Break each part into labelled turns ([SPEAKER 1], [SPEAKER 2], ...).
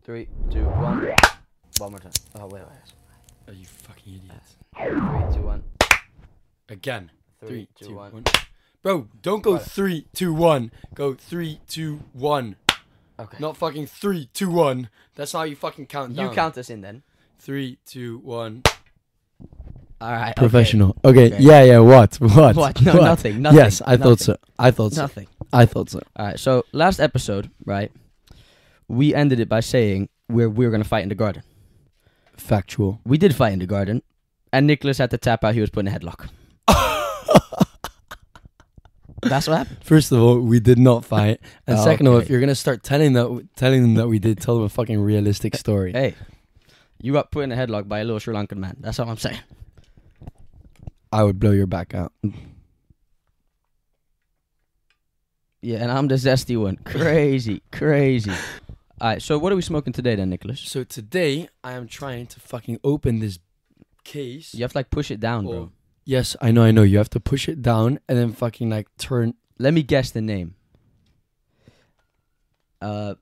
[SPEAKER 1] Three, two, one. One more time. Oh wait, wait.
[SPEAKER 2] Are Oh, you fucking idiots?
[SPEAKER 1] Three, two, one.
[SPEAKER 2] Again. Three, two, one.
[SPEAKER 1] Uh, one.
[SPEAKER 2] Bro, don't go
[SPEAKER 1] Got it.
[SPEAKER 2] three, two, one. Go three, two, one.
[SPEAKER 1] Okay.
[SPEAKER 2] Not fucking three, two, one. That's not how you fucking count
[SPEAKER 1] you
[SPEAKER 2] down.
[SPEAKER 1] count us in then.
[SPEAKER 2] Three, two, one.
[SPEAKER 1] All right.
[SPEAKER 2] Professional. Okay.
[SPEAKER 1] Okay.
[SPEAKER 2] Yeah. Yeah. What? What?
[SPEAKER 1] What? No, nothing, nothing,
[SPEAKER 2] Yes, I thought
[SPEAKER 1] nothing.
[SPEAKER 2] so. I thought so.
[SPEAKER 1] Nothing.
[SPEAKER 2] I thought so.
[SPEAKER 1] All right. So last episode, right? We ended it by saying we're we were gonna fight in the garden.
[SPEAKER 2] Factual.
[SPEAKER 1] We did fight in the garden, and Nicholas had to tap out. He was put in a headlock. That's what happened.
[SPEAKER 2] First of all, we did not fight, and
[SPEAKER 1] Oh,
[SPEAKER 2] second of all, if
[SPEAKER 1] okay.
[SPEAKER 2] you're gonna start telling that, telling them that we did, tell them a fucking realistic story.
[SPEAKER 1] Hey, you got put in a headlock by a little Sri Lankan man. That's all I'm saying.
[SPEAKER 2] I would blow your back out.
[SPEAKER 1] Yeah, and I'm the zesty one. Crazy, crazy. All right. So what are we smoking today then, Nicholas?
[SPEAKER 2] So today, I am trying to fucking open this case.
[SPEAKER 1] You have to like push it down,
[SPEAKER 2] Or-
[SPEAKER 1] bro.
[SPEAKER 2] Yes, I know, I know. You have to push it down and then fucking like turn.
[SPEAKER 1] Let me guess the name. Uh,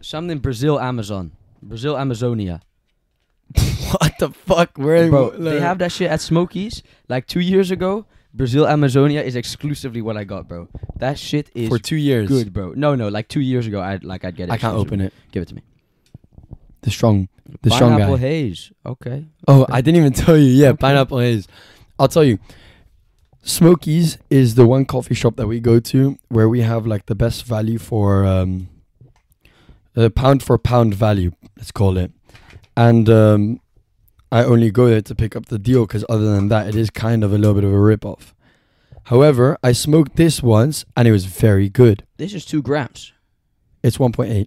[SPEAKER 1] something Brazil Amazon, Brazil Amazonia.
[SPEAKER 2] what the fuck? Where?
[SPEAKER 1] Bro, they have that shit at Smokies. Like two years ago, Brazil Amazonia is exclusively what I got, bro. That shit is
[SPEAKER 2] for two years.
[SPEAKER 1] good, bro. No, no, like two years ago, I would like I'd get it.
[SPEAKER 2] I can't open it.
[SPEAKER 1] Give it to me.
[SPEAKER 2] The strong, the strong guy.
[SPEAKER 1] Pineapple haze. Okay.
[SPEAKER 2] Oh, I didn't even tell you. Yeah, pineapple haze. I'll tell you. Smokies is the one coffee shop that we go to where we have like the best value for um, uh, pound for pound value. Let's call it. And um, I only go there to pick up the deal because other than that, it is kind of a little bit of a rip off. However, I smoked this once and it was very good.
[SPEAKER 1] This is two grams.
[SPEAKER 2] It's 1.8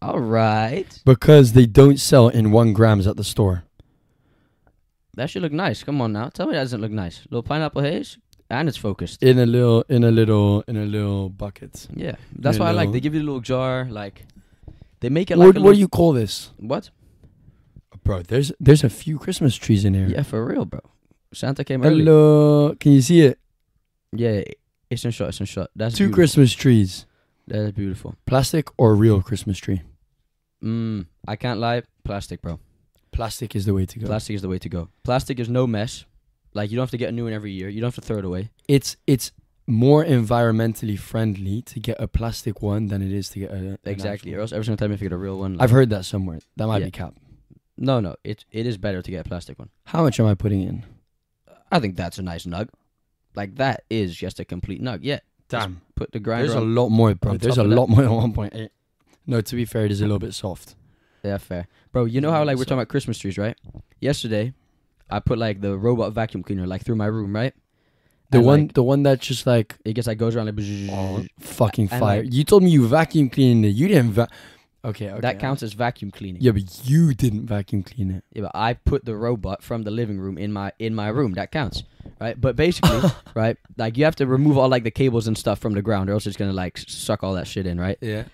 [SPEAKER 1] All right.
[SPEAKER 2] because they don't sell in one grams at the store.
[SPEAKER 1] That should look nice. Come on now. Tell me that doesn't look nice. Little pineapple haze, and it's focused.
[SPEAKER 2] In a little, in a little, in a little bucket.
[SPEAKER 1] Yeah, that's why I like.
[SPEAKER 2] know.
[SPEAKER 1] They give you a little jar, like they make it like
[SPEAKER 2] What,
[SPEAKER 1] a
[SPEAKER 2] what do
[SPEAKER 1] little-
[SPEAKER 2] you call this,
[SPEAKER 1] what?
[SPEAKER 2] bro? There's there's a few Christmas trees in here.
[SPEAKER 1] Yeah, for real, bro. Santa came early.
[SPEAKER 2] Hello, can you see it?
[SPEAKER 1] Yeah, it's in shot. It's in shot. That's
[SPEAKER 2] Two
[SPEAKER 1] beautiful.
[SPEAKER 2] Christmas trees,
[SPEAKER 1] That's beautiful.
[SPEAKER 2] plastic or real Christmas tree?
[SPEAKER 1] Mm, I can't lie. Plastic, bro.
[SPEAKER 2] Plastic is the way to go.
[SPEAKER 1] Plastic is the way to go. Plastic is no mess. Like you don't have to get a new one every year. You don't have to throw it away.
[SPEAKER 2] it's it's more environmentally friendly to get a plastic one than it is to get a an
[SPEAKER 1] Exactly. Or
[SPEAKER 2] actual-
[SPEAKER 1] else every single time you have to get a real one. Like,
[SPEAKER 2] I've heard that somewhere. That might
[SPEAKER 1] Yeah.
[SPEAKER 2] be cap.
[SPEAKER 1] no, no. It it is better to get a plastic one.
[SPEAKER 2] How much am I putting in?
[SPEAKER 1] I think that's a nice nug. Like that is just a complete nug. Yeah.
[SPEAKER 2] Damn,
[SPEAKER 1] Put the grinder.
[SPEAKER 2] there's a
[SPEAKER 1] on.
[SPEAKER 2] lot more, bro.
[SPEAKER 1] on
[SPEAKER 2] There's a
[SPEAKER 1] top of that.
[SPEAKER 2] lot more than 1.8. No, to be fair, it is a little bit soft.
[SPEAKER 1] Yeah, fair. Bro, you know how like we're talking about Christmas trees, right? Yesterday, I put like the robot vacuum cleaner like through my room, right?
[SPEAKER 2] The
[SPEAKER 1] And,
[SPEAKER 2] one, Oh,
[SPEAKER 1] like,
[SPEAKER 2] the one that just like
[SPEAKER 1] it gets like goes around like bzzz.
[SPEAKER 2] on fucking
[SPEAKER 1] and,
[SPEAKER 2] fire.
[SPEAKER 1] like-
[SPEAKER 2] you told me you vacuum cleaned it. You didn't va- Okay, okay.
[SPEAKER 1] that counts as vacuum cleaning.
[SPEAKER 2] Yeah, but you didn't vacuum clean it.
[SPEAKER 1] Yeah, but I put the robot from the living room in my in my room. That counts, right? But basically, right, like you have to remove all like the cables and stuff from the ground, or else it's gonna like s- suck all that shit in, right?
[SPEAKER 2] Yeah.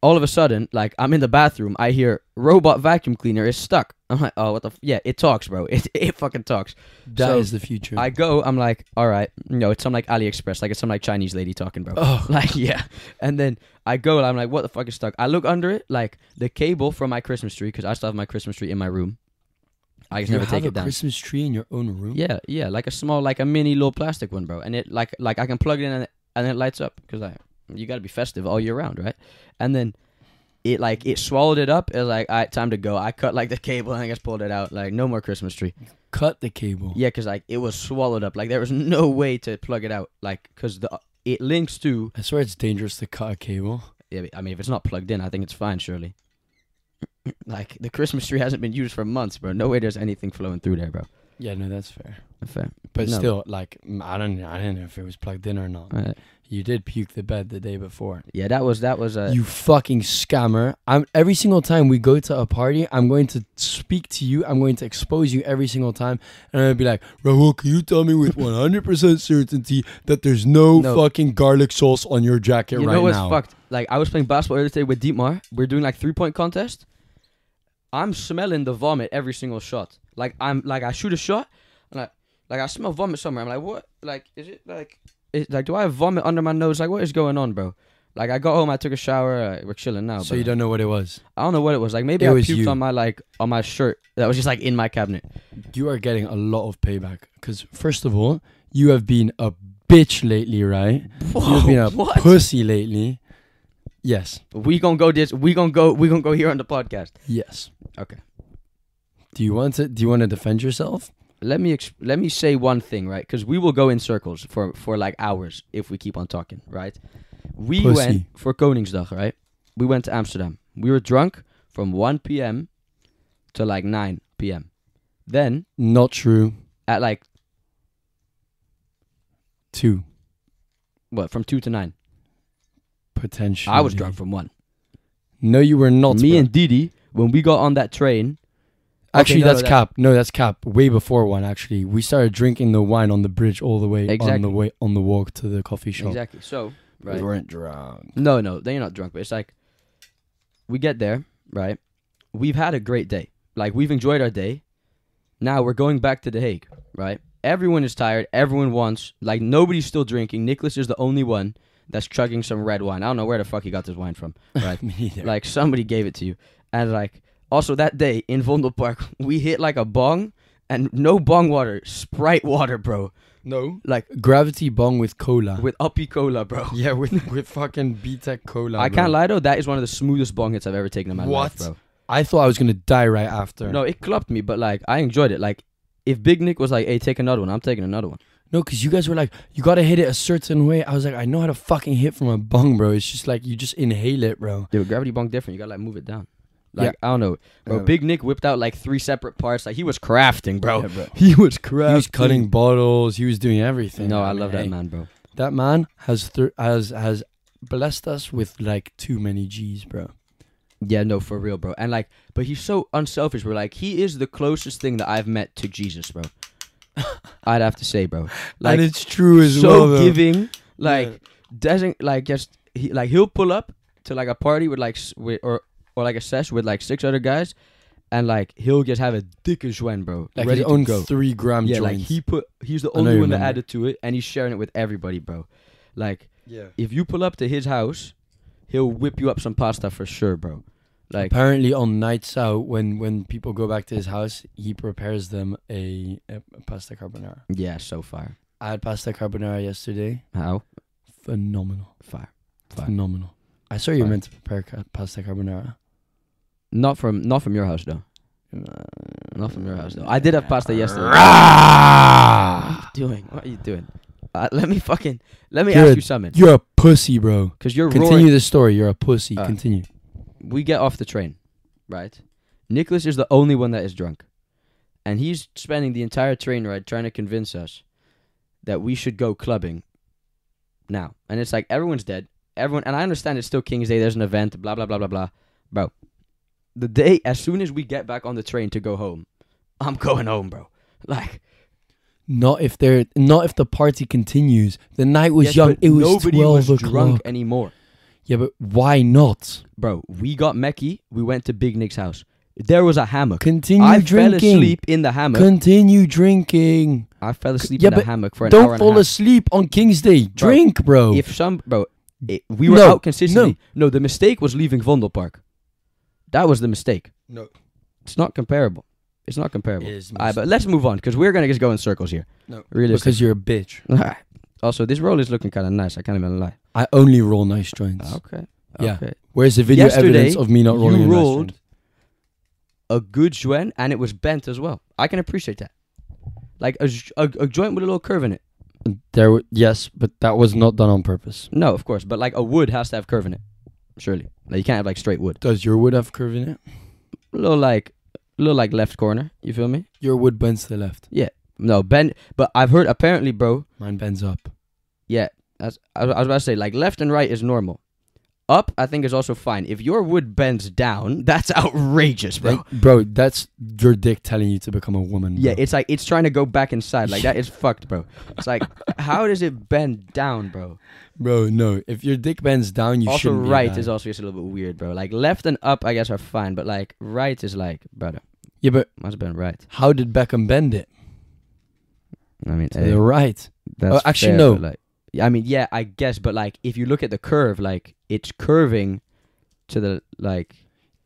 [SPEAKER 1] All of a sudden, like I'm in the bathroom, I hear robot vacuum cleaner is stuck. I'm like, oh, what the? F-? Yeah, it talks, bro. It it fucking talks.
[SPEAKER 2] that is
[SPEAKER 1] So,
[SPEAKER 2] the future.
[SPEAKER 1] I go, I'm like, all right, no, it's some like AliExpress, like it's some like Chinese lady talking, bro.
[SPEAKER 2] Oh.
[SPEAKER 1] Like, yeah. And then I go, and I'm like, what the fuck is stuck? I look under it, like the cable from my Christmas tree, because I still have my Christmas tree in my room. I just
[SPEAKER 2] you
[SPEAKER 1] never
[SPEAKER 2] have
[SPEAKER 1] take
[SPEAKER 2] a
[SPEAKER 1] it down.
[SPEAKER 2] Christmas tree in your own room?
[SPEAKER 1] yeah, yeah, like a small, like a mini little plastic one, bro. And it like like I can plug it in and it, and it lights up because I you got to be festive all year round, right? And then it like it swallowed it up. It's like, all right, time to go. I cut like the cable and I just pulled it out. Like no more Christmas tree.
[SPEAKER 2] Cut the cable.
[SPEAKER 1] Yeah, because like it was swallowed up. Like there was no way to plug it out. Like because the it links to.
[SPEAKER 2] I swear it's dangerous to cut a cable.
[SPEAKER 1] Yeah, I mean, if it's not plugged in, I think it's fine. Surely. like the Christmas tree hasn't been used for months, bro. No way there's anything flowing through there, bro.
[SPEAKER 2] Yeah, no, that's fair.
[SPEAKER 1] Fair.
[SPEAKER 2] But
[SPEAKER 1] No. Uh.
[SPEAKER 2] still, like, mm, I don't, I don't know if it was plugged in or not.
[SPEAKER 1] Alright.
[SPEAKER 2] You did puke the bed the day before.
[SPEAKER 1] Yeah, that was that was uh, a.
[SPEAKER 2] you fucking scammer! I'm every single time we go to a party, I'm going to speak to you. I'm going to expose you every single time, and I'm gonna be like, Rahul, can you tell me with 100 percent certainty that there's no,
[SPEAKER 1] No.
[SPEAKER 2] fucking garlic sauce on your jacket
[SPEAKER 1] you
[SPEAKER 2] right
[SPEAKER 1] know what's
[SPEAKER 2] now?
[SPEAKER 1] fucked? Like I was playing basketball earlier today with Dietmar. We're doing like three point contest. I'm smelling the vomit every single shot. Like I'm like I shoot a shot, and I like I smell vomit somewhere. I'm like, what? Like is it like is like do I have vomit under my nose? Like what is going on, bro? Like I got home, I took a shower. Uh, we're chilling now.
[SPEAKER 2] so
[SPEAKER 1] but
[SPEAKER 2] you don't know what it was.
[SPEAKER 1] I don't know what it was. Like maybe
[SPEAKER 2] It
[SPEAKER 1] I
[SPEAKER 2] was
[SPEAKER 1] puked
[SPEAKER 2] you.
[SPEAKER 1] on my like on my shirt that was just like in my cabinet.
[SPEAKER 2] You are getting a lot of payback because first of all, you have been a bitch lately, right? You've been a
[SPEAKER 1] what?
[SPEAKER 2] pussy lately. Yes.
[SPEAKER 1] We gonna go this. We gonna go. We gonna go here on the podcast.
[SPEAKER 2] Yes.
[SPEAKER 1] Okay.
[SPEAKER 2] Do you want to? Do you want to defend yourself?
[SPEAKER 1] Let me exp- let me say one thing, right? Because we will go in circles for for like hours if we keep on talking, right? We
[SPEAKER 2] Pussy.
[SPEAKER 1] went for Koningsdag, right? We went to Amsterdam. We were drunk from 1 p.m. to like 9 p.m. Then
[SPEAKER 2] Not true.
[SPEAKER 1] at like
[SPEAKER 2] Two
[SPEAKER 1] what from two to nine.
[SPEAKER 2] potentially.
[SPEAKER 1] I was drunk from one.
[SPEAKER 2] No, you were not.
[SPEAKER 1] Me
[SPEAKER 2] bro.
[SPEAKER 1] and Didi, when we got on that train,
[SPEAKER 2] actually,
[SPEAKER 1] Okay, no,
[SPEAKER 2] that's
[SPEAKER 1] that-
[SPEAKER 2] cap. No, that's cap. Way before one. Actually, we started drinking the wine on the bridge all the way on
[SPEAKER 1] Exactly.
[SPEAKER 2] the way on the walk to the coffee shop.
[SPEAKER 1] exactly. So right,
[SPEAKER 2] We weren't drunk.
[SPEAKER 1] No, no, then you're not drunk. But it's like we get there, right? We've had a great day. Like we've enjoyed our day. Now we're going back to The Hague, right? Everyone is tired. Everyone wants like nobody's still drinking. Nicholas is the only one that's chugging some red wine. I don't know where the fuck he got this wine from, right?
[SPEAKER 2] Me either.
[SPEAKER 1] like somebody gave it to you, and like also that day in Vondel Park, we hit like a bong and no bong water, Sprite water, bro,
[SPEAKER 2] no.
[SPEAKER 1] like
[SPEAKER 2] Gravity bong with cola.
[SPEAKER 1] with uppy cola, bro.
[SPEAKER 2] yeah, with with fucking BTEC cola.
[SPEAKER 1] I
[SPEAKER 2] bro.
[SPEAKER 1] can't lie though, that is one of the smoothest bong hits I've ever taken in my life,
[SPEAKER 2] What?
[SPEAKER 1] bro.
[SPEAKER 2] I thought I was gonna die right after.
[SPEAKER 1] No, it clubbed me, but like I enjoyed it. Like if Big Nick was like, "Hey, take another one," I'm taking another one.
[SPEAKER 2] No, because you guys were like, you gotta hit it a certain way. I was like, I know how to fucking hit from a bong, bro. It's just like you just inhale it, bro.
[SPEAKER 1] Dude, gravity bong different. You gotta like move it down. Like
[SPEAKER 2] Yeah.
[SPEAKER 1] I don't know, bro.
[SPEAKER 2] Yeah.
[SPEAKER 1] Big Nick whipped out like three separate parts. Like he was crafting, bro.
[SPEAKER 2] Yeah, bro.
[SPEAKER 1] He was crafting.
[SPEAKER 2] He was cutting bottles. He was doing everything.
[SPEAKER 1] No, I love
[SPEAKER 2] mean,
[SPEAKER 1] that
[SPEAKER 2] hey,
[SPEAKER 1] man, bro.
[SPEAKER 2] That man has thir- has has blessed us with like too many G's, bro.
[SPEAKER 1] Yeah, no, for real, bro. And like, but he's so unselfish, bro. Like he is the closest thing that I've met to Jesus, bro. I'd have to say, bro. Like
[SPEAKER 2] and it's true as
[SPEAKER 1] so
[SPEAKER 2] well. though.
[SPEAKER 1] giving, like
[SPEAKER 2] Yeah.
[SPEAKER 1] doesn't like just he like he'll pull up to like a party with like s- with, or or like a sesh with like six other guys, and like he'll just have a dickish one, bro,
[SPEAKER 2] like
[SPEAKER 1] ready
[SPEAKER 2] his
[SPEAKER 1] to
[SPEAKER 2] own
[SPEAKER 1] go.
[SPEAKER 2] three gram
[SPEAKER 1] yeah, like
[SPEAKER 2] joints.
[SPEAKER 1] he put he's the
[SPEAKER 2] I know
[SPEAKER 1] only
[SPEAKER 2] you
[SPEAKER 1] one that
[SPEAKER 2] remember.
[SPEAKER 1] added to it, and he's sharing it with everybody, bro. Like
[SPEAKER 2] yeah.
[SPEAKER 1] if you pull up to his house, he'll whip you up some pasta for sure, bro. Like
[SPEAKER 2] Apparently, on nights out, when when people go back to his house, he prepares them a, a pasta carbonara.
[SPEAKER 1] yeah, so far
[SPEAKER 2] I had pasta carbonara yesterday.
[SPEAKER 1] how
[SPEAKER 2] Phenomenal.
[SPEAKER 1] far Fine.
[SPEAKER 2] Phenomenal. I saw you were
[SPEAKER 1] Fine.
[SPEAKER 2] meant to prepare ca- pasta carbonara.
[SPEAKER 1] not from not from your house though. Not from your house though. I did have pasta yesterday.
[SPEAKER 2] yesterday.
[SPEAKER 1] doing? What are you doing? Uh, let me fucking let me
[SPEAKER 2] You're
[SPEAKER 1] ask
[SPEAKER 2] a-
[SPEAKER 1] you something.
[SPEAKER 2] You're a pussy, bro.
[SPEAKER 1] Because you're
[SPEAKER 2] Continue
[SPEAKER 1] roaring.
[SPEAKER 2] the story. You're a pussy.
[SPEAKER 1] Alright.
[SPEAKER 2] Continue.
[SPEAKER 1] We get off the train, right? Nicholas is the only one that is drunk, and he's spending the entire train ride trying to convince us that we should go clubbing now. And it's like everyone's dead. Everyone, and I understand it's still King's Day. There's an event. Blah blah blah blah blah. Bro, the day as soon as we get back on the train to go home, I'm going home, bro. Like
[SPEAKER 2] Not if they're not if the party continues. The night was
[SPEAKER 1] yes,
[SPEAKER 2] young.
[SPEAKER 1] but
[SPEAKER 2] It was
[SPEAKER 1] nobody
[SPEAKER 2] twelve
[SPEAKER 1] was
[SPEAKER 2] o'clock.
[SPEAKER 1] drunk anymore.
[SPEAKER 2] Yeah, but why not?
[SPEAKER 1] Bro, we got Mecky. We went to Big Nick's house. There was a hammock.
[SPEAKER 2] Continue
[SPEAKER 1] I
[SPEAKER 2] drinking.
[SPEAKER 1] fell asleep in the hammock.
[SPEAKER 2] Continue drinking.
[SPEAKER 1] I fell asleep
[SPEAKER 2] Yeah,
[SPEAKER 1] in the
[SPEAKER 2] but
[SPEAKER 1] hammock for an hour
[SPEAKER 2] Don't
[SPEAKER 1] and a
[SPEAKER 2] fall
[SPEAKER 1] half.
[SPEAKER 2] asleep on King's Day. Drink, bro.
[SPEAKER 1] If some bro, it, we were
[SPEAKER 2] No,
[SPEAKER 1] out consistently. No. the mistake was leaving Vondelpark. That was the mistake.
[SPEAKER 2] no,
[SPEAKER 1] It's not comparable. It's not comparable.
[SPEAKER 2] It is
[SPEAKER 1] All right, but let's move on because we're gonna just go in circles here.
[SPEAKER 2] No.
[SPEAKER 1] realistic.
[SPEAKER 2] because you're a bitch.
[SPEAKER 1] Alright. Also, this roll is looking kind of nice. I can't even lie.
[SPEAKER 2] I only roll nice joints.
[SPEAKER 1] Okay.
[SPEAKER 2] Yeah.
[SPEAKER 1] Okay.
[SPEAKER 2] Where's the video
[SPEAKER 1] Oh. Yesterday,
[SPEAKER 2] evidence of me not
[SPEAKER 1] you
[SPEAKER 2] rolling? a nice
[SPEAKER 1] rolled-
[SPEAKER 2] joint?
[SPEAKER 1] a good joint and it was bent as well. I can appreciate that. Like a, j- a, a joint with a little curve in it.
[SPEAKER 2] There, w- yes, but that was not done on purpose.
[SPEAKER 1] No, of course, but like a wood has to have curve in it. Surely, like you can't have like straight wood.
[SPEAKER 2] Does your wood have curve in it?
[SPEAKER 1] A little like, a little like left corner. You feel me?
[SPEAKER 2] Your wood bends to the left.
[SPEAKER 1] No, bend. But I've heard apparently, bro.
[SPEAKER 2] Mine bends up.
[SPEAKER 1] Yeah, that's, I, was, I was about to say like left and right is normal. Up, I think is also fine. If your wood bends down, that's outrageous, bro.
[SPEAKER 2] Like, bro, that's your dick telling you to become a woman.
[SPEAKER 1] Yeah,
[SPEAKER 2] bro.
[SPEAKER 1] it's like it's trying to go back inside. Like that is fucked, bro. It's like how does it bend down, bro?
[SPEAKER 2] bro. No, if your dick bends down, you
[SPEAKER 1] also
[SPEAKER 2] shouldn't. be a
[SPEAKER 1] right
[SPEAKER 2] guy.
[SPEAKER 1] is also just a little bit weird, bro. Like left and up, I guess are fine, but like right is like, brother,
[SPEAKER 2] yeah, but
[SPEAKER 1] must have been right.
[SPEAKER 2] how did Beckham bend it?
[SPEAKER 1] I mean,
[SPEAKER 2] To
[SPEAKER 1] hey,
[SPEAKER 2] the right.
[SPEAKER 1] that's
[SPEAKER 2] Oh, actually,
[SPEAKER 1] fair,
[SPEAKER 2] no.
[SPEAKER 1] but, Like, I mean, yeah, I guess, but like if you look at the curve, like it's curving to the like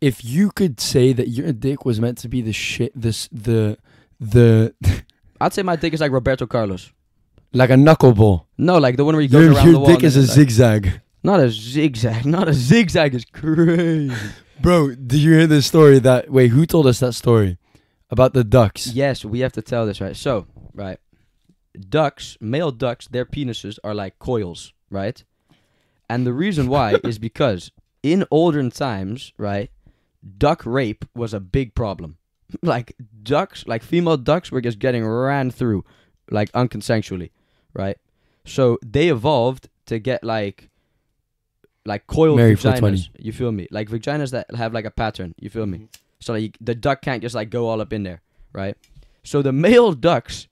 [SPEAKER 2] If you could say that your dick was meant to be the shit, this the the
[SPEAKER 1] I'd say my dick is like Roberto Carlos.
[SPEAKER 2] like a knuckleball.
[SPEAKER 1] No, like the one where he goes
[SPEAKER 2] Your,
[SPEAKER 1] around the
[SPEAKER 2] your
[SPEAKER 1] wall.
[SPEAKER 2] dick
[SPEAKER 1] and
[SPEAKER 2] is
[SPEAKER 1] then
[SPEAKER 2] a
[SPEAKER 1] it's like-
[SPEAKER 2] zigzag,
[SPEAKER 1] Not a zigzag. Not a zigzag is crazy.
[SPEAKER 2] bro. Did you hear this story? That wait, who told us that story about the ducks?
[SPEAKER 1] yes, we have to tell this right. So, right, ducks, male ducks, their penises are like coils, right? And the reason why is because in olden times, right, duck rape was a big problem. Like ducks, like female ducks were just getting ran through, like unconsensually, right? So they evolved to get like, like coiled
[SPEAKER 2] Mary for 20.
[SPEAKER 1] vaginas. You feel me? Like vaginas that have like a pattern. You feel me? So like, the duck can't just like go all up in there, right? So the male ducks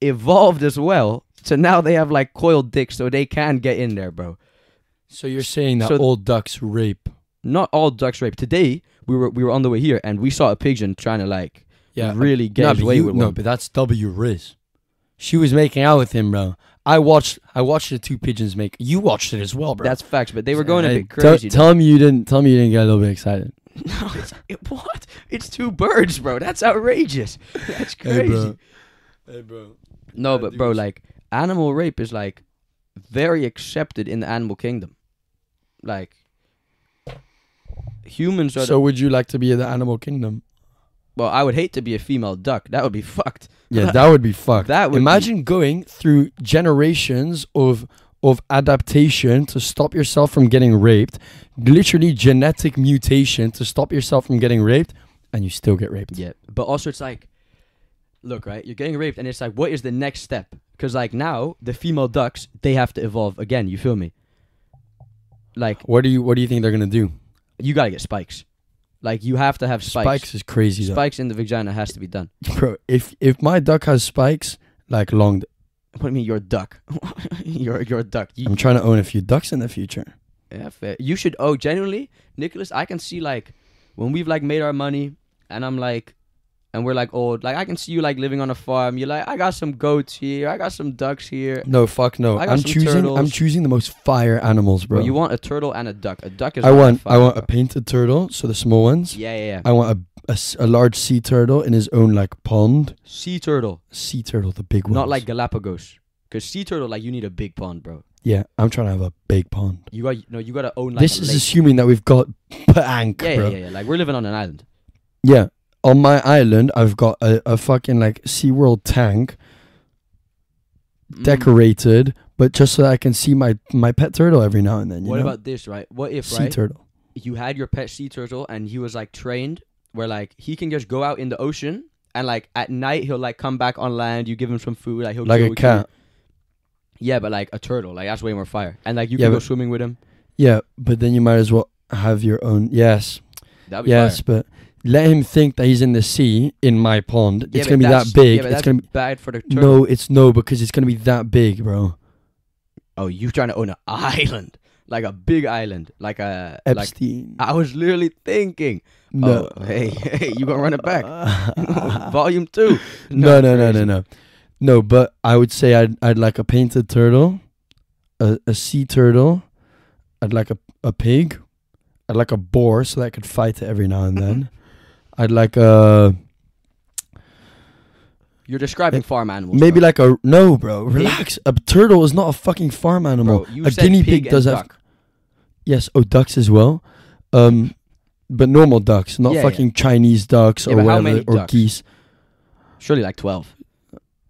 [SPEAKER 1] evolved as well. So now they have like coiled dicks, so they can get in there, bro.
[SPEAKER 2] So you're saying that
[SPEAKER 1] So-
[SPEAKER 2] all ducks rape?
[SPEAKER 1] Not all ducks rape. Today we were we were on the way here and we saw a pigeon trying to like really get
[SPEAKER 2] No,
[SPEAKER 1] his
[SPEAKER 2] but
[SPEAKER 1] way
[SPEAKER 2] you-
[SPEAKER 1] with
[SPEAKER 2] no,
[SPEAKER 1] one.
[SPEAKER 2] but that's W Riz. She was making out with him, bro. I watched. I watched the two pigeons make. You watched it as well, bro.
[SPEAKER 1] That's facts, but they were going a
[SPEAKER 2] Hey,
[SPEAKER 1] bit
[SPEAKER 2] tell-
[SPEAKER 1] crazy.
[SPEAKER 2] Tell, me you didn't. Tell me you didn't get a little bit excited.
[SPEAKER 1] no, it's, it, what? It's two birds, bro. That's outrageous. That's crazy.
[SPEAKER 2] Hey, bro.
[SPEAKER 1] No,
[SPEAKER 2] Yeah,
[SPEAKER 1] but
[SPEAKER 2] dude,
[SPEAKER 1] bro,
[SPEAKER 2] it's-
[SPEAKER 1] like animal rape is like very accepted in the animal kingdom. Like humans are. the,
[SPEAKER 2] So would you like to be in the animal kingdom?
[SPEAKER 1] well, I would hate to be a female duck. That would be fucked.
[SPEAKER 2] Yeah, that would be fucked.
[SPEAKER 1] That would be-
[SPEAKER 2] imagine going through generations of of adaptation to stop yourself from getting raped, literally genetic mutation to stop yourself from getting raped, and you still get raped.
[SPEAKER 1] Yeah, but also it's like, look, right? You're getting raped, and it's like, what is the next step? Because like now the female ducks they have to evolve again. You feel me? Like
[SPEAKER 2] What do you What do you think they're gonna do?
[SPEAKER 1] you gotta get spikes. Like you have to have spikes.
[SPEAKER 2] Spikes is crazy. though.
[SPEAKER 1] Spikes in the vagina has to be done.
[SPEAKER 2] bro. If if my duck has spikes, like long,
[SPEAKER 1] What do you mean you're a duck? you're you're a duck. You,
[SPEAKER 2] I'm trying to own a few ducks in the future.
[SPEAKER 1] Yeah, fair. You should. Oh, genuinely, Nicholas, I can see like when we've like made our money, and I'm like, and we're like old. Like I can see you like living on a farm. You're like, I got some goats here. I got some ducks here.
[SPEAKER 2] No, fuck no.
[SPEAKER 1] I got
[SPEAKER 2] I'm
[SPEAKER 1] some
[SPEAKER 2] choosing. I'm
[SPEAKER 1] turtles.
[SPEAKER 2] choosing the most fire animals, bro.
[SPEAKER 1] Bro, you want a turtle and a duck. A duck is.
[SPEAKER 2] I
[SPEAKER 1] not
[SPEAKER 2] want.
[SPEAKER 1] fire,
[SPEAKER 2] I want a
[SPEAKER 1] bro.
[SPEAKER 2] painted turtle, so the small ones.
[SPEAKER 1] yeah, yeah, yeah.
[SPEAKER 2] I want a, a s- a large sea turtle in his own like pond.
[SPEAKER 1] sea turtle,
[SPEAKER 2] Sea turtle, the big one.
[SPEAKER 1] not like Galapagos. Cause sea turtle, like you need a big pond, bro.
[SPEAKER 2] Yeah, I'm trying to have a big pond.
[SPEAKER 1] You got no, you gotta own like.
[SPEAKER 2] this
[SPEAKER 1] a
[SPEAKER 2] is
[SPEAKER 1] lake.
[SPEAKER 2] assuming that we've got bank,
[SPEAKER 1] yeah,
[SPEAKER 2] bro.
[SPEAKER 1] yeah, yeah, yeah. Like we're living on an island.
[SPEAKER 2] Yeah. On my island, I've got a, a fucking like SeaWorld tank
[SPEAKER 1] Mm.
[SPEAKER 2] decorated, but just so that I can see my my pet turtle every now and then. You
[SPEAKER 1] What
[SPEAKER 2] know?
[SPEAKER 1] about this, right? What if
[SPEAKER 2] sea
[SPEAKER 1] right?
[SPEAKER 2] turtle?
[SPEAKER 1] you had your pet sea turtle and he was like trained where like he can just go out in the ocean and like at night he'll like come back on land you give him some food like he'll
[SPEAKER 2] like
[SPEAKER 1] chill
[SPEAKER 2] a
[SPEAKER 1] with
[SPEAKER 2] cat.
[SPEAKER 1] you. yeah but like a turtle like that's way more fire and like you
[SPEAKER 2] Yeah,
[SPEAKER 1] can go
[SPEAKER 2] but-
[SPEAKER 1] swimming with him
[SPEAKER 2] Yeah, but then you might as well have your own. Yes,
[SPEAKER 1] that'd be
[SPEAKER 2] yes,
[SPEAKER 1] fire.
[SPEAKER 2] but let him think that he's in the sea in my pond.
[SPEAKER 1] Yeah,
[SPEAKER 2] it's
[SPEAKER 1] but
[SPEAKER 2] gonna be that
[SPEAKER 1] that's-
[SPEAKER 2] big.
[SPEAKER 1] yeah, but
[SPEAKER 2] it's
[SPEAKER 1] that's
[SPEAKER 2] gonna be
[SPEAKER 1] bad for the turtle
[SPEAKER 2] no, it's no because it's gonna be that big, bro.
[SPEAKER 1] oh you trying to own an island like a big island like a like
[SPEAKER 2] Epstein.
[SPEAKER 1] i was literally thinking
[SPEAKER 2] no.
[SPEAKER 1] oh hey hey you gonna run it back volume two
[SPEAKER 2] no, no, no,
[SPEAKER 1] crazy.
[SPEAKER 2] no, no, no. But I would say I'd I'd like a painted turtle, a, a sea turtle. I'd like a a pig. I'd like a boar so that I could fight it every now and
[SPEAKER 1] Mm-hmm.
[SPEAKER 2] then. I'd like uh, a
[SPEAKER 1] you're describing farm animals
[SPEAKER 2] Eh, Maybe
[SPEAKER 1] bro.
[SPEAKER 2] like a no, bro. Relax. A turtle is not a fucking farm animal.
[SPEAKER 1] Bro, you
[SPEAKER 2] a
[SPEAKER 1] said
[SPEAKER 2] guinea pig,
[SPEAKER 1] and
[SPEAKER 2] does have
[SPEAKER 1] duck.
[SPEAKER 2] yes. Oh, ducks as well. Um, but normal ducks, not
[SPEAKER 1] Yeah, yeah.
[SPEAKER 2] fucking Chinese ducks
[SPEAKER 1] Yeah,
[SPEAKER 2] or
[SPEAKER 1] but how
[SPEAKER 2] whatever
[SPEAKER 1] many
[SPEAKER 2] or
[SPEAKER 1] ducks?
[SPEAKER 2] geese.
[SPEAKER 1] surely like 12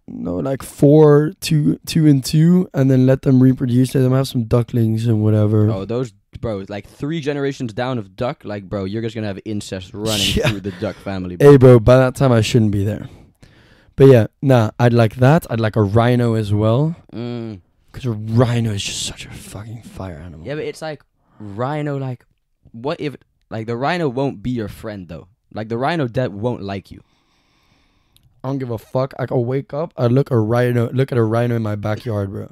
[SPEAKER 2] No, like four, two, two and two, and then let them reproduce. Let them have some ducklings and whatever.
[SPEAKER 1] Bro, those bro, like three generations down of duck, like bro, you're just gonna have incest running
[SPEAKER 2] Yeah. Eh.
[SPEAKER 1] through the duck family. Bro.
[SPEAKER 2] Hey, bro. By that time, I shouldn't be there. But yeah, nah. I'd like that. I'd like a rhino as well,
[SPEAKER 1] Mm.
[SPEAKER 2] because a rhino is just such a fucking fire animal.
[SPEAKER 1] Yeah, but it's like rhino. Like, what if like the rhino won't be your friend though? Like the rhino that won't like you.
[SPEAKER 2] I don't give a fuck. I can wake up. I look a rhino. Look at a rhino in my backyard, bro.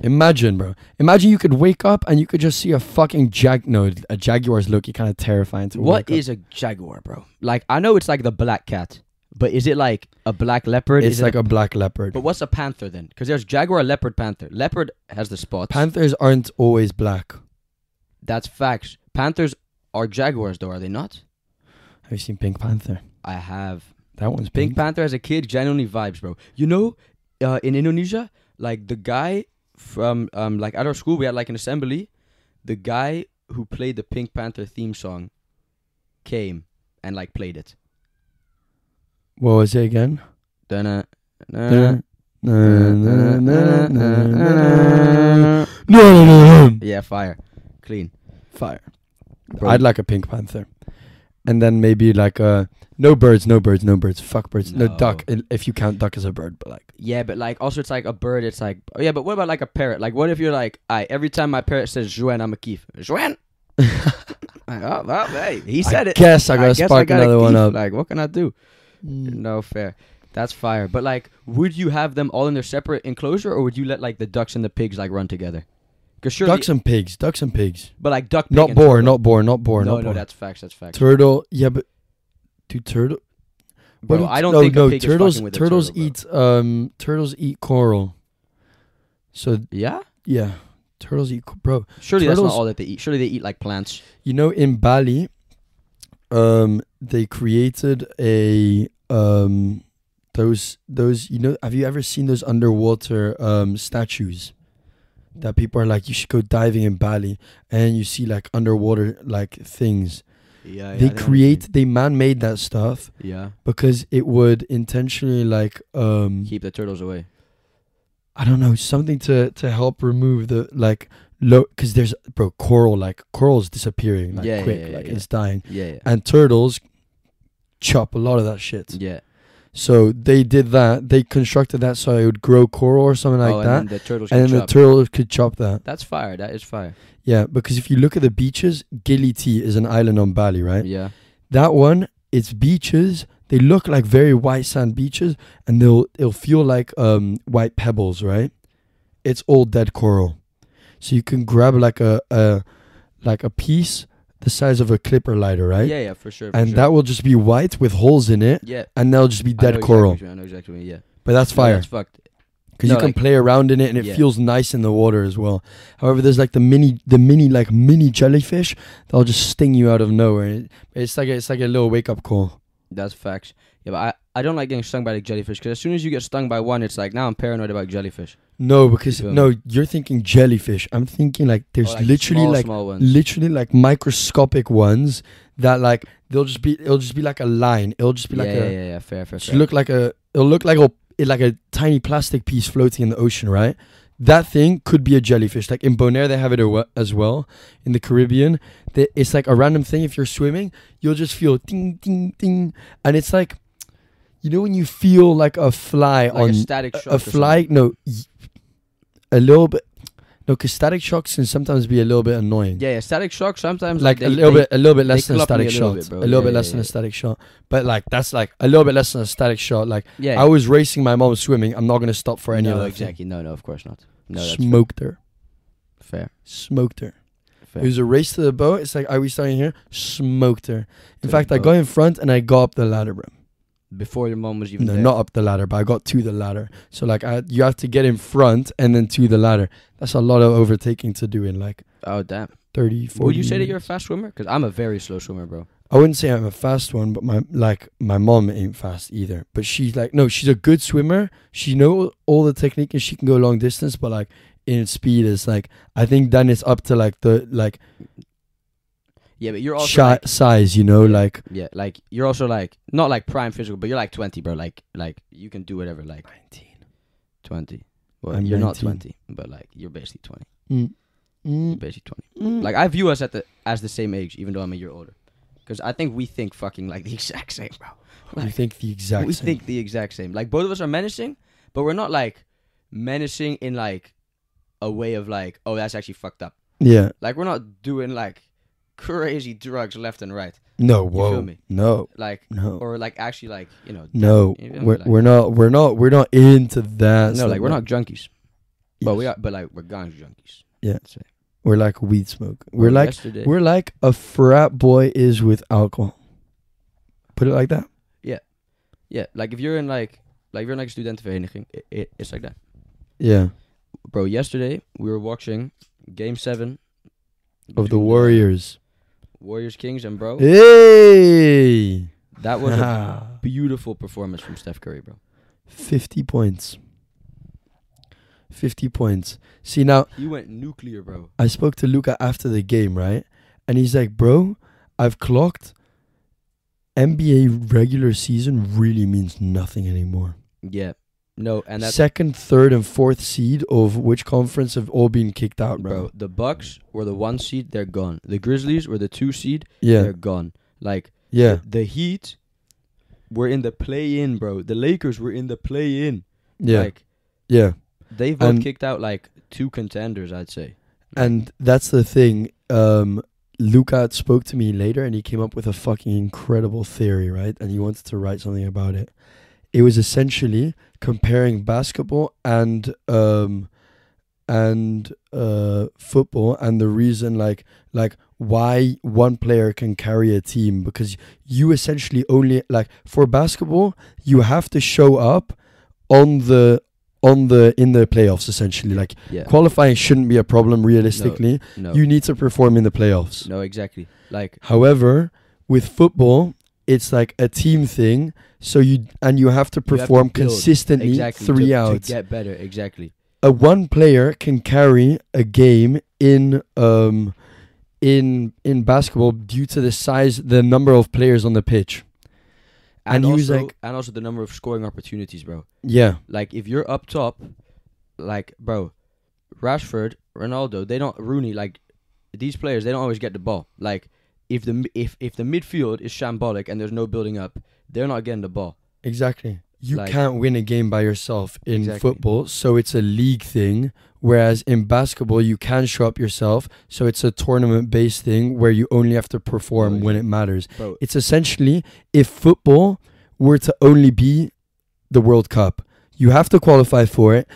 [SPEAKER 2] Imagine, bro. Imagine you could wake up and you could just see a fucking jag. No, a jaguar's look. You're kind of terrifying to
[SPEAKER 1] What
[SPEAKER 2] wake
[SPEAKER 1] is a jaguar, bro? Like I know it's like the black cat, But is it like a black leopard?
[SPEAKER 2] It's
[SPEAKER 1] is it
[SPEAKER 2] like a black leopard.
[SPEAKER 1] But what's a panther then? Because there's jaguar, leopard, panther. Leopard has the spots.
[SPEAKER 2] Panthers aren't always black.
[SPEAKER 1] That's facts. Panthers are jaguars, though, are they not?
[SPEAKER 2] Have you seen Pink Panther?
[SPEAKER 1] I have.
[SPEAKER 2] That one's
[SPEAKER 1] Pink
[SPEAKER 2] pink.
[SPEAKER 1] Panther as a kid genuinely vibes, bro. You know, uh, in Indonesia, like the guy from um, like at our school, we had like an assembly. The guy who played the Pink Panther theme song came and like played it.
[SPEAKER 2] what was it again?
[SPEAKER 1] Dun-na, na-
[SPEAKER 2] Fire.
[SPEAKER 1] Yeah, fire, clean. Bro.
[SPEAKER 2] I'd like a Pink Panther. And then maybe like a no birds, no birds, no birds. Fuck birds. No,
[SPEAKER 1] No.
[SPEAKER 2] duck. i- If you count duck as a bird, but like
[SPEAKER 1] Yeah, but like also it's like a bird. It's like oh yeah, but what about like a parrot? Like what if you're like I every time my parrot says Joanne, I'm a keef. Joanne. like, oh, well, hey, he said
[SPEAKER 2] I
[SPEAKER 1] it.
[SPEAKER 2] Guess I gotta
[SPEAKER 1] guess
[SPEAKER 2] spark
[SPEAKER 1] gotta
[SPEAKER 2] another one
[SPEAKER 1] keef.
[SPEAKER 2] up.
[SPEAKER 1] Like what can I do?
[SPEAKER 2] Mm.
[SPEAKER 1] No fair. That's fire. But like, would you have them all in their separate enclosure, or would you let like the ducks and the pigs like run together? Because sure,
[SPEAKER 2] Ducks and pigs. Ducks and pigs.
[SPEAKER 1] but like duck, pig,
[SPEAKER 2] Not
[SPEAKER 1] and
[SPEAKER 2] boar.
[SPEAKER 1] turtle.
[SPEAKER 2] Not boar. Not boar.
[SPEAKER 1] no,
[SPEAKER 2] Not
[SPEAKER 1] no,
[SPEAKER 2] boar.
[SPEAKER 1] that's facts. That's facts.
[SPEAKER 2] Turtle. Yeah, but do turtle.
[SPEAKER 1] Bro,
[SPEAKER 2] What do
[SPEAKER 1] I don't
[SPEAKER 2] no,
[SPEAKER 1] think
[SPEAKER 2] no,
[SPEAKER 1] a pig
[SPEAKER 2] turtles.
[SPEAKER 1] is fucking with a
[SPEAKER 2] turtles
[SPEAKER 1] turtle, bro.
[SPEAKER 2] eat um turtles eat coral. So
[SPEAKER 1] Yeah,
[SPEAKER 2] yeah, turtles eat co- bro.
[SPEAKER 1] surely that's
[SPEAKER 2] Turtles-
[SPEAKER 1] not all that they eat. Surely they eat like plants.
[SPEAKER 2] You know in Bali, um they created a um those those you know have you ever seen those underwater um statues that people are like you should go diving in Bali and you see like underwater like things.
[SPEAKER 1] Oh, Yeah,
[SPEAKER 2] they create they man-made that stuff
[SPEAKER 1] Yeah,
[SPEAKER 2] because it would intentionally like um
[SPEAKER 1] keep the turtles away.
[SPEAKER 2] I don't know something to to help remove the like low because there's bro coral like coral's disappearing like
[SPEAKER 1] Yeah,
[SPEAKER 2] quick
[SPEAKER 1] yeah, yeah,
[SPEAKER 2] like
[SPEAKER 1] yeah.
[SPEAKER 2] it's dying
[SPEAKER 1] Yeah, yeah,
[SPEAKER 2] and turtles chop a lot of that shit
[SPEAKER 1] yeah.
[SPEAKER 2] so they did that they constructed that so it would grow coral or something like
[SPEAKER 1] oh,
[SPEAKER 2] that
[SPEAKER 1] and then the turtles.
[SPEAKER 2] and
[SPEAKER 1] And
[SPEAKER 2] then the turtles could chop that
[SPEAKER 1] that's fire. That is fire.
[SPEAKER 2] yeah because if you look at the beaches Gili T is an island on Bali right
[SPEAKER 1] Yeah,
[SPEAKER 2] that one its beaches they look like very white sand beaches and they'll it'll feel like um white pebbles right it's all dead coral so you can grab like a, a like a piece the size of a clipper lighter right
[SPEAKER 1] yeah, yeah, for sure. for
[SPEAKER 2] and
[SPEAKER 1] sure.
[SPEAKER 2] that will just be white with holes in it
[SPEAKER 1] yeah,
[SPEAKER 2] and that'll just be
[SPEAKER 1] I know
[SPEAKER 2] dead
[SPEAKER 1] exactly
[SPEAKER 2] coral
[SPEAKER 1] what you mean, I know exactly. what you mean, Yeah,
[SPEAKER 2] but that's
[SPEAKER 1] No,
[SPEAKER 2] fire
[SPEAKER 1] that's fucked.
[SPEAKER 2] because
[SPEAKER 1] No,
[SPEAKER 2] you can
[SPEAKER 1] like-
[SPEAKER 2] play around in it and it
[SPEAKER 1] Yeah.
[SPEAKER 2] feels nice in the water as well however there's like the mini the mini like mini jellyfish that'll just sting you out of nowhere It- it's like a, it's like a little wake-up call
[SPEAKER 1] That's facts. Yeah, but I, I don't like getting stung by the jellyfish because as soon as you get stung by one, it's like now I'm paranoid about jellyfish.
[SPEAKER 2] No, because
[SPEAKER 1] You feel
[SPEAKER 2] no, you're thinking jellyfish. I'm thinking like there's
[SPEAKER 1] Or, like,
[SPEAKER 2] literally
[SPEAKER 1] small,
[SPEAKER 2] like
[SPEAKER 1] small ones.
[SPEAKER 2] literally like microscopic ones that like they'll just be it'll just be like a line. It'll just be like
[SPEAKER 1] yeah,
[SPEAKER 2] a
[SPEAKER 1] yeah, yeah, yeah, fair, fair,
[SPEAKER 2] just
[SPEAKER 1] fair.
[SPEAKER 2] look like a it'll look like a it- like a tiny plastic piece floating in the ocean, right? That thing could be a jellyfish. Like in Bonaire, they have it a- as well. In the Caribbean, they, it's like a random thing. If you're swimming, you'll just feel ding, ding, ding, and it's like, you know, when you feel like a fly
[SPEAKER 1] like
[SPEAKER 2] on
[SPEAKER 1] a static
[SPEAKER 2] a-
[SPEAKER 1] shock.
[SPEAKER 2] a
[SPEAKER 1] or
[SPEAKER 2] fly
[SPEAKER 1] something.
[SPEAKER 2] no y- a little bit no because static shocks can sometimes be a little bit annoying
[SPEAKER 1] Yeah, yeah, static shock sometimes
[SPEAKER 2] like
[SPEAKER 1] they-
[SPEAKER 2] a little
[SPEAKER 1] they-
[SPEAKER 2] bit a little bit less
[SPEAKER 1] they
[SPEAKER 2] than a
[SPEAKER 1] clop me
[SPEAKER 2] static
[SPEAKER 1] a little
[SPEAKER 2] shot
[SPEAKER 1] bit, bro.
[SPEAKER 2] a little
[SPEAKER 1] Yeah,
[SPEAKER 2] bit
[SPEAKER 1] yeah,
[SPEAKER 2] less than
[SPEAKER 1] yeah.
[SPEAKER 2] a static shot but like that's like a little bit less than a static shot like
[SPEAKER 1] Yeah,
[SPEAKER 2] i was racing my mom swimming i'm not gonna stop for any
[SPEAKER 1] no,
[SPEAKER 2] of that
[SPEAKER 1] exactly. No, no, of course not. No, that's
[SPEAKER 2] smoked her
[SPEAKER 1] fair.
[SPEAKER 2] smoked her
[SPEAKER 1] fair.
[SPEAKER 2] it was a race to the boat it's like are we starting here smoked
[SPEAKER 1] To
[SPEAKER 2] her in
[SPEAKER 1] the
[SPEAKER 2] fact i
[SPEAKER 1] boat.
[SPEAKER 2] got in front and i got up the ladder bro
[SPEAKER 1] Before your mom was even
[SPEAKER 2] no
[SPEAKER 1] there.
[SPEAKER 2] not up the ladder but i got to the ladder so like I, you have to get in front and then to the ladder that's a lot of overtaking to do in like
[SPEAKER 1] Oh damn.
[SPEAKER 2] 30 40
[SPEAKER 1] Would you say that
[SPEAKER 2] minutes.
[SPEAKER 1] you're a fast swimmer? Because I'm a very slow swimmer, bro.
[SPEAKER 2] I wouldn't say I'm a fast one, but my like my mom ain't fast either. But she's like no, she's a good swimmer. She know all the technique and she can go long distance, but like in speed is like I think then it's up to like the like
[SPEAKER 1] Yeah, but you're also
[SPEAKER 2] shi-
[SPEAKER 1] like,
[SPEAKER 2] size, you know, like
[SPEAKER 1] yeah, like you're also like not like prime physical, but you're like 20, bro. Like like you can do whatever. Like 20. Well,
[SPEAKER 2] I'm
[SPEAKER 1] you're not
[SPEAKER 2] 19.
[SPEAKER 1] 20, but like you're basically 20.
[SPEAKER 2] Mm. Mm.
[SPEAKER 1] Basically 20.
[SPEAKER 2] Mm.
[SPEAKER 1] Like I view us at the as the same age, even though I'm a year older, because I think we think fucking like the exact same, bro.
[SPEAKER 2] you think the exact
[SPEAKER 1] we
[SPEAKER 2] same.
[SPEAKER 1] think the exact same. Like both of us are menacing, but we're not like menacing in like a way of like, oh, that's actually fucked up.
[SPEAKER 2] yeah.
[SPEAKER 1] Like we're not doing like crazy drugs left and right.
[SPEAKER 2] No.
[SPEAKER 1] feel
[SPEAKER 2] Whoa.
[SPEAKER 1] me?
[SPEAKER 2] No.
[SPEAKER 1] Like
[SPEAKER 2] No.
[SPEAKER 1] or like actually like you know
[SPEAKER 2] no.
[SPEAKER 1] You feel me?
[SPEAKER 2] We're,
[SPEAKER 1] Like-
[SPEAKER 2] we're not. We're not. We're not into that.
[SPEAKER 1] no,
[SPEAKER 2] stuff,
[SPEAKER 1] like we're
[SPEAKER 2] man.
[SPEAKER 1] not junkies, but we
[SPEAKER 2] Yes.
[SPEAKER 1] are. But like we're ganja junkies.
[SPEAKER 2] Yeah.
[SPEAKER 1] That's it.
[SPEAKER 2] We're like weed smoke. We're
[SPEAKER 1] Or
[SPEAKER 2] like
[SPEAKER 1] yesterday.
[SPEAKER 2] We're like a frat boy is with alcohol. Put it like that.
[SPEAKER 1] Yeah, like if you're in like like if you're in like a studentenvereniging, it, it, it's like that.
[SPEAKER 2] Yeah.
[SPEAKER 1] Bro, yesterday we were watching game seven
[SPEAKER 2] Of the
[SPEAKER 1] between uh,
[SPEAKER 2] Warriors.
[SPEAKER 1] Warriors Kings, and bro,
[SPEAKER 2] Hey.
[SPEAKER 1] that was a beautiful performance from Steph Curry, bro.
[SPEAKER 2] 50 points. 50 points. See, now,
[SPEAKER 1] He went nuclear, bro.
[SPEAKER 2] I spoke to Luca after the game, right? And he's like, bro, I've clocked NBA regular season really means nothing anymore.
[SPEAKER 1] Yeah. No, and that's
[SPEAKER 2] Second, third, and fourth seed of which conference have all been kicked out, bro.
[SPEAKER 1] bro. The Bucks were the one seed, they're gone. The Grizzlies were the two seed,
[SPEAKER 2] Yeah.
[SPEAKER 1] they're gone. Like
[SPEAKER 2] Yeah.
[SPEAKER 1] the Heat were in the play in, bro. The Lakers were in the play in.
[SPEAKER 2] Yeah.
[SPEAKER 1] Like
[SPEAKER 2] yeah.
[SPEAKER 1] they've both
[SPEAKER 2] And-
[SPEAKER 1] kicked out like two contenders, I'd say.
[SPEAKER 2] And that's the thing. Um, Luca spoke to me later and he came up with a fucking incredible theory, right? And he wanted to write something about it. It was essentially comparing basketball and um, and uh, football and the reason like like why one player can carry a team because you essentially only like for basketball you have to show up on the on the in the playoffs essentially like
[SPEAKER 1] Yeah.
[SPEAKER 2] qualifying shouldn't be a problem realistically.
[SPEAKER 1] no.
[SPEAKER 2] You need to perform in the playoffs.
[SPEAKER 1] no, exactly. Like
[SPEAKER 2] However, with football, it's like a team thing, so you and you have to
[SPEAKER 1] have to
[SPEAKER 2] perform
[SPEAKER 1] build.
[SPEAKER 2] consistently
[SPEAKER 1] exactly
[SPEAKER 2] three
[SPEAKER 1] to,
[SPEAKER 2] out.
[SPEAKER 1] to get better, exactly.
[SPEAKER 2] a one player can carry a game in um in in basketball due to the size, the number of players on the pitch.
[SPEAKER 1] And,
[SPEAKER 2] And he
[SPEAKER 1] also,
[SPEAKER 2] was like-
[SPEAKER 1] and also the number of scoring opportunities, bro.
[SPEAKER 2] Yeah,
[SPEAKER 1] Like if you're up top, like bro, Rashford, Ronaldo, they don't Rooney, like these players, they don't always get the ball. Like if the mi- if if the midfield is shambolic and there's no building up, they're not getting the ball.
[SPEAKER 2] exactly. You
[SPEAKER 1] Like-
[SPEAKER 2] can't win a game by yourself in
[SPEAKER 1] Exactly.
[SPEAKER 2] football, so it's a league thing. Whereas in basketball, you can show up yourself, so it's a tournament based thing where you only have to perform
[SPEAKER 1] Right.
[SPEAKER 2] when it matters.
[SPEAKER 1] Bro,
[SPEAKER 2] It's essentially if football were to only be the World Cup, you have to qualify for it.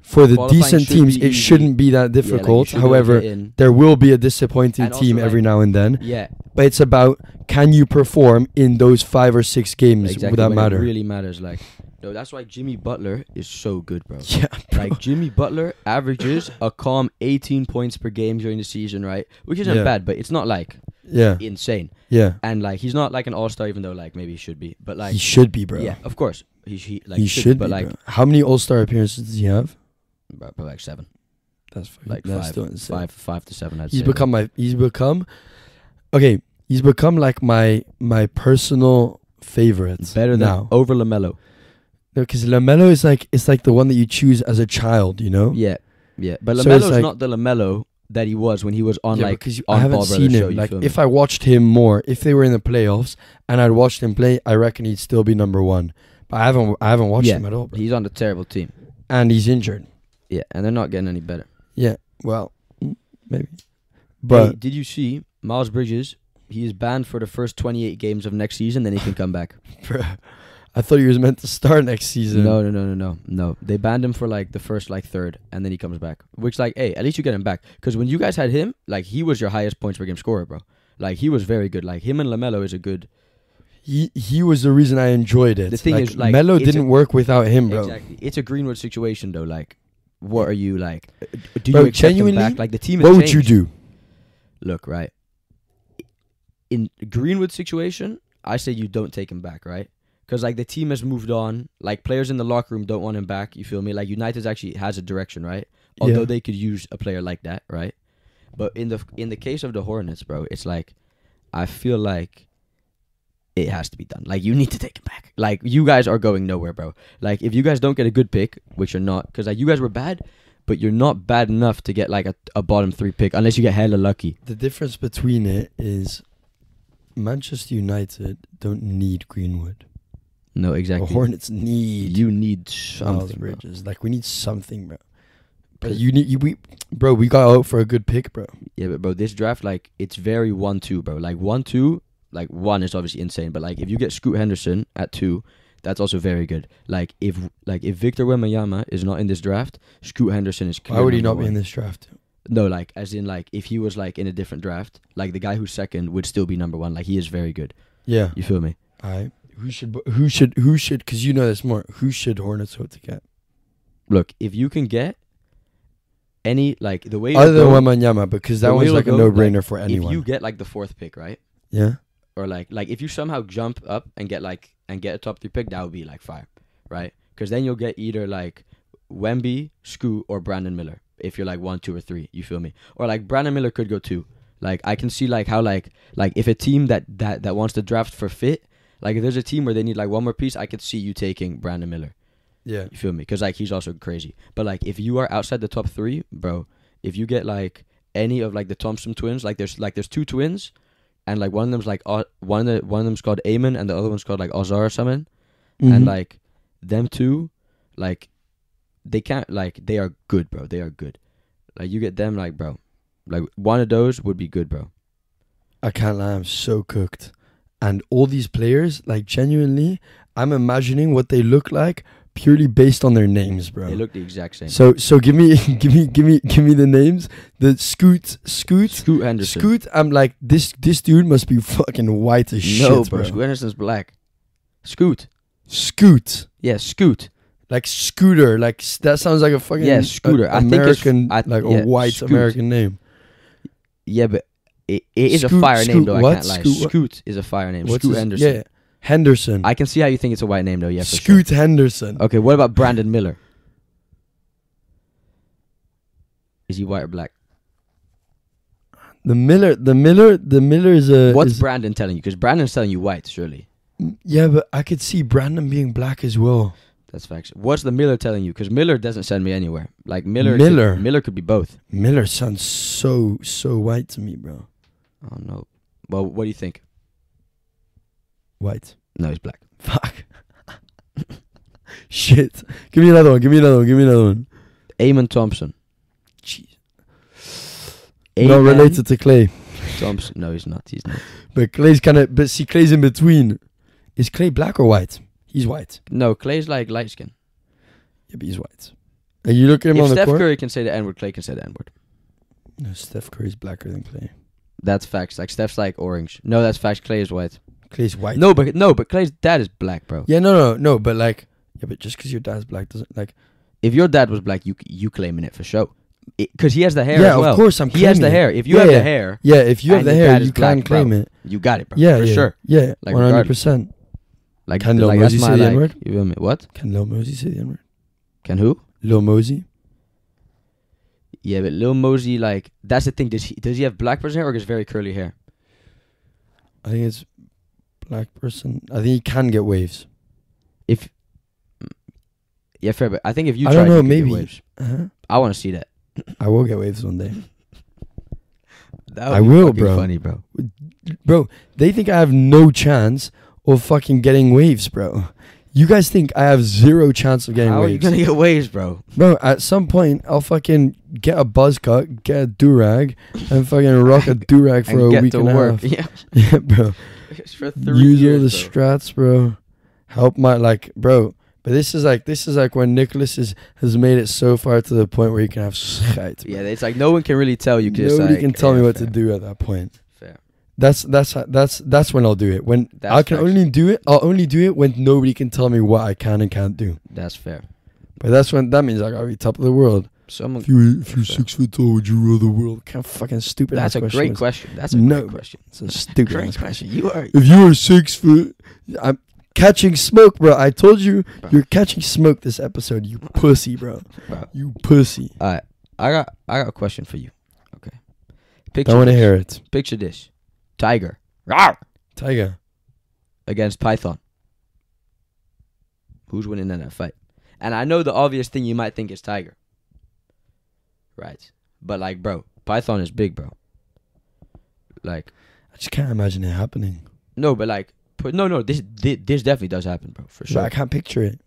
[SPEAKER 2] For the
[SPEAKER 1] Qualifying
[SPEAKER 2] decent
[SPEAKER 1] should
[SPEAKER 2] teams,
[SPEAKER 1] be
[SPEAKER 2] it
[SPEAKER 1] easy.
[SPEAKER 2] shouldn't be that
[SPEAKER 1] yeah, like, you
[SPEAKER 2] difficult.
[SPEAKER 1] should be able to
[SPEAKER 2] However,
[SPEAKER 1] get in.
[SPEAKER 2] there will be a disappointing
[SPEAKER 1] And also,
[SPEAKER 2] team
[SPEAKER 1] like-
[SPEAKER 2] every now and then,
[SPEAKER 1] yeah,
[SPEAKER 2] but it's about can you perform in those five or six games
[SPEAKER 1] exactly.
[SPEAKER 2] that
[SPEAKER 1] when
[SPEAKER 2] matter?
[SPEAKER 1] It really matters. Like, no, that's why Jimmy Butler is so good, bro.
[SPEAKER 2] yeah, bro.
[SPEAKER 1] Like Jimmy Butler averages a calm 18 points per game during the season, right? Which isn't
[SPEAKER 2] Yeah.
[SPEAKER 1] bad, but it's not like
[SPEAKER 2] yeah,
[SPEAKER 1] insane.
[SPEAKER 2] yeah.
[SPEAKER 1] And like he's not like an all star, even though like maybe he should be. But like
[SPEAKER 2] he should be, bro.
[SPEAKER 1] yeah, of course he, he like
[SPEAKER 2] he
[SPEAKER 1] should,
[SPEAKER 2] should,
[SPEAKER 1] be, but
[SPEAKER 2] be.
[SPEAKER 1] like
[SPEAKER 2] bro. How many All Star appearances does he have?
[SPEAKER 1] bro, probably like seven,
[SPEAKER 2] That's fucking,
[SPEAKER 1] like
[SPEAKER 2] that's still
[SPEAKER 1] five,
[SPEAKER 2] insane.
[SPEAKER 1] five, five to seven. I'd
[SPEAKER 2] He's
[SPEAKER 1] say, bro.
[SPEAKER 2] become my. He's become. Okay, he's become like my my personal favorite.
[SPEAKER 1] better than
[SPEAKER 2] now
[SPEAKER 1] over Lamelo.
[SPEAKER 2] because Lamelo is like it's like the one that you choose as a child. You know.
[SPEAKER 1] Yeah, yeah, but
[SPEAKER 2] So it's
[SPEAKER 1] Lamelo's
[SPEAKER 2] like-
[SPEAKER 1] not the Lamelo that he was when he was on
[SPEAKER 2] Yeah,
[SPEAKER 1] like
[SPEAKER 2] because you,
[SPEAKER 1] on
[SPEAKER 2] I haven't
[SPEAKER 1] Paul Brothers
[SPEAKER 2] seen him.
[SPEAKER 1] show, you
[SPEAKER 2] like
[SPEAKER 1] feel me?
[SPEAKER 2] if I watched him more, if they were in the playoffs and I'd watched him play, I reckon he'd still be number one. But I haven't I haven't watched
[SPEAKER 1] Yeah.
[SPEAKER 2] him at all, bro.
[SPEAKER 1] he's on the terrible team.
[SPEAKER 2] and he's injured.
[SPEAKER 1] Yeah, and they're not getting any better.
[SPEAKER 2] Well, mm, maybe.
[SPEAKER 1] But
[SPEAKER 2] But
[SPEAKER 1] did you see Miles Bridges? He is banned for the first 28 games of next season. Then he can come back.
[SPEAKER 2] Bruh, I thought he was meant to start next season.
[SPEAKER 1] No, no, no, no, no, no. They banned him for like the first like third, and then he comes back. Which like, hey, at least you get him back. Because when you guys had him, like he was your highest points per game scorer, bro. Like he was very good. Like him and Lamelo is a good.
[SPEAKER 2] He he was the reason I enjoyed it.
[SPEAKER 1] The thing is, like,
[SPEAKER 2] Melo
[SPEAKER 1] it's
[SPEAKER 2] didn't
[SPEAKER 1] a-
[SPEAKER 2] work without him, bro.
[SPEAKER 1] Exactly. It's a Greenwood situation though. Like, what are you like? Do
[SPEAKER 2] Uh, Bro,
[SPEAKER 1] you accept him
[SPEAKER 2] genuinely,
[SPEAKER 1] back? Like the team.
[SPEAKER 2] What
[SPEAKER 1] has
[SPEAKER 2] would you
[SPEAKER 1] changed.
[SPEAKER 2] do?
[SPEAKER 1] Look right. In Greenwood situation, I say you don't take him back, right? Because like the team has moved on. Like players in the locker room don't want him back. You feel me? Like United's actually has a direction, right? although
[SPEAKER 2] yeah.
[SPEAKER 1] they could use a player like that, right? But in the in the case of the Hornets, bro, it's like I feel like it has to be done. Like you need to take it back. Like you guys are going nowhere, bro. Like if you guys don't get a good pick, which you're not, because like you guys were bad, but you're not bad enough to get like a, a bottom three pick unless you get hella lucky.
[SPEAKER 2] the difference between it is Manchester United don't need Greenwood.
[SPEAKER 1] No,
[SPEAKER 2] The
[SPEAKER 1] exactly.
[SPEAKER 2] Hornets need
[SPEAKER 1] you
[SPEAKER 2] Oh,
[SPEAKER 1] need
[SPEAKER 2] Miles
[SPEAKER 1] something, bro.
[SPEAKER 2] Bridges. Like we need something, bro. But
[SPEAKER 1] 'Cause-
[SPEAKER 2] you need you, we, bro. We got out for a good pick, bro.
[SPEAKER 1] Yeah, but bro, this draft like it's very one two, bro. Like one two, like one is obviously insane, but like if you get Scoot Henderson at two, that's also very good. Like if like if Victor Wemayama is not in this draft, Scoot Henderson is. Clear
[SPEAKER 2] Why would he
[SPEAKER 1] number
[SPEAKER 2] not be in
[SPEAKER 1] one.
[SPEAKER 2] this draft?
[SPEAKER 1] No, like as in like if he was like in a different draft, like the guy who's second would still be number one. Like he is very good.
[SPEAKER 2] Yeah,
[SPEAKER 1] You feel me?
[SPEAKER 2] I Who should bu- who should who should because you know this more. Who should Hornets hope to get?
[SPEAKER 1] Look, if you can get any like the way
[SPEAKER 2] Other
[SPEAKER 1] it'll
[SPEAKER 2] than
[SPEAKER 1] go-
[SPEAKER 2] Wemanyama, because that
[SPEAKER 1] the way
[SPEAKER 2] one's
[SPEAKER 1] it'll
[SPEAKER 2] like a
[SPEAKER 1] go,
[SPEAKER 2] no
[SPEAKER 1] like,
[SPEAKER 2] brainer for anyone.
[SPEAKER 1] if you get like the fourth pick, right?
[SPEAKER 2] yeah,
[SPEAKER 1] Or like like if you somehow jump up and get like and get a top three pick, that would be like fire, right? Because then you'll get either like Wemby, Scoo, or Brandon Miller. If you're like one, two, or three, you feel me? Or like Brandon Miller could go two. Like I can see like how like like if a team that that that wants to draft for fit, like if there's a team where they need like one more piece, I could see you taking Brandon Miller.
[SPEAKER 2] yeah,
[SPEAKER 1] You feel me? Because like he's also crazy. But like if you are outside the top three, bro, if you get like any of like the Thompson twins, like there's like there's two twins, and like one of them's like uh, one of the, one of them's called Amon and the other one's called like Ozar or something, and
[SPEAKER 2] Mhm.
[SPEAKER 1] like them two, like they can't like they are good, bro. They are good. Like you get them, like bro, like one of those would be good, bro.
[SPEAKER 2] I can't lie, I'm so cooked. And all these players, like genuinely, I'm imagining what they look like purely based on their names, bro.
[SPEAKER 1] They look the exact same.
[SPEAKER 2] so so give me give me give me give me the names. The Scoot Scoot
[SPEAKER 1] Scoot Henderson.
[SPEAKER 2] Scoot. I'm like this this dude must be fucking white as shit,
[SPEAKER 1] no,
[SPEAKER 2] bro.
[SPEAKER 1] bro. Scoot Henderson's black. Scoot.
[SPEAKER 2] Scoot.
[SPEAKER 1] Yeah, Scoot.
[SPEAKER 2] Like scooter, like s- that sounds like a fucking
[SPEAKER 1] Yeah,
[SPEAKER 2] a-
[SPEAKER 1] Scooter. I think it's-
[SPEAKER 2] American,
[SPEAKER 1] I-
[SPEAKER 2] like
[SPEAKER 1] yeah,
[SPEAKER 2] a white
[SPEAKER 1] Scoot.
[SPEAKER 2] American name.
[SPEAKER 1] Yeah, but it, it is
[SPEAKER 2] Scoot-
[SPEAKER 1] a fire name
[SPEAKER 2] Scoot
[SPEAKER 1] though.
[SPEAKER 2] what?
[SPEAKER 1] I can't lie.
[SPEAKER 2] Scoot what?
[SPEAKER 1] Scoot, is a fire name.
[SPEAKER 2] What's
[SPEAKER 1] Scoot
[SPEAKER 2] his-
[SPEAKER 1] Henderson.
[SPEAKER 2] Yeah, Henderson.
[SPEAKER 1] I can see how you think it's a white name though. Yeah, for sure.
[SPEAKER 2] Scoot Henderson.
[SPEAKER 1] Okay, what about Brandon Miller? Is he white or black?
[SPEAKER 2] The Miller, the Miller, the Miller is a.
[SPEAKER 1] What's
[SPEAKER 2] Uh, is-
[SPEAKER 1] Brandon telling you? Because Brandon's telling you white, surely.
[SPEAKER 2] yeah, but I could see Brandon being black as well.
[SPEAKER 1] That's facts. What's the Miller telling you? Because Miller doesn't send me anywhere. Like Miller,
[SPEAKER 2] Miller?
[SPEAKER 1] could, Miller could be both.
[SPEAKER 2] Miller sounds so so white to me, bro.
[SPEAKER 1] I don't know. Well, what do you think?
[SPEAKER 2] White.
[SPEAKER 1] No, he's black.
[SPEAKER 2] Fuck. Shit. Give me another one. Give me another one. Give me another one.
[SPEAKER 1] Amon Thompson.
[SPEAKER 2] Jeez. Not
[SPEAKER 1] Amon
[SPEAKER 2] related to Clay,
[SPEAKER 1] Thompson. No, he's not. He's not.
[SPEAKER 2] but Clay's kind of. But see, Clay's in between. Is Clay black or white? He's white.
[SPEAKER 1] No, Clay's like light skin.
[SPEAKER 2] Yeah, but he's white. And you look at him
[SPEAKER 1] If
[SPEAKER 2] on the
[SPEAKER 1] Steph
[SPEAKER 2] court.
[SPEAKER 1] Curry can say the N word, Clay can say the N word.
[SPEAKER 2] No, Steph Curry's blacker than Clay.
[SPEAKER 1] That's facts. Like Steph's like orange. No, that's facts. Clay is white.
[SPEAKER 2] Clay's white.
[SPEAKER 1] No, but no, but Clay's dad is black, bro.
[SPEAKER 2] Yeah, no, no, no. But like, yeah, but just because your dad's black doesn't like.
[SPEAKER 1] If your dad was black, you you claiming it for sure, because he has the hair.
[SPEAKER 2] yeah,
[SPEAKER 1] as well.
[SPEAKER 2] of course I'm.
[SPEAKER 1] He has the
[SPEAKER 2] claiming it.
[SPEAKER 1] hair. If you
[SPEAKER 2] Yeah,
[SPEAKER 1] have
[SPEAKER 2] yeah.
[SPEAKER 1] the hair,
[SPEAKER 2] Yeah, if you have
[SPEAKER 1] and
[SPEAKER 2] the
[SPEAKER 1] your
[SPEAKER 2] hair,
[SPEAKER 1] dad
[SPEAKER 2] you
[SPEAKER 1] is black,
[SPEAKER 2] can
[SPEAKER 1] bro.
[SPEAKER 2] claim it.
[SPEAKER 1] you got it, bro.
[SPEAKER 2] Yeah,
[SPEAKER 1] for
[SPEAKER 2] yeah,
[SPEAKER 1] sure.
[SPEAKER 2] Yeah,
[SPEAKER 1] Like,
[SPEAKER 2] one hundred percent.
[SPEAKER 1] Like,
[SPEAKER 2] Can Lil
[SPEAKER 1] like that's
[SPEAKER 2] Mosey
[SPEAKER 1] my
[SPEAKER 2] say the
[SPEAKER 1] like.
[SPEAKER 2] N-word?
[SPEAKER 1] You feel me? What?
[SPEAKER 2] Can Lil Mosey say the N word?
[SPEAKER 1] Can who?
[SPEAKER 2] Lil Mosey.
[SPEAKER 1] Yeah, but Lil Mosey, like that's the thing. Does he does he have black person hair or just very curly hair?
[SPEAKER 2] I think it's black person. I think he can get waves.
[SPEAKER 1] If mm, yeah, fair. But I think if you
[SPEAKER 2] I
[SPEAKER 1] try,
[SPEAKER 2] don't know,
[SPEAKER 1] you could get
[SPEAKER 2] maybe.
[SPEAKER 1] waves.
[SPEAKER 2] Uh-huh.
[SPEAKER 1] I want to see that.
[SPEAKER 2] I will get waves one day,
[SPEAKER 1] that
[SPEAKER 2] I
[SPEAKER 1] would be
[SPEAKER 2] will,
[SPEAKER 1] fucking
[SPEAKER 2] bro.
[SPEAKER 1] Funny, bro.
[SPEAKER 2] bro. They think I have no chance of fucking getting waves, bro. You guys think I have zero chance of getting
[SPEAKER 1] How are you
[SPEAKER 2] waves,
[SPEAKER 1] gonna get waves, bro?
[SPEAKER 2] bro? At some point, I'll fucking get a buzz cut, get a do rag, and fucking rock a do rag for
[SPEAKER 1] and
[SPEAKER 2] a
[SPEAKER 1] get
[SPEAKER 2] week
[SPEAKER 1] to
[SPEAKER 2] and a
[SPEAKER 1] work.
[SPEAKER 2] half.
[SPEAKER 1] Yeah,
[SPEAKER 2] Yeah, bro.
[SPEAKER 1] for three
[SPEAKER 2] Use all
[SPEAKER 1] years.
[SPEAKER 2] the
[SPEAKER 1] bro.
[SPEAKER 2] strats, bro. Help my like, bro. But this is like this is like when Nicholas is has made it so far to the point where you can have schijt.
[SPEAKER 1] Yeah, it's like no one can really tell you. 'cause it's
[SPEAKER 2] Nobody
[SPEAKER 1] like,
[SPEAKER 2] can tell
[SPEAKER 1] yeah,
[SPEAKER 2] me what
[SPEAKER 1] fair,
[SPEAKER 2] to do at that point.
[SPEAKER 1] Fair.
[SPEAKER 2] That's that's that's that's when I'll do it. When
[SPEAKER 1] That's
[SPEAKER 2] I can
[SPEAKER 1] facts.
[SPEAKER 2] only do it, I'll only do it when nobody can tell me what I can and can't do.
[SPEAKER 1] That's fair.
[SPEAKER 2] But that's when that means I gotta be top of the world.
[SPEAKER 1] Someone.
[SPEAKER 2] If you if you're
[SPEAKER 1] Fair.
[SPEAKER 2] six foot tall, would you rule the world? Kind of fucking stupid.
[SPEAKER 1] That's
[SPEAKER 2] ass
[SPEAKER 1] a
[SPEAKER 2] question.
[SPEAKER 1] great question. That's a
[SPEAKER 2] No.
[SPEAKER 1] great question.
[SPEAKER 2] It's a stupid.
[SPEAKER 1] Great
[SPEAKER 2] ass
[SPEAKER 1] question. You are.
[SPEAKER 2] If you were six foot, I'm catching smoke, bro. I told you
[SPEAKER 1] Bro.
[SPEAKER 2] you're catching smoke this episode. You pussy, bro.
[SPEAKER 1] Bro.
[SPEAKER 2] You pussy.
[SPEAKER 1] All right, I got I got a question for you. Okay.
[SPEAKER 2] I
[SPEAKER 1] Picture
[SPEAKER 2] want to
[SPEAKER 1] this.
[SPEAKER 2] hear it.
[SPEAKER 1] Picture this. Tiger. Rawr!
[SPEAKER 2] Tiger.
[SPEAKER 1] Against Python. Who's winning in that fight? And I know the obvious thing you might think is Tiger. Right. But like, bro, Python is big, bro. Like,
[SPEAKER 2] I just can't imagine it happening.
[SPEAKER 1] no, but like, put, no, no, this, this this definitely does happen, bro, for
[SPEAKER 2] But
[SPEAKER 1] sure.
[SPEAKER 2] I can't picture it.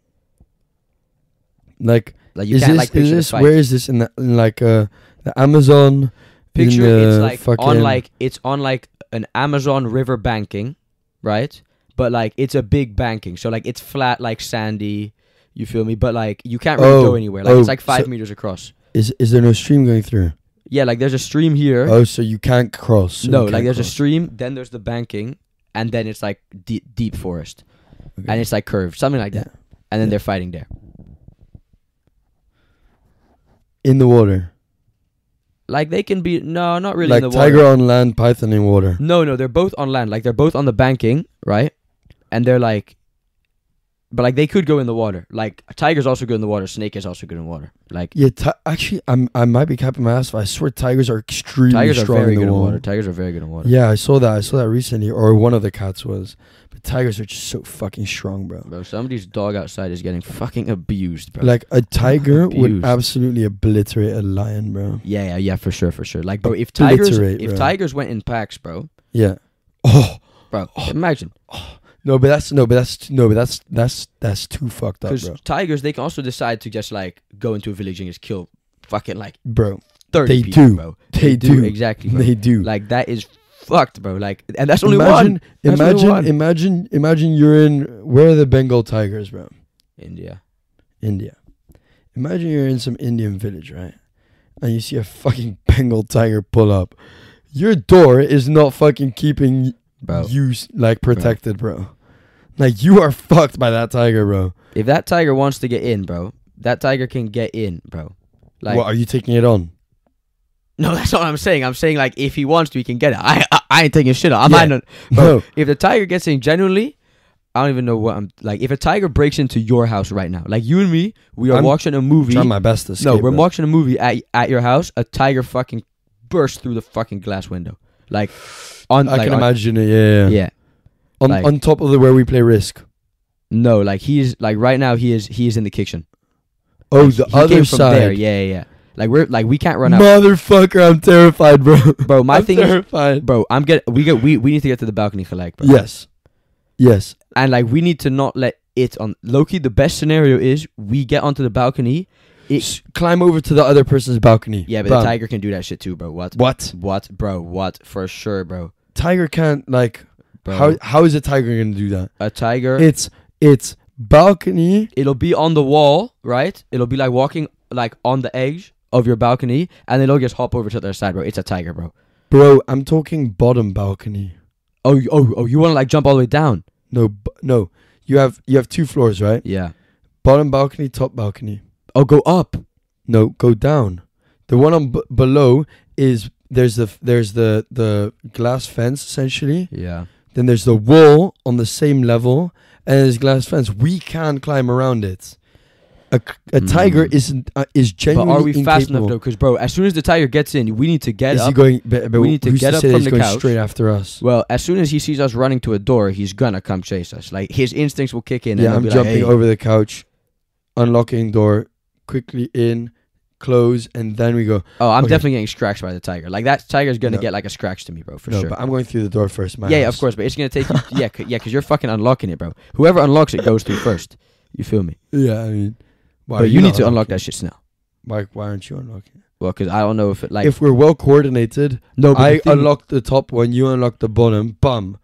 [SPEAKER 2] Like,
[SPEAKER 1] Like you
[SPEAKER 2] is
[SPEAKER 1] can't
[SPEAKER 2] this,
[SPEAKER 1] like
[SPEAKER 2] is
[SPEAKER 1] picture the
[SPEAKER 2] this
[SPEAKER 1] fight.
[SPEAKER 2] where is this in, the, in like uh, the Amazon? in
[SPEAKER 1] picture
[SPEAKER 2] the
[SPEAKER 1] it's like on
[SPEAKER 2] fucking-
[SPEAKER 1] like it's on like an Amazon river banking, right? But like it's a big banking, so like it's flat like sandy. You feel me? But like you can't really
[SPEAKER 2] Oh,
[SPEAKER 1] go anywhere. Like
[SPEAKER 2] oh,
[SPEAKER 1] it's like five
[SPEAKER 2] so-
[SPEAKER 1] meters across.
[SPEAKER 2] Is is there no stream going through?
[SPEAKER 1] Yeah, like there's a stream here.
[SPEAKER 2] Oh, so you can't cross. so you
[SPEAKER 1] no,
[SPEAKER 2] can't
[SPEAKER 1] like there's a
[SPEAKER 2] cross.
[SPEAKER 1] stream. Then there's the banking, and then it's like deep deep forest.
[SPEAKER 2] Okay.
[SPEAKER 1] and it's like curved, something like
[SPEAKER 2] Yeah.
[SPEAKER 1] that. And then
[SPEAKER 2] Yeah.
[SPEAKER 1] they're fighting there,
[SPEAKER 2] in the water.
[SPEAKER 1] like they can be no, not really
[SPEAKER 2] like
[SPEAKER 1] in the water.
[SPEAKER 2] tiger on land, python in water.
[SPEAKER 1] No, no, they're both on land. Like they're both on the banking, right? And they're like, but like they could go in the water. Like tigers also good in the water. Snake is also good in water. Like
[SPEAKER 2] Yeah, ti- actually, I'm I might be capping my ass, but I swear tigers are extremely
[SPEAKER 1] tigers are
[SPEAKER 2] strong
[SPEAKER 1] very
[SPEAKER 2] in the
[SPEAKER 1] good in
[SPEAKER 2] water.
[SPEAKER 1] water. Tigers are very good in water.
[SPEAKER 2] Yeah, I saw that. I saw that recently, or one of the cats was. But tigers are just so fucking strong, bro.
[SPEAKER 1] Bro, somebody's dog outside is getting fucking abused, bro.
[SPEAKER 2] Like a tiger would
[SPEAKER 1] Abused.
[SPEAKER 2] absolutely obliterate a lion, bro.
[SPEAKER 1] yeah, yeah, yeah, for sure, for sure. Like, bro, if tigers,
[SPEAKER 2] Obliterate,
[SPEAKER 1] if
[SPEAKER 2] bro.
[SPEAKER 1] tigers went in packs, bro,
[SPEAKER 2] Yeah. Oh
[SPEAKER 1] bro, imagine
[SPEAKER 2] no, but that's no, but that's no, but that's that's that's too fucked up,
[SPEAKER 1] because
[SPEAKER 2] bro.
[SPEAKER 1] tigers they can also decide to just like go into a village and just kill fucking like
[SPEAKER 2] Bro,
[SPEAKER 1] thirty
[SPEAKER 2] They
[SPEAKER 1] people,
[SPEAKER 2] do.
[SPEAKER 1] bro.
[SPEAKER 2] They do.
[SPEAKER 1] exactly. Bro.
[SPEAKER 2] they do.
[SPEAKER 1] Like that is fucked, bro. Like, and that's only
[SPEAKER 2] imagine,
[SPEAKER 1] one. That's only
[SPEAKER 2] imagine,
[SPEAKER 1] one.
[SPEAKER 2] imagine, imagine you're in where are the Bengal tigers, bro?
[SPEAKER 1] India.
[SPEAKER 2] India. Imagine you're in some Indian village, right? And you see a fucking Bengal tiger pull up. Your door is not fucking keeping
[SPEAKER 1] Bro,
[SPEAKER 2] you s- like protected, bro. Like you are fucked by that tiger, bro.
[SPEAKER 1] if that tiger wants to get in, bro, that tiger can get in, bro. Like,
[SPEAKER 2] what are you taking it on?
[SPEAKER 1] no, that's not what I'm saying. I'm saying like if he wants to, he can get it. I, I, I ain't taking shit. out. I'm
[SPEAKER 2] Yeah.
[SPEAKER 1] I not. Bro,
[SPEAKER 2] No,
[SPEAKER 1] if the tiger gets in, genuinely, I don't even know what I'm like. If a tiger breaks into your house right now, like you and me, we are
[SPEAKER 2] I'm
[SPEAKER 1] watching a movie.
[SPEAKER 2] try my best to escape.
[SPEAKER 1] No, we're
[SPEAKER 2] bro.
[SPEAKER 1] watching a movie at at your house. A tiger fucking burst through the fucking glass window, like on.
[SPEAKER 2] I
[SPEAKER 1] like,
[SPEAKER 2] can
[SPEAKER 1] on-
[SPEAKER 2] imagine it. Yeah, yeah. yeah.
[SPEAKER 1] Yeah.
[SPEAKER 2] On
[SPEAKER 1] like-
[SPEAKER 2] on top of the where we play risk.
[SPEAKER 1] No, like he is like right now he is he is in the kitchen.
[SPEAKER 2] Oh,
[SPEAKER 1] Like,
[SPEAKER 2] the
[SPEAKER 1] he
[SPEAKER 2] other
[SPEAKER 1] came from
[SPEAKER 2] side.
[SPEAKER 1] There. Yeah, yeah, yeah. Like we're like we can't run out,
[SPEAKER 2] Motherfucker, I'm terrified, bro.
[SPEAKER 1] bro. My
[SPEAKER 2] I'm
[SPEAKER 1] thing is,
[SPEAKER 2] terrified.
[SPEAKER 1] bro. I'm get we get we, we need to get to the balcony, like, bro.
[SPEAKER 2] Yes, yes.
[SPEAKER 1] and like we need to not let it on Loki. The best scenario is we get onto the balcony. It-
[SPEAKER 2] S- climb over to the other person's balcony.
[SPEAKER 1] Yeah, but
[SPEAKER 2] Bam.
[SPEAKER 1] the tiger can do that shit too, bro. What?
[SPEAKER 2] What?
[SPEAKER 1] What, bro? What for sure, bro?
[SPEAKER 2] Tiger can't like.
[SPEAKER 1] Bro,
[SPEAKER 2] How how is a tiger gonna do that?
[SPEAKER 1] a tiger?
[SPEAKER 2] It's it's balcony.
[SPEAKER 1] it'll be on the wall, right? It'll be like walking like on the edge of your balcony, and then it'll just hop over to the other side, bro. It's a tiger, bro.
[SPEAKER 2] Bro, I'm talking bottom balcony.
[SPEAKER 1] Oh, you- oh, oh! You want to like jump all the way down?
[SPEAKER 2] No, b- no. You have you have two floors, right?
[SPEAKER 1] Yeah.
[SPEAKER 2] Bottom balcony, top balcony.
[SPEAKER 1] Oh, go up.
[SPEAKER 2] No, go down. The one on b- below is there's the f- there's the the glass fence essentially.
[SPEAKER 1] Yeah.
[SPEAKER 2] Then there's the wall on the same level, and there's glass fence. We can climb around it. A, c- a
[SPEAKER 1] Mm.
[SPEAKER 2] tiger isn't uh, is
[SPEAKER 1] But
[SPEAKER 2] genuinely.
[SPEAKER 1] are we fast enough
[SPEAKER 2] incapable.
[SPEAKER 1] though? Because bro, as soon as the tiger gets in, we need to get
[SPEAKER 2] Is he
[SPEAKER 1] up.
[SPEAKER 2] going? But, but
[SPEAKER 1] We need to
[SPEAKER 2] who's
[SPEAKER 1] get up
[SPEAKER 2] say that
[SPEAKER 1] from
[SPEAKER 2] he's
[SPEAKER 1] the
[SPEAKER 2] going
[SPEAKER 1] couch.
[SPEAKER 2] straight after us.
[SPEAKER 1] well, as soon as he sees us running to a door, he's gonna come chase us. Like his instincts will kick in.
[SPEAKER 2] yeah,
[SPEAKER 1] and
[SPEAKER 2] I'm
[SPEAKER 1] he'll be
[SPEAKER 2] jumping
[SPEAKER 1] like, hey.
[SPEAKER 2] over the couch, unlocking door, quickly in, close, and then we go.
[SPEAKER 1] Oh, I'm
[SPEAKER 2] Okay.
[SPEAKER 1] definitely getting scratched by the tiger. Like that tiger's gonna
[SPEAKER 2] No.
[SPEAKER 1] get like a scratch to me, bro, for
[SPEAKER 2] no,
[SPEAKER 1] sure.
[SPEAKER 2] but I'm going through the door first. My
[SPEAKER 1] yeah, yeah,
[SPEAKER 2] house.
[SPEAKER 1] of course. But it's gonna take you. yeah, c- yeah, because you're fucking unlocking it, bro. Whoever unlocks it goes through first. You feel me?
[SPEAKER 2] Yeah, I mean, why are
[SPEAKER 1] but you, need
[SPEAKER 2] not
[SPEAKER 1] to unlock
[SPEAKER 2] unlocking?
[SPEAKER 1] that shit now.
[SPEAKER 2] Why, why aren't you unlocking? it?
[SPEAKER 1] Well, because I don't know if it like
[SPEAKER 2] if we're well coordinated,
[SPEAKER 1] no. But the
[SPEAKER 2] I
[SPEAKER 1] thing-
[SPEAKER 2] unlock the top one, you unlock the bottom. Bum.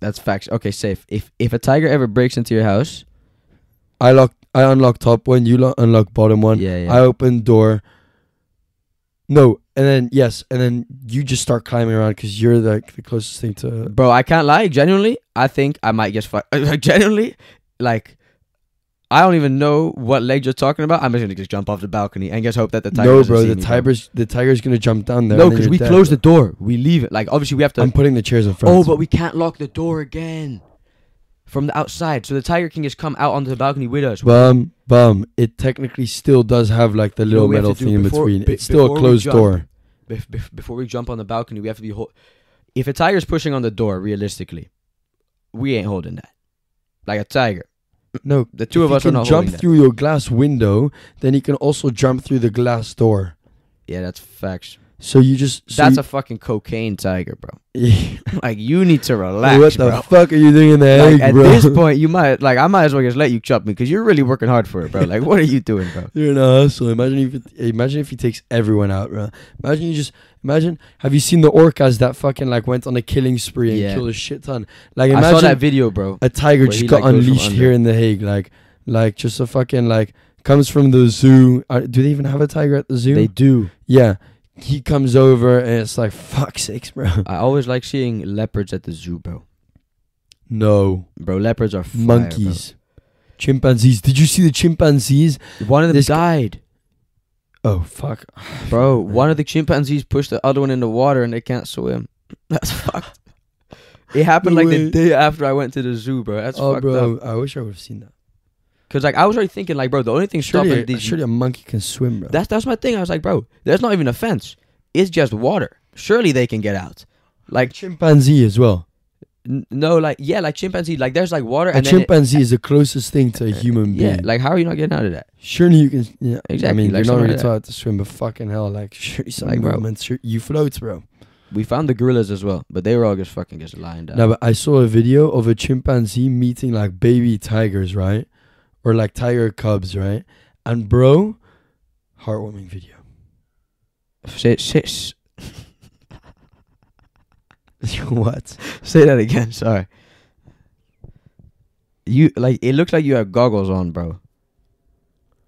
[SPEAKER 1] That's facts. Okay, safe. If if a tiger ever breaks into your house,
[SPEAKER 2] I lock. I unlock top one. You lo- unlock bottom one.
[SPEAKER 1] yeah, yeah.
[SPEAKER 2] I open door. No, and then yes, and then you just start climbing around because you're like the closest thing to.
[SPEAKER 1] Bro, I can't lie. Genuinely, I think I might just fuck. Like, genuinely, like, I don't even know what leg you're talking about. I'm just gonna just jump off the balcony and just hope that the tiger.
[SPEAKER 2] no,
[SPEAKER 1] doesn't
[SPEAKER 2] bro,
[SPEAKER 1] see
[SPEAKER 2] the
[SPEAKER 1] me,
[SPEAKER 2] tiger's the tiger's gonna jump down there.
[SPEAKER 1] No,
[SPEAKER 2] and then
[SPEAKER 1] because
[SPEAKER 2] you're
[SPEAKER 1] we
[SPEAKER 2] dead.
[SPEAKER 1] close the door. We leave it. Like, obviously, we have to.
[SPEAKER 2] I'm putting the chairs in front.
[SPEAKER 1] oh, but we can't lock the door again from the outside, so the tiger can just come out onto the balcony with us.
[SPEAKER 2] bum bum. It technically still does have like the
[SPEAKER 1] know
[SPEAKER 2] little
[SPEAKER 1] what we have
[SPEAKER 2] metal
[SPEAKER 1] to do
[SPEAKER 2] thing in
[SPEAKER 1] before-
[SPEAKER 2] between.
[SPEAKER 1] be-
[SPEAKER 2] it's still
[SPEAKER 1] before
[SPEAKER 2] a
[SPEAKER 1] we
[SPEAKER 2] closed
[SPEAKER 1] jump,
[SPEAKER 2] door.
[SPEAKER 1] Bef- bef- before we jump on the balcony, we have to be. Ho- if a tiger's pushing on the door, realistically, we ain't holding that. Like a tiger,
[SPEAKER 2] No,
[SPEAKER 1] the two
[SPEAKER 2] if
[SPEAKER 1] of
[SPEAKER 2] he
[SPEAKER 1] us are
[SPEAKER 2] can
[SPEAKER 1] not
[SPEAKER 2] jump
[SPEAKER 1] holding that.
[SPEAKER 2] through your glass window. Then he can also jump through the glass door.
[SPEAKER 1] Yeah, that's facts.
[SPEAKER 2] So you just so
[SPEAKER 1] That's
[SPEAKER 2] you,
[SPEAKER 1] a fucking cocaine tiger, bro.
[SPEAKER 2] a
[SPEAKER 1] Like you need to relax,
[SPEAKER 2] what the
[SPEAKER 1] bro.
[SPEAKER 2] fuck are you doing in the egg,
[SPEAKER 1] like, at
[SPEAKER 2] bro?
[SPEAKER 1] this point, you might like I might as well just let you chop me because you're really working hard for it, bro. Like, what are you doing, bro?
[SPEAKER 2] You're an asshole. Imagine if it, imagine if he takes everyone out, bro. Imagine you just imagine. Have you seen the orcas that fucking like went on a killing spree and
[SPEAKER 1] Yeah.
[SPEAKER 2] killed a shit ton? Like
[SPEAKER 1] I saw that
[SPEAKER 2] imagine
[SPEAKER 1] video, bro.
[SPEAKER 2] a tiger
[SPEAKER 1] where
[SPEAKER 2] just
[SPEAKER 1] he,
[SPEAKER 2] got
[SPEAKER 1] like, goes from
[SPEAKER 2] unleashed here
[SPEAKER 1] under.
[SPEAKER 2] in the Hague, like like just a fucking like comes from the zoo. Uh, do they even have a tiger at the zoo?
[SPEAKER 1] They do.
[SPEAKER 2] yeah, he comes over and it's like fuck sakes, bro.
[SPEAKER 1] I always like seeing leopards at the zoo, bro.
[SPEAKER 2] No.
[SPEAKER 1] bro. Leopards are fire, bro.
[SPEAKER 2] Monkeys. Chimpanzees. Did you see the chimpanzees?
[SPEAKER 1] One of them
[SPEAKER 2] This g-
[SPEAKER 1] died,
[SPEAKER 2] Oh fuck.
[SPEAKER 1] bro. One of the chimpanzees pushed the other one in the water, and they can't swim. That's fucked. It happened
[SPEAKER 2] No
[SPEAKER 1] like
[SPEAKER 2] way.
[SPEAKER 1] the day after I went to the zoo, bro. That's
[SPEAKER 2] oh
[SPEAKER 1] fucked
[SPEAKER 2] bro,
[SPEAKER 1] up.
[SPEAKER 2] I wish I would have seen that.
[SPEAKER 1] Cause like I was already thinking, like, bro, the only thing stopping
[SPEAKER 2] Surely,
[SPEAKER 1] these
[SPEAKER 2] surely a monkey can swim, bro.
[SPEAKER 1] That's that's my thing. I was like, bro, there's not even a fence. It's just water. Surely they can get out. Like
[SPEAKER 2] chimpanzee as well.
[SPEAKER 1] n- no, like yeah, like chimpanzee. Like there's like water
[SPEAKER 2] A
[SPEAKER 1] and then it-
[SPEAKER 2] chimpanzee is the closest thing to a human being.
[SPEAKER 1] yeah. Like how are you not getting out of that?
[SPEAKER 2] surely you can. Yeah, I
[SPEAKER 1] Exactly,
[SPEAKER 2] mean,
[SPEAKER 1] like
[SPEAKER 2] you're
[SPEAKER 1] something
[SPEAKER 2] not really
[SPEAKER 1] like that.
[SPEAKER 2] taught to swim, but fucking hell, like surely some
[SPEAKER 1] Like, bro.
[SPEAKER 2] movements, sure, you float, bro.
[SPEAKER 1] We found the gorillas as well, but they were all just fucking just lying down.
[SPEAKER 2] No, but I saw a video of a chimpanzee meeting like baby tigers, right? Or like tiger cubs, right? And bro, heartwarming video.
[SPEAKER 1] say, say s-
[SPEAKER 2] what?
[SPEAKER 1] say that again. Sorry. You like it looks like you have goggles on, bro.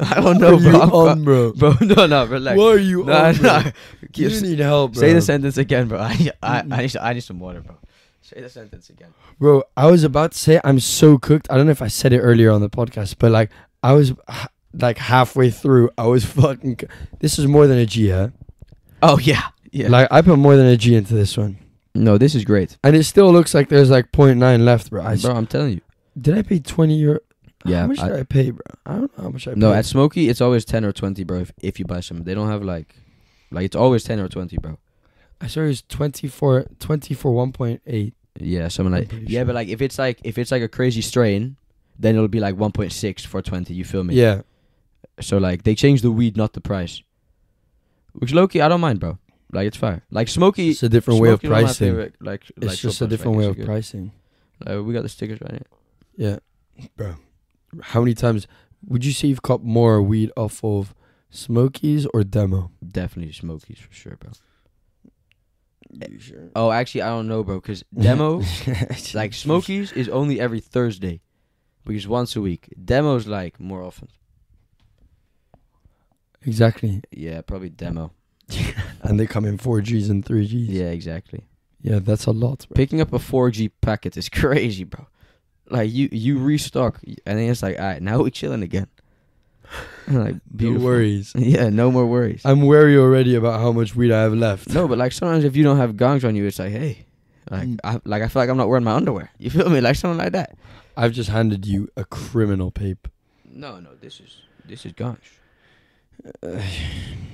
[SPEAKER 1] I don't know,
[SPEAKER 2] are you
[SPEAKER 1] bro. I'm
[SPEAKER 2] on, bro?
[SPEAKER 1] co- bro, no, no, relax.
[SPEAKER 2] what are you
[SPEAKER 1] No,
[SPEAKER 2] on? bro?
[SPEAKER 1] no.
[SPEAKER 2] You
[SPEAKER 1] Keep-
[SPEAKER 2] need help, bro. Mm-hmm.
[SPEAKER 1] Say the sentence again, bro. I, I,
[SPEAKER 2] Mm-mm.
[SPEAKER 1] I, need, I need some water, bro. Say the sentence again.
[SPEAKER 2] Bro, I was about to say I'm so cooked. I don't know if I said it earlier on the podcast, but like I was h- like halfway through, I was fucking. c- This is more than a G, huh?
[SPEAKER 1] Oh yeah, yeah.
[SPEAKER 2] Like I put more than a G into this one,
[SPEAKER 1] no, this is great,
[SPEAKER 2] and it still looks like there's like 0.9 left, bro. I s-
[SPEAKER 1] bro. I'm telling you.
[SPEAKER 2] did I pay 20 euro?
[SPEAKER 1] Yeah.
[SPEAKER 2] how much
[SPEAKER 1] I-
[SPEAKER 2] did I pay, bro? I don't know how much I
[SPEAKER 1] no,
[SPEAKER 2] paid.
[SPEAKER 1] at Smoky, it's always ten or twenty, bro. If, if you buy some, they don't have like, like it's always ten or twenty, bro.
[SPEAKER 2] I saw it was 24, 20 for 1.8.
[SPEAKER 1] Yeah, something
[SPEAKER 2] I'm
[SPEAKER 1] like.
[SPEAKER 2] pretty
[SPEAKER 1] Yeah,
[SPEAKER 2] sure.
[SPEAKER 1] but like if it's like if it's like a crazy strain, then it'll be like one point six for twenty. You feel me?
[SPEAKER 2] Yeah,
[SPEAKER 1] So like they changed the weed, not the price. Which Loki, I don't mind, bro. Like it's fire. Like Smoky,
[SPEAKER 2] it's a different way of
[SPEAKER 1] Smoky's one my
[SPEAKER 2] pricing.
[SPEAKER 1] favorite, like
[SPEAKER 2] It's
[SPEAKER 1] like,
[SPEAKER 2] just
[SPEAKER 1] shop
[SPEAKER 2] a
[SPEAKER 1] price,
[SPEAKER 2] different
[SPEAKER 1] like,
[SPEAKER 2] way
[SPEAKER 1] it's
[SPEAKER 2] of
[SPEAKER 1] good.
[SPEAKER 2] pricing.
[SPEAKER 1] Uh, we got the stickers right here.
[SPEAKER 2] Yeah, bro. How many times would you say you've caught more weed off of Smokies or Demo?
[SPEAKER 1] Definitely Smokies for sure, bro.
[SPEAKER 2] You sure?
[SPEAKER 1] Oh, actually, I don't know, bro, because demo like Smokies is only every Thursday, which is once a week. Demo's like more often.
[SPEAKER 2] Exactly.
[SPEAKER 1] Yeah, probably demo.
[SPEAKER 2] And they come in 4Gs and 3Gs.
[SPEAKER 1] Yeah, exactly.
[SPEAKER 2] Yeah, that's a lot, bro.
[SPEAKER 1] Picking up a 4G packet is crazy, bro. Like you, you restock, and then it's like, all right, now we're chilling again. like,
[SPEAKER 2] No
[SPEAKER 1] beautiful.
[SPEAKER 2] worries.
[SPEAKER 1] Yeah, no more worries.
[SPEAKER 2] I'm wary already about how much weed I have left.
[SPEAKER 1] no, but like sometimes if you don't have gongs on you, it's like, hey, like,
[SPEAKER 2] Mm.
[SPEAKER 1] I, like I feel like I'm not wearing my underwear. You feel me? Like something like that.
[SPEAKER 2] I've just handed you a criminal paper.
[SPEAKER 1] No, no, this is this is gongs.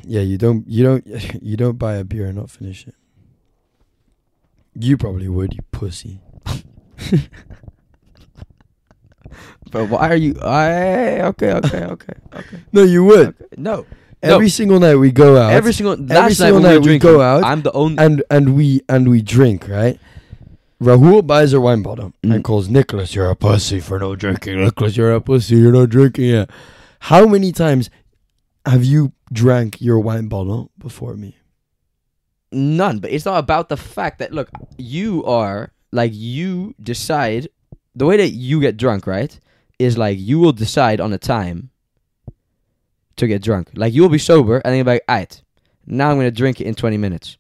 [SPEAKER 2] Yeah, you don't you don't you don't buy a beer and not finish it. You probably would, you pussy.
[SPEAKER 1] But why are you? I okay, okay, okay, okay.
[SPEAKER 2] No, you would.
[SPEAKER 1] okay. No, No.
[SPEAKER 2] Every single night we go out.
[SPEAKER 1] every single last
[SPEAKER 2] single
[SPEAKER 1] night, when
[SPEAKER 2] night
[SPEAKER 1] we,
[SPEAKER 2] we
[SPEAKER 1] drink,
[SPEAKER 2] go out
[SPEAKER 1] I'm the only.
[SPEAKER 2] and and we and we drink, right? Rahul buys a wine bottle
[SPEAKER 1] Mm.
[SPEAKER 2] and calls Nicholas, "You're a pussy for no drinking." Nicholas, you're a pussy. You're not drinking it. How many times have you drank your wine bottle before me?
[SPEAKER 1] None, but it's not about the fact that look, you are like you decide the way that you get drunk, right? Is like you will decide on a time to get drunk. Like you will be sober and then you'll be like, alright, now I'm gonna drink it in twenty minutes.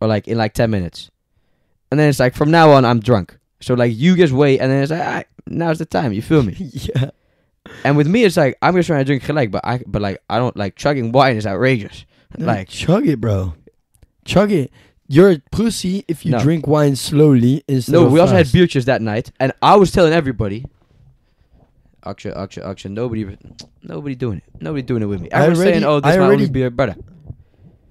[SPEAKER 1] Or like in like ten minutes. And then it's like from now on I'm drunk. So like you just wait and then it's like alright, now's the time, you feel me?
[SPEAKER 2] yeah,
[SPEAKER 1] and with me it's like I'm just trying to drink gelijk, but I but like I don't like chugging wine is outrageous.
[SPEAKER 2] like
[SPEAKER 1] Like
[SPEAKER 2] chug it, bro. Chug it. You're a pussy if you
[SPEAKER 1] No.
[SPEAKER 2] drink wine slowly instead.
[SPEAKER 1] No,
[SPEAKER 2] of
[SPEAKER 1] we also had
[SPEAKER 2] fast.
[SPEAKER 1] beertjes that night, and I was telling everybody, auction, auction, auction. Nobody, nobody doing it. Nobody doing it with me.
[SPEAKER 2] I
[SPEAKER 1] Everyone's saying,
[SPEAKER 2] already-
[SPEAKER 1] "Oh, this
[SPEAKER 2] I
[SPEAKER 1] is my only
[SPEAKER 2] already-
[SPEAKER 1] beer, brother."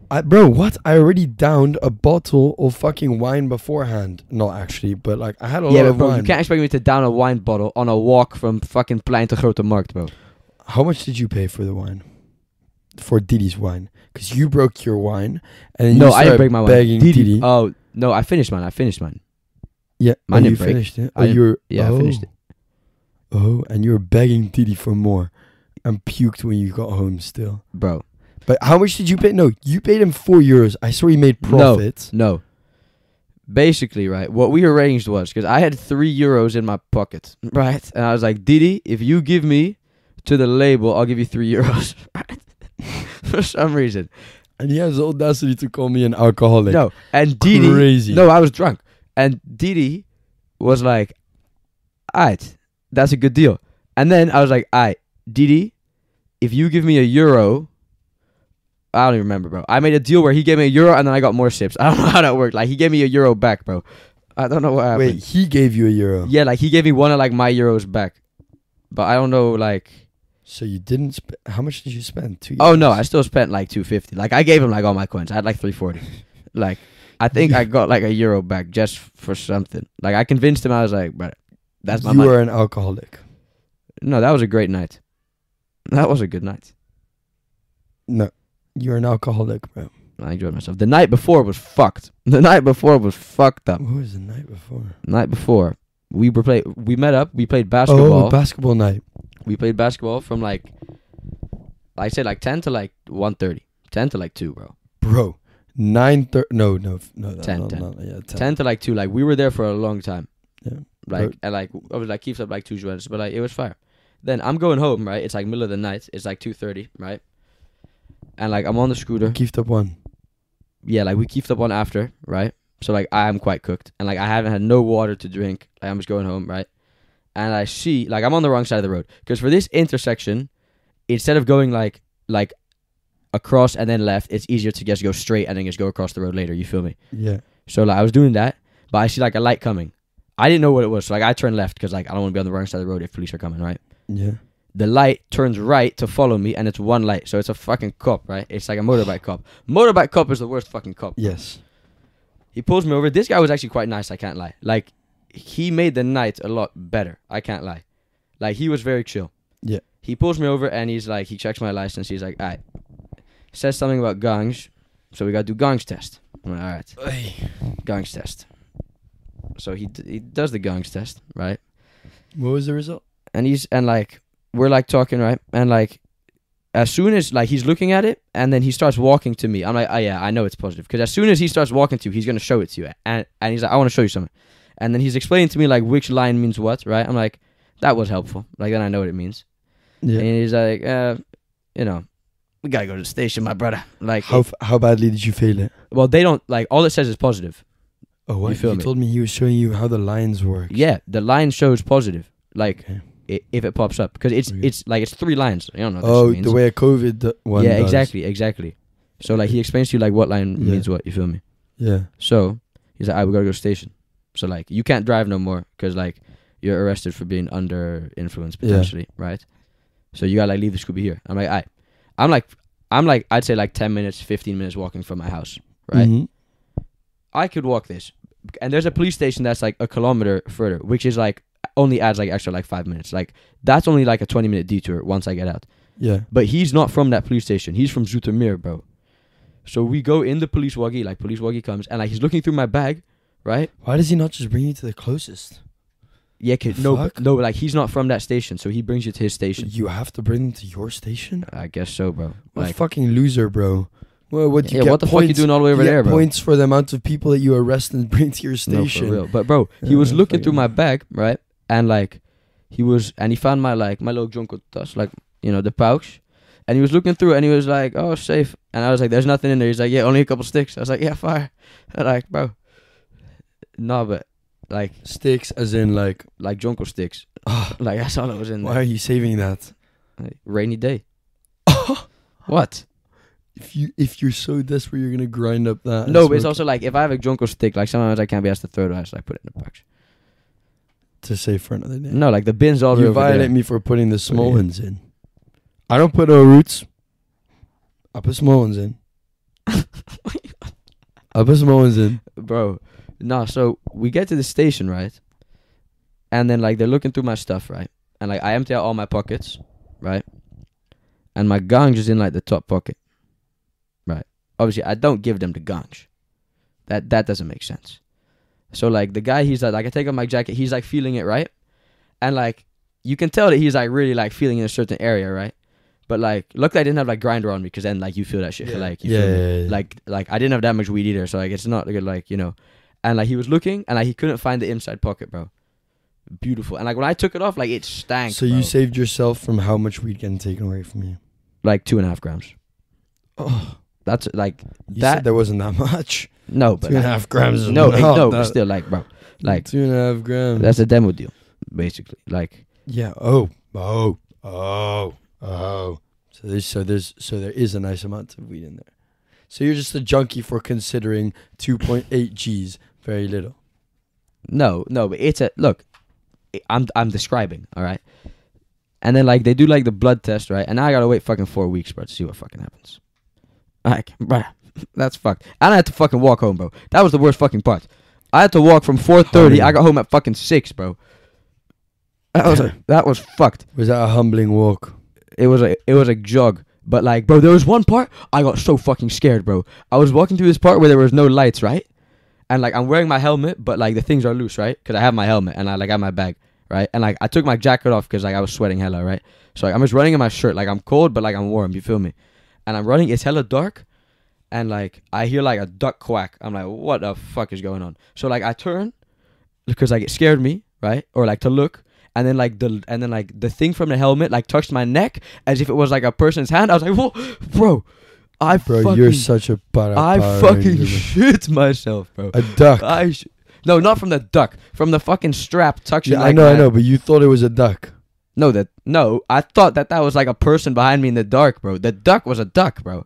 [SPEAKER 2] I, bro, what? I already downed a bottle of fucking wine beforehand. Not actually, but like I had a
[SPEAKER 1] Yeah,
[SPEAKER 2] lot
[SPEAKER 1] but
[SPEAKER 2] of
[SPEAKER 1] bro,
[SPEAKER 2] wine.
[SPEAKER 1] you can't expect me to down a wine bottle on a walk from fucking Plein to Grote Markt, bro.
[SPEAKER 2] How much did you pay for the wine? For Didi's wine, because you broke your wine, and you
[SPEAKER 1] no, I
[SPEAKER 2] started
[SPEAKER 1] didn't break my wine.
[SPEAKER 2] begging
[SPEAKER 1] Didi-
[SPEAKER 2] Didi.
[SPEAKER 1] Oh no, I finished mine. I finished mine.
[SPEAKER 2] yeah,
[SPEAKER 1] mine
[SPEAKER 2] and
[SPEAKER 1] didn't
[SPEAKER 2] you
[SPEAKER 1] break.
[SPEAKER 2] finished it.
[SPEAKER 1] I
[SPEAKER 2] Oh,
[SPEAKER 1] didn't-
[SPEAKER 2] you were,
[SPEAKER 1] yeah, I
[SPEAKER 2] oh,
[SPEAKER 1] finished it.
[SPEAKER 2] Oh, and you were begging Didi for more, and puked when you got home still.
[SPEAKER 1] Bro,
[SPEAKER 2] But how much did you pay? No, you paid him four euros. I saw he made
[SPEAKER 1] No.
[SPEAKER 2] profits.
[SPEAKER 1] no. Basically, right. What we arranged was because I had three euros in my pocket, right, and I was like, Didi, if you give me to the label, I'll give you three euros. Right? For some reason.
[SPEAKER 2] And he has the audacity to call me an alcoholic.
[SPEAKER 1] no, and Didi.
[SPEAKER 2] Crazy.
[SPEAKER 1] No, I was drunk. And Didi was like, alright, that's a good deal. And then I was like, alright, Didi, if you give me a euro, I don't even remember, bro. I made a deal where he gave me a euro and then I got more sips. I don't know how that worked. Like he gave me a euro back, bro. I don't know what happened.
[SPEAKER 2] Wait, he gave you a euro.
[SPEAKER 1] Yeah, like he gave me one of like my euros back, but I don't know like.
[SPEAKER 2] So you didn't. Sp- how much did you spend? Two.
[SPEAKER 1] Oh no,
[SPEAKER 2] euros?
[SPEAKER 1] I still spent like two fifty. Like I gave him like all my coins. I had like three forty. like I think I got like a euro back just for something. Like I convinced him. I was like, but that's my
[SPEAKER 2] you
[SPEAKER 1] money.
[SPEAKER 2] are an alcoholic.
[SPEAKER 1] no, that was a great night. That was a good night.
[SPEAKER 2] No, you're an alcoholic, bro.
[SPEAKER 1] I enjoyed myself. The night before was fucked. The night before was fucked up.
[SPEAKER 2] What was the night before?
[SPEAKER 1] Night before we were play, we met up. We played basketball.
[SPEAKER 2] Oh, basketball night.
[SPEAKER 1] we played basketball from like I said like 10 to like 1:30. 10 to like 2, bro.
[SPEAKER 2] Bro, nine thirty. No, no, f- no. no,
[SPEAKER 1] Ten,
[SPEAKER 2] no,
[SPEAKER 1] ten.
[SPEAKER 2] no, yeah, 10.
[SPEAKER 1] 10 to like 2. Like we were there for a long time.
[SPEAKER 2] Yeah.
[SPEAKER 1] Like
[SPEAKER 2] Bro.
[SPEAKER 1] and like I was like keeps up like two joints, but like it was fire. Then I'm going home, right? It's like middle of the night. It's like 2:30, right? And like I'm on the scooter.
[SPEAKER 2] Keefed up one.
[SPEAKER 1] Yeah, like we keeped up on after, right? So like I am quite cooked and like I haven't had no water to drink. Like, I'm just going home, right? And I see like I'm on the wrong side of the road because for this intersection, instead of going like like across and then left, it's easier to just go straight and then just go across the road later. You feel me?
[SPEAKER 2] Yeah.
[SPEAKER 1] So like I was doing that, but I see like a light coming. I didn't know what it was, so like I turned left because like I don't want to be on the wrong side of the road if police are coming, right?
[SPEAKER 2] Yeah.
[SPEAKER 1] The light turns right to follow me, and it's one light, so it's a fucking cop, right? It's like a motorbike cop. Motorbike cop is the worst fucking cop.
[SPEAKER 2] Yes.
[SPEAKER 1] He pulls me over. This guy was actually quite nice. I can't lie. Like, he made the night a lot better. I can't lie. Like, he was very chill.
[SPEAKER 2] Yeah.
[SPEAKER 1] He pulls me over and he's like, he checks my license. He's like, all right. Says something about gongs. So we got to do gongs test. I'm like, all right. Gongs test. So he, d- he does the gongs test, right?
[SPEAKER 2] What was the result?
[SPEAKER 1] and he's and like we're like talking right and like as soon as like he's looking at it and then he starts walking to me i'm like oh yeah i know it's positive because as soon as he starts walking to you he's gonna show it to you and and he's like i want to show you something and then he's explaining to me like which line means what right i'm like that was helpful like then i know what it means
[SPEAKER 2] Yeah.
[SPEAKER 1] and he's like uh you know we gotta go to the station my brother like
[SPEAKER 2] how
[SPEAKER 1] it-
[SPEAKER 2] f- how badly did you fail it?
[SPEAKER 1] well they don't like all it says is positive
[SPEAKER 2] Oh, what?
[SPEAKER 1] feel
[SPEAKER 2] you
[SPEAKER 1] me?
[SPEAKER 2] told me he was showing you how the lines work.
[SPEAKER 1] yeah the line shows positive like
[SPEAKER 2] Okay.
[SPEAKER 1] i if it pops up because it's
[SPEAKER 2] Okay.
[SPEAKER 1] it's like it's three lines i don't know what this
[SPEAKER 2] Oh,
[SPEAKER 1] means.
[SPEAKER 2] the way a COVID d- one.
[SPEAKER 1] yeah,
[SPEAKER 2] does.
[SPEAKER 1] exactly, exactly. So like he explains to you like what line
[SPEAKER 2] Yeah.
[SPEAKER 1] means what. You feel me?
[SPEAKER 2] Yeah.
[SPEAKER 1] So he's like, "I we gotta go to the station." So like you can't drive no more because like you're arrested for being under influence
[SPEAKER 2] Yeah.
[SPEAKER 1] potentially, right? So you gotta like leave the Scooby here. I'm like, I, I'm like, I'm like, I'd say like ten minutes, fifteen minutes walking from my house, right?
[SPEAKER 2] Mhm. Mm-hmm.
[SPEAKER 1] I could walk this, and there's a police station that's like a kilometer further, which is like only adds like extra like five minutes. Like that's only like a twenty minute detour once I get out.
[SPEAKER 2] Yeah.
[SPEAKER 1] But he's not from that police station. He's from Zoetermeer, bro. So we go in the police waggy, like police waggy comes, and like he's looking through my bag, right?
[SPEAKER 2] Why does he not just bring you to the closest?
[SPEAKER 1] Yeah, kid. No,
[SPEAKER 2] Fuck.
[SPEAKER 1] no, like he's not from that station, so he brings you to his station.
[SPEAKER 2] You have to bring them to your station.
[SPEAKER 1] I guess so, bro.
[SPEAKER 2] What a
[SPEAKER 1] Like,
[SPEAKER 2] fucking loser, bro. Well, what you
[SPEAKER 1] yeah,
[SPEAKER 2] get
[SPEAKER 1] what the fuck
[SPEAKER 2] points,
[SPEAKER 1] you doing all the way over
[SPEAKER 2] you
[SPEAKER 1] there,
[SPEAKER 2] get
[SPEAKER 1] bro?
[SPEAKER 2] Points for the amount of people that you arrest and bring to your station.
[SPEAKER 1] No, for real. But bro, he
[SPEAKER 2] Yeah,
[SPEAKER 1] was
[SPEAKER 2] that's
[SPEAKER 1] looking through
[SPEAKER 2] fucking-
[SPEAKER 1] my bag, right? And like he was and he found my like my little junko tas, like you know, the pouch. And he was looking through it and he was like, Oh, safe. And I was like, There's nothing in there. He's like, Yeah, only a couple sticks. I was like, Yeah, fire. And like, bro. No, but like
[SPEAKER 2] Sticks, as in like,
[SPEAKER 1] like junko sticks.
[SPEAKER 2] ah,
[SPEAKER 1] Like that's all that was in
[SPEAKER 2] why are
[SPEAKER 1] there.
[SPEAKER 2] you saving that?
[SPEAKER 1] Like, rainy day. what?
[SPEAKER 2] If you if you're so desperate, you're gonna grind up that. and
[SPEAKER 1] no, but it's
[SPEAKER 2] smoke
[SPEAKER 1] also like if I have a junko stick, like sometimes I can't be asked to throw it, I just like put it in the pouch.
[SPEAKER 2] to save for another day.
[SPEAKER 1] No, like the bin's all the way
[SPEAKER 2] you
[SPEAKER 1] over
[SPEAKER 2] violate
[SPEAKER 1] there.
[SPEAKER 2] me for putting the small
[SPEAKER 1] yeah.
[SPEAKER 2] ones in. I don't put no roots. I put small ones in. I put small ones in.
[SPEAKER 1] bro. Nah, so we get to the station, right? And then like they're looking through my stuff, right? And like I empty out all my pockets, right? And my gangs is in like the top pocket. Right. Obviously I don't give them the gangs. That that doesn't make sense. So like the guy he's like, like I take off my jacket, he's like feeling it, right? And like you can tell that he's like really like feeling in a certain area, right? But like luckily I didn't have like grinder on me because then like you feel that shit. Like you
[SPEAKER 2] yeah,
[SPEAKER 1] feel me?
[SPEAKER 2] yeah, yeah.
[SPEAKER 1] like like I didn't have that much weed either, so like it's not good like you know. And like he was looking, and like he couldn't find the inside pocket, bro. Beautiful. And like when I took it off, like it stank.
[SPEAKER 2] so you
[SPEAKER 1] bro.
[SPEAKER 2] saved yourself from how much weed getting taken away from you.
[SPEAKER 1] like two and a half grams.
[SPEAKER 2] Oh,
[SPEAKER 1] That's like
[SPEAKER 2] you
[SPEAKER 1] that.
[SPEAKER 2] said there wasn't that much.
[SPEAKER 1] No, but
[SPEAKER 2] two and a
[SPEAKER 1] like-
[SPEAKER 2] half grams. Is
[SPEAKER 1] no,
[SPEAKER 2] not
[SPEAKER 1] no, but
[SPEAKER 2] that-
[SPEAKER 1] still like, bro, like
[SPEAKER 2] two and a half grams.
[SPEAKER 1] that's a demo deal, basically. Like,
[SPEAKER 2] yeah. Oh, oh, oh, oh. So there's so there's so there is a nice amount of weed in there. So you're just a junkie for considering 2.8 G's very little.
[SPEAKER 1] no, no, but it's a look. I- I'm I'm describing, all right. And then like they do like the blood test, right? And now I gotta wait fucking four weeks, bro, to see what fucking happens. Like, bro, that's fucked. And I had to fucking walk home, bro. That was the worst fucking part. I had to walk from four thirty. I got home at fucking six, bro. That was that was fucked.
[SPEAKER 2] Was that a humbling walk?
[SPEAKER 1] It was a it was a jog. But like, bro, there was one part I got so fucking scared, bro. I was walking through this part where there was no lights, right? And like, I'm wearing my helmet, but like the things are loose, right? Because I have my helmet and I like have my bag, right? And like, I took my jacket off because like I was sweating hella, right? So like, I'm just running in my shirt, like I'm cold, but like I'm warm. You feel me? And I'm running. It's hella dark, and like I hear like a duck quack. I'm like, what the fuck is going on? So like, I turn because like it scared me, right? Or like to look. And then like the and then like the thing from the helmet like touched my neck as if it was like a person's hand. I was like, "Whoa, bro, I
[SPEAKER 2] Bro,
[SPEAKER 1] fucking
[SPEAKER 2] you're such a para.
[SPEAKER 1] I
[SPEAKER 2] Power
[SPEAKER 1] fucking
[SPEAKER 2] Ranger, bro.
[SPEAKER 1] shit myself, bro.
[SPEAKER 2] a duck.
[SPEAKER 1] I sh- no, not from the duck, from the fucking strap tucked.
[SPEAKER 2] yeah,
[SPEAKER 1] in, like,
[SPEAKER 2] I know, I
[SPEAKER 1] my-
[SPEAKER 2] know, but you thought it was a duck.
[SPEAKER 1] No, that no. I thought that that was like a person behind me in the dark, bro. The duck was a duck, bro.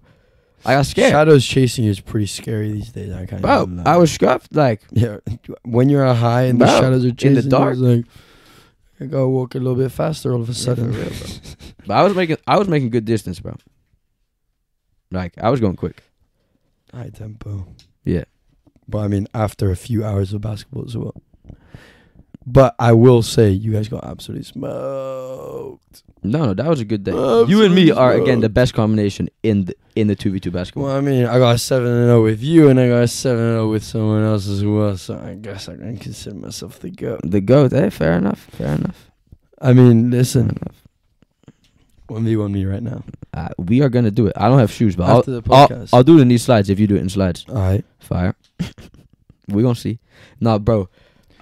[SPEAKER 1] I got scared,
[SPEAKER 2] Shadows chasing you is pretty scary these days. I can't.
[SPEAKER 1] bro.
[SPEAKER 2] even lie.
[SPEAKER 1] I was scuffed. Like,
[SPEAKER 2] Yeah, when you're a high and
[SPEAKER 1] Bro,
[SPEAKER 2] the shadows are chasing
[SPEAKER 1] dark.
[SPEAKER 2] you, it's like I gotta walk a little bit faster all of a sudden.
[SPEAKER 1] for real, bro. but I was making I was making good distance, bro. Like I was going quick.
[SPEAKER 2] High tempo.
[SPEAKER 1] Yeah.
[SPEAKER 2] But I mean, after a few hours of basketball as well. But I will say, you guys got absolutely smoked.
[SPEAKER 1] No, no, that was a good day.
[SPEAKER 2] Absolute
[SPEAKER 1] you and me are
[SPEAKER 2] smoke.
[SPEAKER 1] again the best combination in the in the two v two basketball.
[SPEAKER 2] Well, I mean, I got a seven and zero with you, and I got a seven and zero with someone else as well. So I guess I can consider myself the goat.
[SPEAKER 1] The goat, eh? Fair enough. Fair enough.
[SPEAKER 2] I mean,
[SPEAKER 1] Fair
[SPEAKER 2] listen,
[SPEAKER 1] enough.
[SPEAKER 2] one v one me right now
[SPEAKER 1] Uh, we are gonna do it. I don't have shoes, but I'll,
[SPEAKER 2] after the
[SPEAKER 1] I'll,
[SPEAKER 2] podcast.
[SPEAKER 1] I'll do it in these slides if you do it in slides.
[SPEAKER 2] all right,
[SPEAKER 1] Fire. we gonna see. Nah, bro.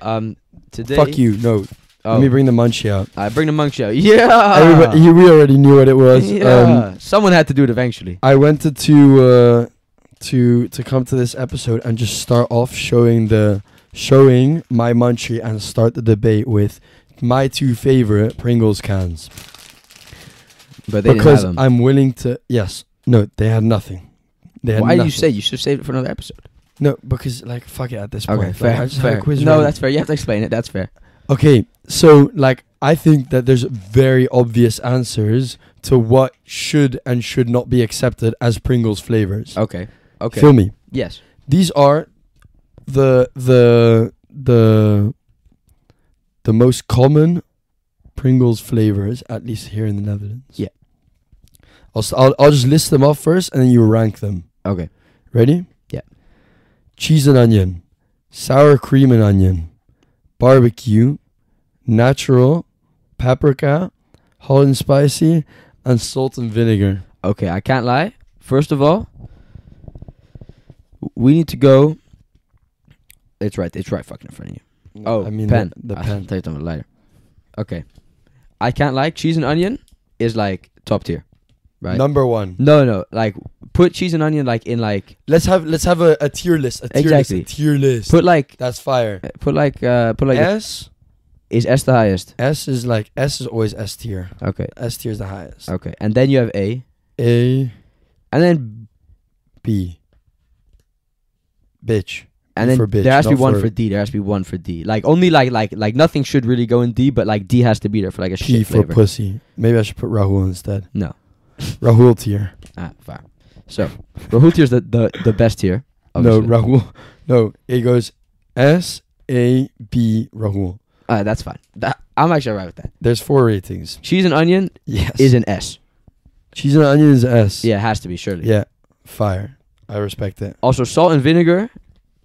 [SPEAKER 1] Um, today.
[SPEAKER 2] fuck you. No,
[SPEAKER 1] Oh,
[SPEAKER 2] let me bring the munchie out.
[SPEAKER 1] I bring the monk show. Yeah.
[SPEAKER 2] Everybody, you- we already knew what it was.
[SPEAKER 1] yeah.
[SPEAKER 2] Um,
[SPEAKER 1] Someone had to do it eventually.
[SPEAKER 2] I wanted to uh, to to come to this episode and just start off showing the showing my munchie and start the debate with my two favorite Pringles cans
[SPEAKER 1] But they
[SPEAKER 2] because
[SPEAKER 1] didn't have them.
[SPEAKER 2] I'm willing to. Yes, no, they had nothing. They had
[SPEAKER 1] Why do you
[SPEAKER 2] nothing.
[SPEAKER 1] say you should have saved it for another episode?
[SPEAKER 2] no? Because like fuck it at this point.
[SPEAKER 1] Okay,
[SPEAKER 2] Like,
[SPEAKER 1] fair.
[SPEAKER 2] I just
[SPEAKER 1] fair.
[SPEAKER 2] had a quiz
[SPEAKER 1] no,
[SPEAKER 2] ready.
[SPEAKER 1] that's fair. You have to explain it. That's fair.
[SPEAKER 2] Okay, so like I think that there's very obvious answers to what should and should not be accepted as Pringles flavors.
[SPEAKER 1] Okay. Uh, Okay.
[SPEAKER 2] Feel me?
[SPEAKER 1] yes.
[SPEAKER 2] These are the the the the most common Pringles flavors, at least here in the Netherlands.
[SPEAKER 1] Yeah.
[SPEAKER 2] I'll s- I'll, I'll just list them off first, and then you rank them.
[SPEAKER 1] Okay.
[SPEAKER 2] Ready?
[SPEAKER 1] Yeah.
[SPEAKER 2] Cheese and onion, sour cream and onion, barbecue, natural, paprika, hot and spicy, and salt and vinegar.
[SPEAKER 1] Okay. I can't lie. First of all, we need to go. It's right. It's right. Fucking in front of you. Oh,
[SPEAKER 2] I mean
[SPEAKER 1] pen.
[SPEAKER 2] the, the
[SPEAKER 1] I
[SPEAKER 2] pen.
[SPEAKER 1] thought you were talking about lighter. Okay, I can't like cheese and onion is like top tier, right?
[SPEAKER 2] Number one.
[SPEAKER 1] no, no, like put cheese and onion like in like
[SPEAKER 2] Let's have let's have a, a tier list. A tier
[SPEAKER 1] Exactly.
[SPEAKER 2] list. A tier list.
[SPEAKER 1] put like
[SPEAKER 2] That's fire.
[SPEAKER 1] put like uh put like
[SPEAKER 2] S
[SPEAKER 1] is S the highest?
[SPEAKER 2] S is like S is always S tier.
[SPEAKER 1] Okay,
[SPEAKER 2] S tier is the highest.
[SPEAKER 1] okay, and then you have A,
[SPEAKER 2] A
[SPEAKER 1] and then
[SPEAKER 2] B. Bitch.
[SPEAKER 1] and
[SPEAKER 2] B
[SPEAKER 1] then
[SPEAKER 2] for bitch,
[SPEAKER 1] there has to be
[SPEAKER 2] not
[SPEAKER 1] one for,
[SPEAKER 2] for-
[SPEAKER 1] D. There has to be one for D. Like only like like like nothing should really go in D, but like D has to be there for like a
[SPEAKER 2] P
[SPEAKER 1] shit
[SPEAKER 2] for
[SPEAKER 1] flavor.
[SPEAKER 2] pussy. Maybe I should put Rahul instead.
[SPEAKER 1] No.
[SPEAKER 2] Rahul tier.
[SPEAKER 1] ah, fine. So Rahul tier is the, the the best tier.
[SPEAKER 2] No,
[SPEAKER 1] obviously.
[SPEAKER 2] Rahul. No, it goes S A B Rahul.
[SPEAKER 1] Uh, that's fine. That, I'm actually alright with that.
[SPEAKER 2] There's four ratings.
[SPEAKER 1] Cheese and onion
[SPEAKER 2] Yes.
[SPEAKER 1] is an S.
[SPEAKER 2] cheese and onion is S.
[SPEAKER 1] Yeah, it has to be surely.
[SPEAKER 2] Yeah. Fire. I respect it.
[SPEAKER 1] Also, salt and vinegar.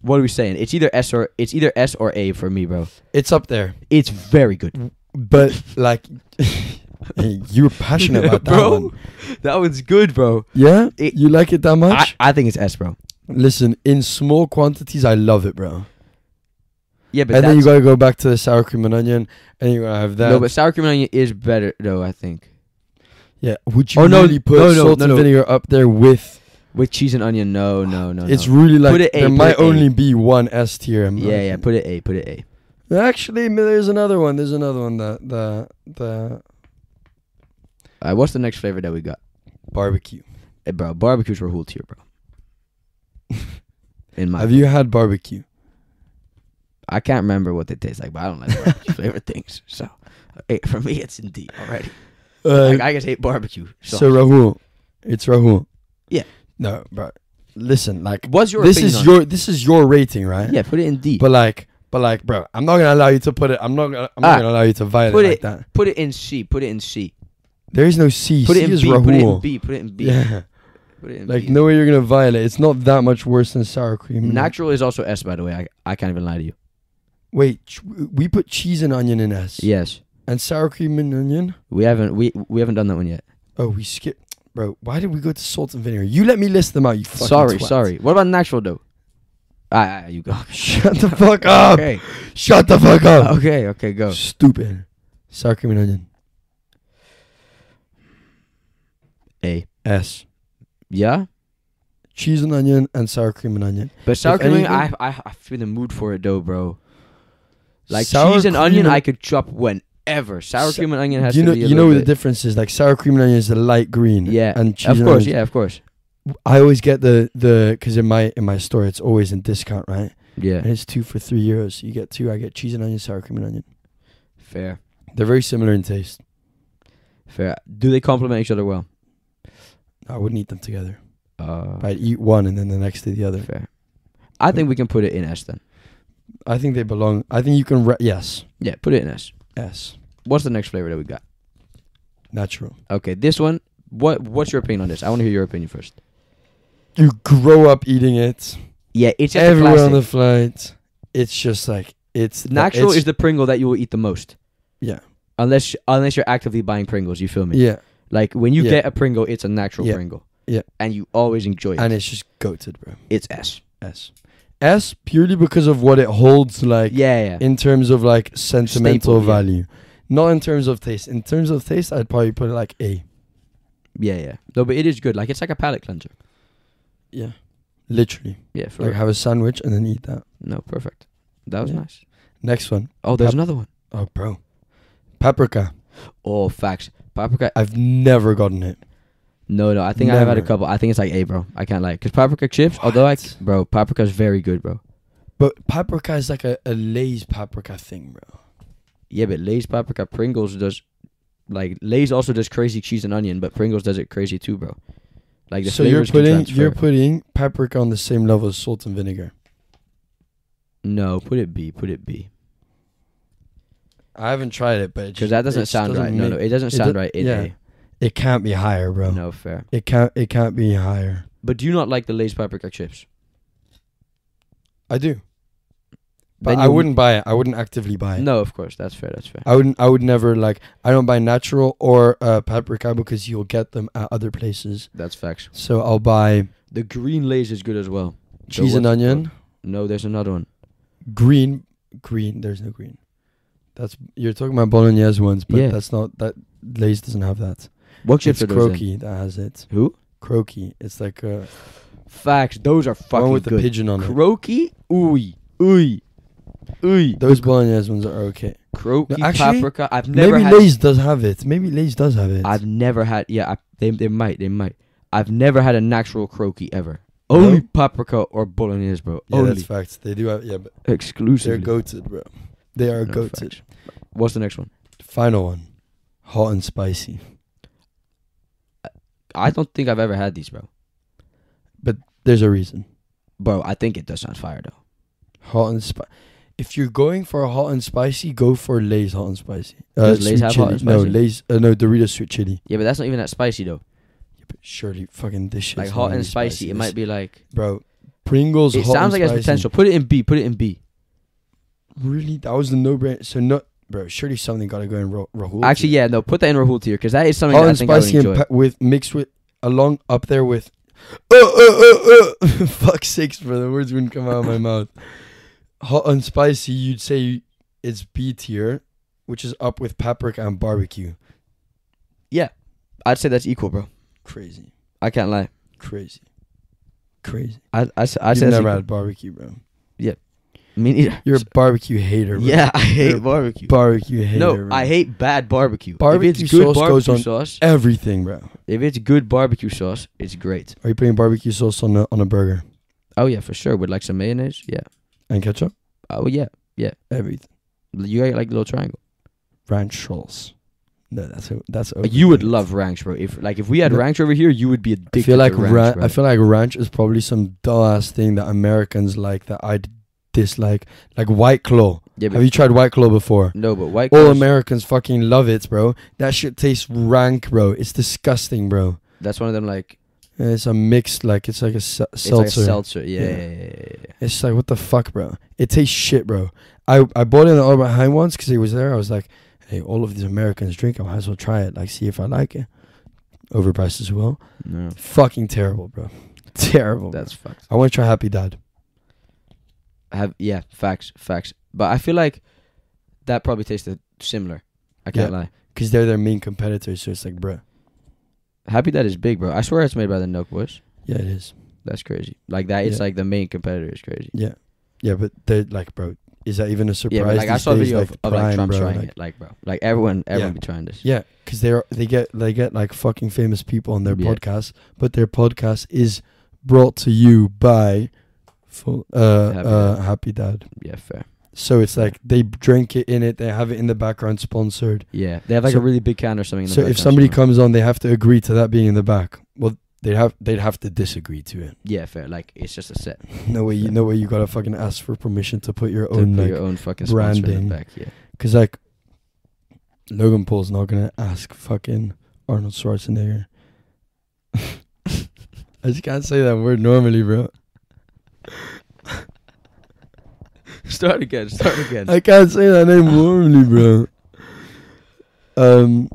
[SPEAKER 1] What are we saying? It's either S or it's either S or A for me, bro.
[SPEAKER 2] It's up there.
[SPEAKER 1] It's very good.
[SPEAKER 2] But like you were passionate about that
[SPEAKER 1] Bro.
[SPEAKER 2] one.
[SPEAKER 1] That one's good, bro.
[SPEAKER 2] Yeah?
[SPEAKER 1] It-
[SPEAKER 2] you like it that much?
[SPEAKER 1] I, I think it's S, bro.
[SPEAKER 2] Listen, in small quantities, I love it, bro.
[SPEAKER 1] Yeah, but
[SPEAKER 2] and then you
[SPEAKER 1] that's-
[SPEAKER 2] gotta go back to the sour cream and onion, and you gotta have that.
[SPEAKER 1] no, but sour cream and onion is better though. I think.
[SPEAKER 2] yeah, would you
[SPEAKER 1] Oh, no,
[SPEAKER 2] really put
[SPEAKER 1] no, no,
[SPEAKER 2] salt
[SPEAKER 1] no,
[SPEAKER 2] and
[SPEAKER 1] no.
[SPEAKER 2] vinegar up there with
[SPEAKER 1] with cheese and onion. No, no, no.
[SPEAKER 2] it's
[SPEAKER 1] no.
[SPEAKER 2] really like
[SPEAKER 1] it A,
[SPEAKER 2] there
[SPEAKER 1] put
[SPEAKER 2] might
[SPEAKER 1] it A.
[SPEAKER 2] only be one S tier. in my
[SPEAKER 1] yeah, yeah.
[SPEAKER 2] opinion.
[SPEAKER 1] Put it A. Put it A.
[SPEAKER 2] Actually, m- there's another one. There's another one. The the the
[SPEAKER 1] All right, what's the next flavor that we got,
[SPEAKER 2] barbecue.
[SPEAKER 1] Eh, bro? Barbecues were whole tier, bro. In my,
[SPEAKER 2] Have you had barbecue?
[SPEAKER 1] I can't remember what they taste like, but I don't like barbecue flavored things. So, eh, for me, it's in D already.
[SPEAKER 2] Uh,
[SPEAKER 1] like, I just hate barbecue. So,
[SPEAKER 2] so Rahul, it's Rahul.
[SPEAKER 1] Yeah.
[SPEAKER 2] No, bro. Listen, like
[SPEAKER 1] what's your
[SPEAKER 2] this
[SPEAKER 1] opinion
[SPEAKER 2] is
[SPEAKER 1] on
[SPEAKER 2] your this is your rating, right?
[SPEAKER 1] it? yeah? Put it in D.
[SPEAKER 2] But like, but like, bro, I'm not gonna allow you to put it. I'm not gonna. I'm
[SPEAKER 1] Ah,
[SPEAKER 2] not gonna allow you to violate
[SPEAKER 1] put
[SPEAKER 2] like
[SPEAKER 1] it-
[SPEAKER 2] that.
[SPEAKER 1] put it in C. Put it in C.
[SPEAKER 2] There is no C.
[SPEAKER 1] Put
[SPEAKER 2] C
[SPEAKER 1] it in
[SPEAKER 2] is
[SPEAKER 1] B.
[SPEAKER 2] Rahul.
[SPEAKER 1] Put it in B. Put it in B.
[SPEAKER 2] Yeah.
[SPEAKER 1] Put it in
[SPEAKER 2] Like
[SPEAKER 1] B.
[SPEAKER 2] no way you're gonna violate. It's not that much worse than sour cream.
[SPEAKER 1] Natural is also S, by the way. I, I can't even lie to you.
[SPEAKER 2] Wait, ch- we put cheese and onion in S.
[SPEAKER 1] Yes,
[SPEAKER 2] And sour cream and onion.
[SPEAKER 1] we haven't we we haven't done that one yet.
[SPEAKER 2] Oh, we skipped. Bro, why did we go to salt and vinegar? You let me list them out. You fucking
[SPEAKER 1] Sorry,
[SPEAKER 2] twat.
[SPEAKER 1] sorry. What about natural though? Ah, ah, you go.
[SPEAKER 2] Shut the fuck up.
[SPEAKER 1] Okay,
[SPEAKER 2] Shut the fuck up.
[SPEAKER 1] okay, okay. Go.
[SPEAKER 2] Stupid. Sour cream and onion.
[SPEAKER 1] A.
[SPEAKER 2] S.
[SPEAKER 1] Yeah,
[SPEAKER 2] Cheese and onion and sour cream and onion.
[SPEAKER 1] but sour
[SPEAKER 2] If
[SPEAKER 1] cream,
[SPEAKER 2] anything-
[SPEAKER 1] I, I I feel the mood for it though, bro. Like
[SPEAKER 2] Sour
[SPEAKER 1] cheese and
[SPEAKER 2] cream
[SPEAKER 1] onion,
[SPEAKER 2] and-
[SPEAKER 1] I could chop whenever. Sour
[SPEAKER 2] Sa-
[SPEAKER 1] cream and onion has
[SPEAKER 2] you
[SPEAKER 1] to
[SPEAKER 2] know,
[SPEAKER 1] be. A
[SPEAKER 2] you know
[SPEAKER 1] little
[SPEAKER 2] the
[SPEAKER 1] bit-
[SPEAKER 2] difference is like sour cream and onion is the light green.
[SPEAKER 1] Yeah,
[SPEAKER 2] and cheese.
[SPEAKER 1] Of
[SPEAKER 2] and
[SPEAKER 1] course,
[SPEAKER 2] onion.
[SPEAKER 1] yeah, of course.
[SPEAKER 2] I always get the the because in my in my store it's always in discount, right?
[SPEAKER 1] Yeah,
[SPEAKER 2] And it's two for three euros. You get two. I get cheese and onion, sour cream and onion.
[SPEAKER 1] fair,
[SPEAKER 2] They're very similar in taste.
[SPEAKER 1] fair. Do they complement each other well?
[SPEAKER 2] I wouldn't eat them together.
[SPEAKER 1] Uh,
[SPEAKER 2] I'd eat one and then the next to the other.
[SPEAKER 1] fair. I think we can put it in S then.
[SPEAKER 2] I think they belong. I think you can. Re- yes,
[SPEAKER 1] Yeah, put it in S.
[SPEAKER 2] yes,
[SPEAKER 1] What's the next flavor that we got?
[SPEAKER 2] natural.
[SPEAKER 1] Okay, this one. What What's your opinion on this? I want to hear your opinion first.
[SPEAKER 2] You grow up eating it
[SPEAKER 1] Yeah, it's just
[SPEAKER 2] everywhere
[SPEAKER 1] a
[SPEAKER 2] on the
[SPEAKER 1] classic.
[SPEAKER 2] flight. It's just like it's
[SPEAKER 1] natural
[SPEAKER 2] it's-
[SPEAKER 1] is the Pringle that you will eat the most.
[SPEAKER 2] Yeah.
[SPEAKER 1] Unless unless you're actively buying Pringles, you feel me?
[SPEAKER 2] yeah,
[SPEAKER 1] Like when you
[SPEAKER 2] Yeah.
[SPEAKER 1] get a Pringle, it's a natural
[SPEAKER 2] Yeah.
[SPEAKER 1] Pringle.
[SPEAKER 2] Yeah.
[SPEAKER 1] And you always enjoy it.
[SPEAKER 2] and it's just goated, bro.
[SPEAKER 1] it's S.
[SPEAKER 2] S, S purely because of what it holds, like
[SPEAKER 1] yeah, yeah.
[SPEAKER 2] in terms of like
[SPEAKER 1] Staple,
[SPEAKER 2] sentimental
[SPEAKER 1] yeah.
[SPEAKER 2] value, not in terms of taste. In terms of taste, I'd probably put it like A.
[SPEAKER 1] Yeah, yeah. No, but it is good. Like it's like a palate cleanser.
[SPEAKER 2] Yeah, literally,
[SPEAKER 1] Yeah, for
[SPEAKER 2] like
[SPEAKER 1] real.
[SPEAKER 2] have a sandwich and then eat that.
[SPEAKER 1] No, perfect. That was
[SPEAKER 2] Yeah.
[SPEAKER 1] nice.
[SPEAKER 2] Next one.
[SPEAKER 1] Oh, there's
[SPEAKER 2] Pap-
[SPEAKER 1] another one.
[SPEAKER 2] Oh, bro. Paprika.
[SPEAKER 1] Oh, facts. Paprika.
[SPEAKER 2] I've never gotten it.
[SPEAKER 1] No, no. I think I've had a
[SPEAKER 2] Never.
[SPEAKER 1] couple. I think it's like A, bro. I can't lie. Because paprika chips, although I, c-
[SPEAKER 2] What?
[SPEAKER 1] bro, paprika's very good, bro.
[SPEAKER 2] But paprika is like a, a Lay's paprika thing, bro.
[SPEAKER 1] Yeah, but Lay's paprika Pringles does like Lay's also does crazy cheese and onion, but Pringles does it crazy too, bro. Like the
[SPEAKER 2] so you're
[SPEAKER 1] flavors can
[SPEAKER 2] putting
[SPEAKER 1] transfer.
[SPEAKER 2] you're putting paprika on the same level as salt and vinegar.
[SPEAKER 1] no, put it B, put it B,
[SPEAKER 2] I haven't tried it, but it
[SPEAKER 1] because
[SPEAKER 2] just-
[SPEAKER 1] that
[SPEAKER 2] it
[SPEAKER 1] doesn't
[SPEAKER 2] just
[SPEAKER 1] sound right. No, no,
[SPEAKER 2] make-
[SPEAKER 1] it doesn't
[SPEAKER 2] it
[SPEAKER 1] sound
[SPEAKER 2] do-
[SPEAKER 1] right in
[SPEAKER 2] yeah, Oh. it can't be higher,
[SPEAKER 1] A.
[SPEAKER 2] bro.
[SPEAKER 1] No fair.
[SPEAKER 2] It can't it can't be higher.
[SPEAKER 1] But do you not like the Lay's paprika chips?
[SPEAKER 2] I do, but
[SPEAKER 1] Then
[SPEAKER 2] I
[SPEAKER 1] you-
[SPEAKER 2] wouldn't buy it. I wouldn't actively buy it.
[SPEAKER 1] No, of course, that's fair. That's fair.
[SPEAKER 2] I wouldn't. I would never like. I don't buy natural or uh, paprika because you'll get them at other places.
[SPEAKER 1] That's facts.
[SPEAKER 2] So I'll buy
[SPEAKER 1] The green Lay's is good as well. So
[SPEAKER 2] cheese and
[SPEAKER 1] what's it
[SPEAKER 2] onion.
[SPEAKER 1] No, there's another one.
[SPEAKER 2] green green there's no green that's you're talking about bolognese ones but
[SPEAKER 1] Yeah.
[SPEAKER 2] that's not that lays doesn't have that
[SPEAKER 1] What chips are
[SPEAKER 2] it's
[SPEAKER 1] those? then?
[SPEAKER 2] croaky that has it
[SPEAKER 1] Who?
[SPEAKER 2] croaky it's like a
[SPEAKER 1] Facts. Those are fucking
[SPEAKER 2] one with the
[SPEAKER 1] good.
[SPEAKER 2] pigeon on it
[SPEAKER 1] Croaky, ooey, ooey, ooey.
[SPEAKER 2] those bolognese ones are okay
[SPEAKER 1] Croaky
[SPEAKER 2] No, actually,
[SPEAKER 1] paprika. I've never
[SPEAKER 2] maybe
[SPEAKER 1] had.
[SPEAKER 2] lays does have it maybe lays does have it
[SPEAKER 1] I've never had. Yeah, I, they they might they might. I've never had a natural croaky ever.
[SPEAKER 2] No?
[SPEAKER 1] Only paprika or bolognese, bro.
[SPEAKER 2] yeah
[SPEAKER 1] Only
[SPEAKER 2] that's facts they do have yeah but they're
[SPEAKER 1] exclusively.
[SPEAKER 2] goated bro they are
[SPEAKER 1] No,
[SPEAKER 2] goated
[SPEAKER 1] What's the next one?
[SPEAKER 2] final one hot and spicy
[SPEAKER 1] I don't think I've ever had these, bro.
[SPEAKER 2] there's a reason
[SPEAKER 1] Bro, I think it does sound fire though.
[SPEAKER 2] hot and spicy if you're going for a hot and spicy, go for Lay's hot and spicy. Uh,
[SPEAKER 1] Does Lay's
[SPEAKER 2] sweet
[SPEAKER 1] have hot
[SPEAKER 2] chili.
[SPEAKER 1] and
[SPEAKER 2] No,
[SPEAKER 1] spicy?
[SPEAKER 2] Lay's uh, no Doritos sweet chili.
[SPEAKER 1] Yeah, but that's not even that spicy though.
[SPEAKER 2] Yeah, but surely fucking this shit.
[SPEAKER 1] like hot and spicy, it might be like.
[SPEAKER 2] bro. Pringles.
[SPEAKER 1] It
[SPEAKER 2] hot
[SPEAKER 1] sounds like
[SPEAKER 2] and
[SPEAKER 1] it has
[SPEAKER 2] spicy.
[SPEAKER 1] potential. Put it in B. Put it in B.
[SPEAKER 2] Really, that was the no-brainer. So no, bro. Surely something gotta go in Ra- Rahul.
[SPEAKER 1] Actually,
[SPEAKER 2] tier.
[SPEAKER 1] yeah, no. Put that in Rahul tier because that is something
[SPEAKER 2] Hot
[SPEAKER 1] that I
[SPEAKER 2] and
[SPEAKER 1] think I would
[SPEAKER 2] spicy and
[SPEAKER 1] enjoy.
[SPEAKER 2] pa- with mixed with along up there with. Oh, uh, uh, uh. Fuck sakes, bro. The words wouldn't come out of my mouth. Hot and spicy. You'd say it's B tier, which is up with paprika and barbecue.
[SPEAKER 1] I'd say that's equal, bro.
[SPEAKER 2] Crazy,
[SPEAKER 1] I can't lie.
[SPEAKER 2] crazy. crazy.
[SPEAKER 1] I I, s- I
[SPEAKER 2] You've
[SPEAKER 1] said
[SPEAKER 2] never had barbecue, bro.
[SPEAKER 1] me neither.
[SPEAKER 2] You're a barbecue hater. Bro.
[SPEAKER 1] yeah, I
[SPEAKER 2] You're
[SPEAKER 1] hate
[SPEAKER 2] a
[SPEAKER 1] barbecue.
[SPEAKER 2] barbecue hater.
[SPEAKER 1] no,
[SPEAKER 2] bro.
[SPEAKER 1] I hate bad barbecue.
[SPEAKER 2] Barbecue
[SPEAKER 1] if it's good
[SPEAKER 2] sauce goes
[SPEAKER 1] barbecue
[SPEAKER 2] on-
[SPEAKER 1] sauce,
[SPEAKER 2] everything, bro.
[SPEAKER 1] if it's good barbecue sauce, it's great.
[SPEAKER 2] Are you putting barbecue sauce on a on a burger
[SPEAKER 1] Oh yeah, for sure. With like some mayonnaise, yeah.
[SPEAKER 2] and ketchup?
[SPEAKER 1] Oh yeah,
[SPEAKER 2] Everything.
[SPEAKER 1] you got like little triangle.
[SPEAKER 2] Ranch sauce. No, that's a, that's.
[SPEAKER 1] you would
[SPEAKER 2] overrated.
[SPEAKER 1] love ranch, bro. If like if we had
[SPEAKER 2] No.
[SPEAKER 1] ranch over here, you would be addicted.
[SPEAKER 2] I feel like
[SPEAKER 1] to ranch,
[SPEAKER 2] ra-
[SPEAKER 1] bro.
[SPEAKER 2] I feel like ranch is probably some dull ass thing that Americans like that I d- dislike. Like White Claw.
[SPEAKER 1] yeah, but
[SPEAKER 2] Have you tried White Claw before?
[SPEAKER 1] no, but white.
[SPEAKER 2] All
[SPEAKER 1] claws-
[SPEAKER 2] Americans fucking love it, bro. That shit tastes rank, bro. It's disgusting, bro.
[SPEAKER 1] That's one of them like
[SPEAKER 2] And It's a mixed, like it's like a se-
[SPEAKER 1] it's like
[SPEAKER 2] seltzer.
[SPEAKER 1] a seltzer. Yeah,
[SPEAKER 2] Yeah.
[SPEAKER 1] yeah, yeah, yeah, yeah, yeah.
[SPEAKER 2] It's like what the fuck, bro. It tastes shit, bro. I I bought it in the Albert Heijn once because he was there. I was like, hey, all of these Americans drink. I might as well try it. Like, see if I like it. Overpriced as well.
[SPEAKER 1] No,
[SPEAKER 2] Fucking terrible, bro. Terrible.
[SPEAKER 1] that's fucked.
[SPEAKER 2] I want to try Happy Dad.
[SPEAKER 1] Have yeah, facts, facts. But I feel like that probably tasted similar. I can't lie.
[SPEAKER 2] because they're their main competitors. So it's like, bro.
[SPEAKER 1] Happy that is big, bro. I swear it's made by the Nook Boys.
[SPEAKER 2] Yeah, it is.
[SPEAKER 1] That's crazy. Like that, it's
[SPEAKER 2] Yeah.
[SPEAKER 1] like the main competitor is crazy.
[SPEAKER 2] Yeah, yeah, but they're like, bro. Is that even a surprise?
[SPEAKER 1] Yeah, but like I
[SPEAKER 2] these
[SPEAKER 1] saw a
[SPEAKER 2] days?
[SPEAKER 1] video of, of like
[SPEAKER 2] Prime,
[SPEAKER 1] Trump
[SPEAKER 2] bro,
[SPEAKER 1] trying
[SPEAKER 2] like-
[SPEAKER 1] it, like bro, like everyone, everyone
[SPEAKER 2] Yeah.
[SPEAKER 1] be trying this.
[SPEAKER 2] Yeah, because they're they get they get like fucking famous people on their
[SPEAKER 1] Yeah.
[SPEAKER 2] podcast, but their podcast is brought to you by full, uh,
[SPEAKER 1] Happy
[SPEAKER 2] uh, Happy Dad.
[SPEAKER 1] Yeah, fair.
[SPEAKER 2] So it's like they drink it in it. They have it in the background sponsored.
[SPEAKER 1] Yeah, they have like
[SPEAKER 2] So-
[SPEAKER 1] a really big can or something. In the
[SPEAKER 2] So if
[SPEAKER 1] background
[SPEAKER 2] somebody
[SPEAKER 1] somewhere.
[SPEAKER 2] comes on, they have to agree to that being in the back. Well, they'd have they'd have to disagree to it.
[SPEAKER 1] yeah, fair. Like it's just a set.
[SPEAKER 2] No way, you
[SPEAKER 1] Fair.
[SPEAKER 2] no way, you gotta fucking ask for permission to put your
[SPEAKER 1] To
[SPEAKER 2] own
[SPEAKER 1] put
[SPEAKER 2] like
[SPEAKER 1] your own fucking sponsor in
[SPEAKER 2] branding.
[SPEAKER 1] the back. Yeah,
[SPEAKER 2] Because, like, Logan Paul's not going to ask fucking Arnold Schwarzenegger. I just can't say that word normally, bro.
[SPEAKER 1] start again. Start again.
[SPEAKER 2] I can't say that name normally, bro. Um,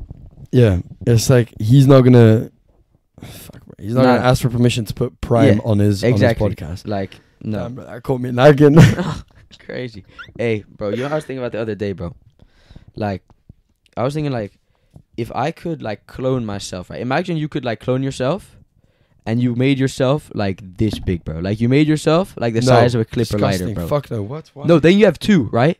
[SPEAKER 2] yeah, it's like he's not gonna. Fuck, bro. He's not
[SPEAKER 1] Nah.
[SPEAKER 2] gonna ask for permission to put Prime
[SPEAKER 1] Yeah,
[SPEAKER 2] on his
[SPEAKER 1] exactly.
[SPEAKER 2] on his podcast.
[SPEAKER 1] like no,
[SPEAKER 2] Damn, bro, that caught me nagging.
[SPEAKER 1] It's crazy. Hey, bro, you know what I was thinking about the other day, bro? Like, I was thinking like, if I could like clone myself, right? Imagine you could like clone yourself, and you made yourself like this big, bro. Like you made yourself like the
[SPEAKER 2] No,
[SPEAKER 1] size of a clipper lighter,
[SPEAKER 2] Disgusting.
[SPEAKER 1] bro.
[SPEAKER 2] Fuck no. What? Why?
[SPEAKER 1] No, then you have two, right?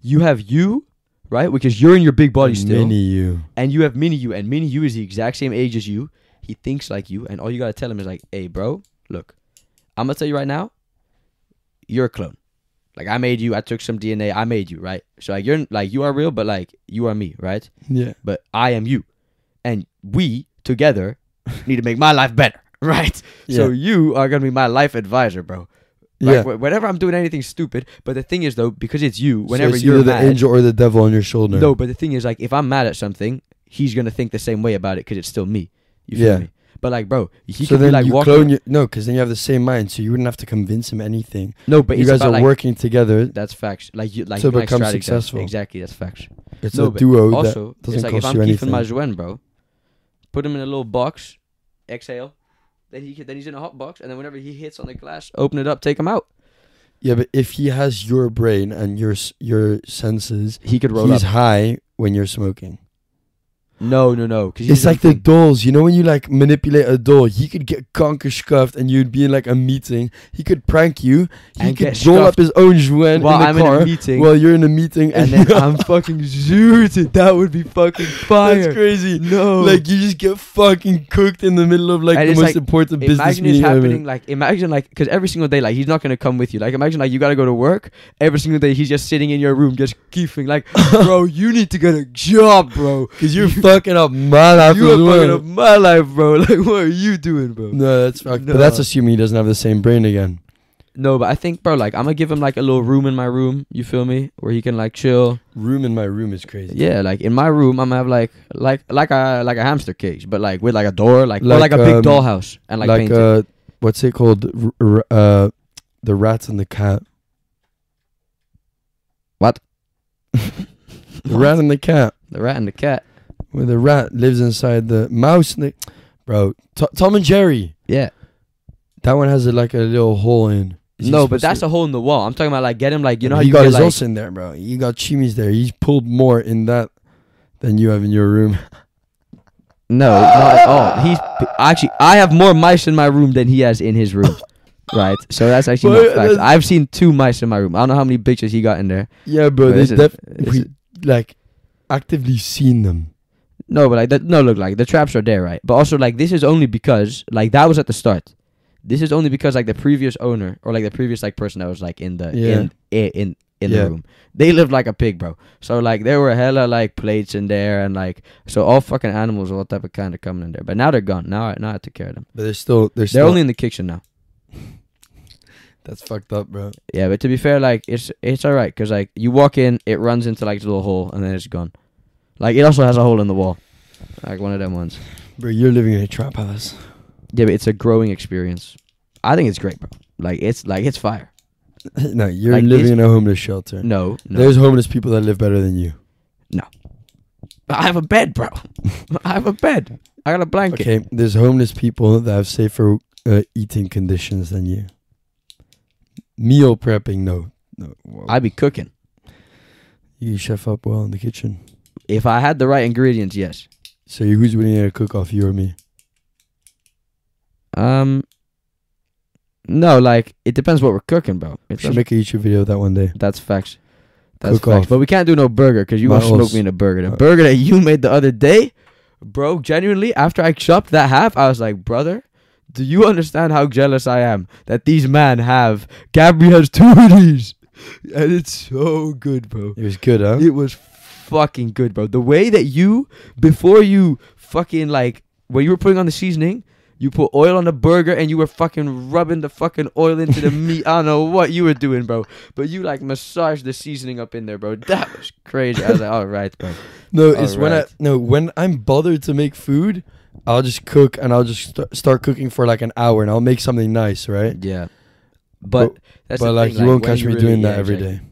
[SPEAKER 1] You have you, right? Because you're in your big body still,
[SPEAKER 2] Mini you.
[SPEAKER 1] and you have mini you, and mini you is the exact same age as you. He thinks like you, and all you gotta tell him is like, "Hey, bro, look, I'm gonna tell you right now, you're a clone. Like I made you. I took some DNA. I made you, right? So like you're like you are real, but like you are me, right?
[SPEAKER 2] Yeah.
[SPEAKER 1] But I am you, and we together need to make my life better, right? So
[SPEAKER 2] Yeah.
[SPEAKER 1] you are gonna be my life advisor, bro. Like,
[SPEAKER 2] yeah.
[SPEAKER 1] wh- Whenever I'm doing anything stupid, but the thing is though, because it's you,
[SPEAKER 2] So
[SPEAKER 1] whenever
[SPEAKER 2] it's
[SPEAKER 1] you're
[SPEAKER 2] either
[SPEAKER 1] mad,
[SPEAKER 2] the angel or the devil on your shoulder.
[SPEAKER 1] no, but the thing is, like, if I'm mad at something, he's gonna think the same way about it because it's still me. You feel
[SPEAKER 2] Yeah.
[SPEAKER 1] me? But like, bro, he
[SPEAKER 2] so
[SPEAKER 1] could be
[SPEAKER 2] then
[SPEAKER 1] like
[SPEAKER 2] you
[SPEAKER 1] walking.
[SPEAKER 2] clone your, no, because then you have the same mind, so you wouldn't have to convince him anything.
[SPEAKER 1] no, but
[SPEAKER 2] you
[SPEAKER 1] it's
[SPEAKER 2] guys
[SPEAKER 1] about,
[SPEAKER 2] are
[SPEAKER 1] like,
[SPEAKER 2] working together
[SPEAKER 1] That's facts. Like you, like
[SPEAKER 2] to
[SPEAKER 1] like
[SPEAKER 2] become
[SPEAKER 1] strategize.
[SPEAKER 2] successful.
[SPEAKER 1] Exactly, that's facts.
[SPEAKER 2] It's
[SPEAKER 1] No,
[SPEAKER 2] a
[SPEAKER 1] but
[SPEAKER 2] duo. that,
[SPEAKER 1] also,
[SPEAKER 2] doesn't
[SPEAKER 1] it's like if
[SPEAKER 2] cost
[SPEAKER 1] I'm
[SPEAKER 2] you
[SPEAKER 1] keeping my Zwen, bro, put him in a little box, exhale. Then he can- then he's in a hot box, and then whenever he hits on the glass, open it up, take him out.
[SPEAKER 2] yeah, but if he has your brain and your s- your senses,
[SPEAKER 1] He could roll
[SPEAKER 2] he's
[SPEAKER 1] up.
[SPEAKER 2] high when you're smoking.
[SPEAKER 1] No, no, no. 'cause he
[SPEAKER 2] It's
[SPEAKER 1] doesn't
[SPEAKER 2] like the
[SPEAKER 1] think-
[SPEAKER 2] dolls. You know when you like manipulate a doll, he could get conker scuffed, and you'd be in like a meeting. He could prank you. He
[SPEAKER 1] And
[SPEAKER 2] could
[SPEAKER 1] get
[SPEAKER 2] roll up his own Juan
[SPEAKER 1] while
[SPEAKER 2] in the
[SPEAKER 1] I'm
[SPEAKER 2] car
[SPEAKER 1] in a meeting,
[SPEAKER 2] while you're in a meeting,
[SPEAKER 1] and then I'm fucking zooted. That would be fucking fire.
[SPEAKER 2] That's crazy.
[SPEAKER 1] No.
[SPEAKER 2] Like you just get fucking cooked in the middle of like
[SPEAKER 1] Oh. And
[SPEAKER 2] the
[SPEAKER 1] it's
[SPEAKER 2] most
[SPEAKER 1] like,
[SPEAKER 2] important business
[SPEAKER 1] imagine it's
[SPEAKER 2] meeting
[SPEAKER 1] happening
[SPEAKER 2] ever.
[SPEAKER 1] like imagine like because every single day like he's not gonna come with you like imagine like you gotta go to work every single day he's just sitting in your room just keefing like bro you need to get a job bro
[SPEAKER 2] Cause you're fucking up my life.
[SPEAKER 1] you
[SPEAKER 2] as
[SPEAKER 1] are fucking
[SPEAKER 2] well.
[SPEAKER 1] up my life bro like what are you doing bro
[SPEAKER 2] No, that's fucked. But that's
[SPEAKER 1] No.
[SPEAKER 2] assuming he doesn't have the same brain again.
[SPEAKER 1] no but i think bro like i'm gonna give him like a little room in my room you feel me where he can like chill
[SPEAKER 2] Room in my room is crazy.
[SPEAKER 1] yeah like in my room i'm gonna have like like like a like a hamster cage but like with like a door like or
[SPEAKER 2] Like,
[SPEAKER 1] like a big
[SPEAKER 2] um,
[SPEAKER 1] dollhouse and like,
[SPEAKER 2] like
[SPEAKER 1] painting.
[SPEAKER 2] uh, what's it called? R- r- uh, the rat and the cat.
[SPEAKER 1] What?
[SPEAKER 2] The rat and the cat.
[SPEAKER 1] the rat and the cat
[SPEAKER 2] Where the rat lives inside the mouse. And the Bro, T- Tom and Jerry.
[SPEAKER 1] yeah
[SPEAKER 2] That one has a, like a little hole in. Is he
[SPEAKER 1] no, but
[SPEAKER 2] supposed to-
[SPEAKER 1] that's a hole in the wall. I'm talking about like get him like you know how
[SPEAKER 2] he
[SPEAKER 1] you
[SPEAKER 2] got
[SPEAKER 1] get,
[SPEAKER 2] his
[SPEAKER 1] like,
[SPEAKER 2] ulcer in there, bro. You got Chimi's there. He's pulled more in that than you have in your room.
[SPEAKER 1] No, not at all. He's actually I have more mice in my room than he has in his room. right? So that's actually
[SPEAKER 2] Well,
[SPEAKER 1] not fact.
[SPEAKER 2] that's-
[SPEAKER 1] I've seen two mice in my room. I don't know how many bitches he got in there.
[SPEAKER 2] Yeah, bro.
[SPEAKER 1] But
[SPEAKER 2] They
[SPEAKER 1] is it-
[SPEAKER 2] def-
[SPEAKER 1] is
[SPEAKER 2] we
[SPEAKER 1] it-
[SPEAKER 2] like actively seen them.
[SPEAKER 1] No, but like that. No, look, like the traps are there, right? But also, like this is only because like that was at the start. This is only because like the previous owner or like the previous like person that was like in the
[SPEAKER 2] Yeah.
[SPEAKER 1] in in in, in
[SPEAKER 2] Yeah.
[SPEAKER 1] the room. They lived like a pig, bro. So like there were hella like plates in there and like so all fucking animals of all type of kind of coming in there. But now they're gone. Now I now I have to care of them.
[SPEAKER 2] But they're still they're
[SPEAKER 1] They're
[SPEAKER 2] still
[SPEAKER 1] only in the kitchen now.
[SPEAKER 2] that's fucked up, bro.
[SPEAKER 1] Yeah, but to be fair, like it's it's alright because like you walk in, it runs into like a little hole and then it's gone. Like it also has a hole in the wall, like one of them ones.
[SPEAKER 2] Bro, you're living in a trap house.
[SPEAKER 1] Yeah, but it's a growing experience. I think it's great, bro. Like it's like it's fire.
[SPEAKER 2] no, you're
[SPEAKER 1] Like
[SPEAKER 2] living
[SPEAKER 1] this-
[SPEAKER 2] in a homeless shelter.
[SPEAKER 1] No, no.
[SPEAKER 2] There's homeless people that live better than you.
[SPEAKER 1] I have a bed, bro. I have a bed. I got a blanket.
[SPEAKER 2] Okay, there's homeless people that have safer uh, eating conditions than you. Meal prepping, no, no. whoa.
[SPEAKER 1] I'd be cooking
[SPEAKER 2] you chef up well in the kitchen.
[SPEAKER 1] if I had the right ingredients. Yes.
[SPEAKER 2] So you, who's winning at a cook-off, you or me?
[SPEAKER 1] Um. No, like it depends what we're cooking, bro.
[SPEAKER 2] We
[SPEAKER 1] It's
[SPEAKER 2] should make a YouTube video of that one day.
[SPEAKER 1] That's facts. That's
[SPEAKER 2] Cook
[SPEAKER 1] facts.
[SPEAKER 2] off.
[SPEAKER 1] But we can't do no burger because you gonna
[SPEAKER 2] My
[SPEAKER 1] smoke
[SPEAKER 2] ass.
[SPEAKER 1] me in a burger. The
[SPEAKER 2] Uh,
[SPEAKER 1] burger that you made the other day, bro. Genuinely, after I chopped that half, I was like, brother, do you understand how jealous I am that these men have? Gabri has two of these, and it's so good, bro.
[SPEAKER 2] It was good, huh?
[SPEAKER 1] It was fucking good, bro. The way that you before you fucking like when you were putting on the seasoning, you put oil on the burger and you were fucking rubbing the fucking oil into the meat. I don't know what you were doing, bro. But you like massaged the seasoning up in there, bro. That was crazy. I was like, all right, bro.
[SPEAKER 2] No, it's when I
[SPEAKER 1] Alright.
[SPEAKER 2] no when I'm bothered to make food, I'll just cook and I'll just st- start cooking for like an hour and I'll make something nice, right?
[SPEAKER 1] Yeah. But, that's
[SPEAKER 2] but
[SPEAKER 1] the
[SPEAKER 2] like
[SPEAKER 1] thing,
[SPEAKER 2] you won't
[SPEAKER 1] when
[SPEAKER 2] catch
[SPEAKER 1] you
[SPEAKER 2] me
[SPEAKER 1] really-
[SPEAKER 2] doing
[SPEAKER 1] yeah,
[SPEAKER 2] that every day.
[SPEAKER 1] exactly.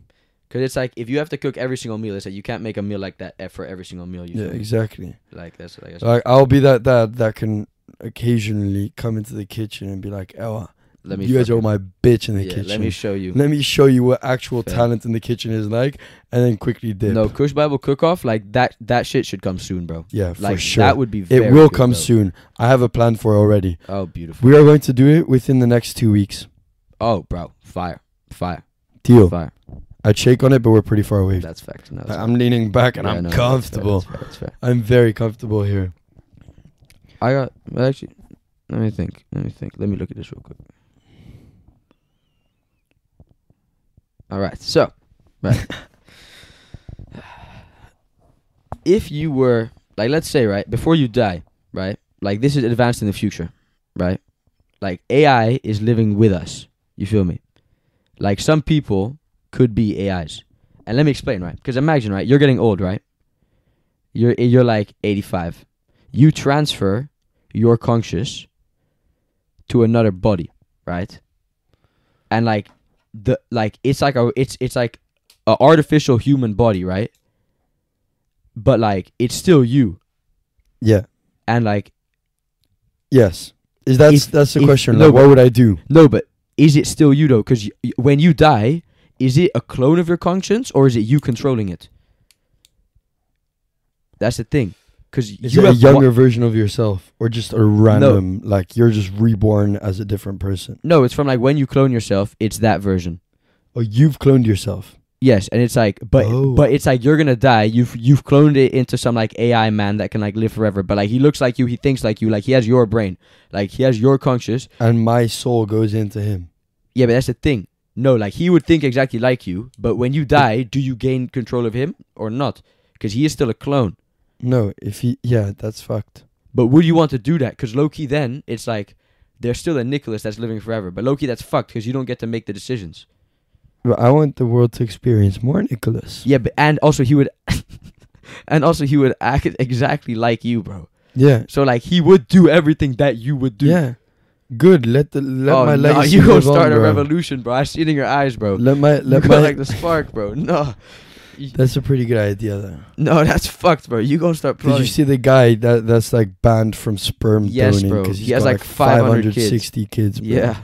[SPEAKER 1] Cause it's like if you have to cook every single meal, it's like you can't make a meal like that e- for every single meal. You
[SPEAKER 2] Yeah, Uh,
[SPEAKER 1] feel me?
[SPEAKER 2] exactly.
[SPEAKER 1] like that's like, that's
[SPEAKER 2] Like I'll be that dad that can occasionally come into the kitchen and be like, "Oh,
[SPEAKER 1] let me
[SPEAKER 2] you guys are
[SPEAKER 1] fucking-
[SPEAKER 2] my bitch in the
[SPEAKER 1] yeah,
[SPEAKER 2] kitchen.
[SPEAKER 1] let me show you.
[SPEAKER 2] show you what actual
[SPEAKER 1] Fair.
[SPEAKER 2] talent in the kitchen is like," and then quickly dip.
[SPEAKER 1] No, Kush Bible cook off like that. That shit should come soon, bro.
[SPEAKER 2] yeah,
[SPEAKER 1] Like
[SPEAKER 2] for sure.
[SPEAKER 1] that would be. Very
[SPEAKER 2] it will
[SPEAKER 1] good,
[SPEAKER 2] come
[SPEAKER 1] bro.
[SPEAKER 2] soon. I have a plan for it already.
[SPEAKER 1] Oh, beautiful.
[SPEAKER 2] We are going to do it within the next two weeks.
[SPEAKER 1] Oh, bro, fire, fire,
[SPEAKER 2] Deal.
[SPEAKER 1] fire.
[SPEAKER 2] I'd shake on it, but we're pretty far away.
[SPEAKER 1] That's fact. No, that's
[SPEAKER 2] Oh. I'm leaning back and
[SPEAKER 1] yeah,
[SPEAKER 2] I'm
[SPEAKER 1] no, that's fair,
[SPEAKER 2] comfortable.
[SPEAKER 1] That's fair, that's fair.
[SPEAKER 2] I'm very comfortable here.
[SPEAKER 1] I got well, actually. Let me think. Let me think. Let me look at this real quick. All right. So, right. if you were like, let's say, right before you die, right, like this is advanced in the future, right, like AI is living with us. You feel me? Like some people could be AIs, and let me explain, right? Because imagine, right, you're getting old, right? You're you're like 85. You transfer your conscious to another body, right? And like the like it's like a it's it's like a artificial human body, right? But like it's still you,
[SPEAKER 2] Yeah.
[SPEAKER 1] and like
[SPEAKER 2] Yes. Is that's
[SPEAKER 1] If-
[SPEAKER 2] that's the
[SPEAKER 1] if-
[SPEAKER 2] question?
[SPEAKER 1] no,
[SPEAKER 2] like, what
[SPEAKER 1] but-
[SPEAKER 2] would I do?
[SPEAKER 1] no, but is it still you though? Because y- when you die, is it a clone of your conscience or is it you controlling it? That's the thing, because
[SPEAKER 2] Is
[SPEAKER 1] you
[SPEAKER 2] it a
[SPEAKER 1] have wa-
[SPEAKER 2] younger version of yourself, or just a random? Like you're just reborn as a different person.
[SPEAKER 1] no, it's from like when you clone yourself, it's that version.
[SPEAKER 2] Oh, you've cloned yourself.
[SPEAKER 1] Yes, and it's like, but
[SPEAKER 2] Oh.
[SPEAKER 1] but it's like you're gonna die. You've you've cloned it into some like AI man that can like live forever. But like he looks like you, he thinks like you, like he has your brain, like he has your conscious.
[SPEAKER 2] and my soul goes into him.
[SPEAKER 1] Yeah, but that's the thing. No, like he would think exactly like you. But when you die, do you gain control of him or not? Because he is still a clone.
[SPEAKER 2] No, if he, yeah, that's fucked.
[SPEAKER 1] But would you want to do that? Because Loki, then it's like there's still a Nicholas that's living forever. But Loki, that's fucked because you don't get to make the decisions.
[SPEAKER 2] But I want the world to experience more Nicholas.
[SPEAKER 1] Yeah, but and also he would, and also he would act exactly like you, bro.
[SPEAKER 2] Yeah,
[SPEAKER 1] So like he would do everything that you would do.
[SPEAKER 2] yeah. Good. Let the let
[SPEAKER 1] oh,
[SPEAKER 2] my
[SPEAKER 1] no,
[SPEAKER 2] legacy
[SPEAKER 1] you gonna
[SPEAKER 2] live
[SPEAKER 1] start
[SPEAKER 2] on,
[SPEAKER 1] a
[SPEAKER 2] bro.
[SPEAKER 1] revolution, bro. I see it in your eyes, bro.
[SPEAKER 2] Let my
[SPEAKER 1] you
[SPEAKER 2] let
[SPEAKER 1] got
[SPEAKER 2] my.
[SPEAKER 1] like the spark, bro. No,
[SPEAKER 2] that's a pretty good idea though.
[SPEAKER 1] no, that's fucked, bro. You gonna start
[SPEAKER 2] Did
[SPEAKER 1] plotting?
[SPEAKER 2] you see the guy that that's like banned from sperm
[SPEAKER 1] Yes,
[SPEAKER 2] donating
[SPEAKER 1] bro.
[SPEAKER 2] he's
[SPEAKER 1] He has,
[SPEAKER 2] got
[SPEAKER 1] like, 500 kids.
[SPEAKER 2] 560 kids. bro.
[SPEAKER 1] yeah,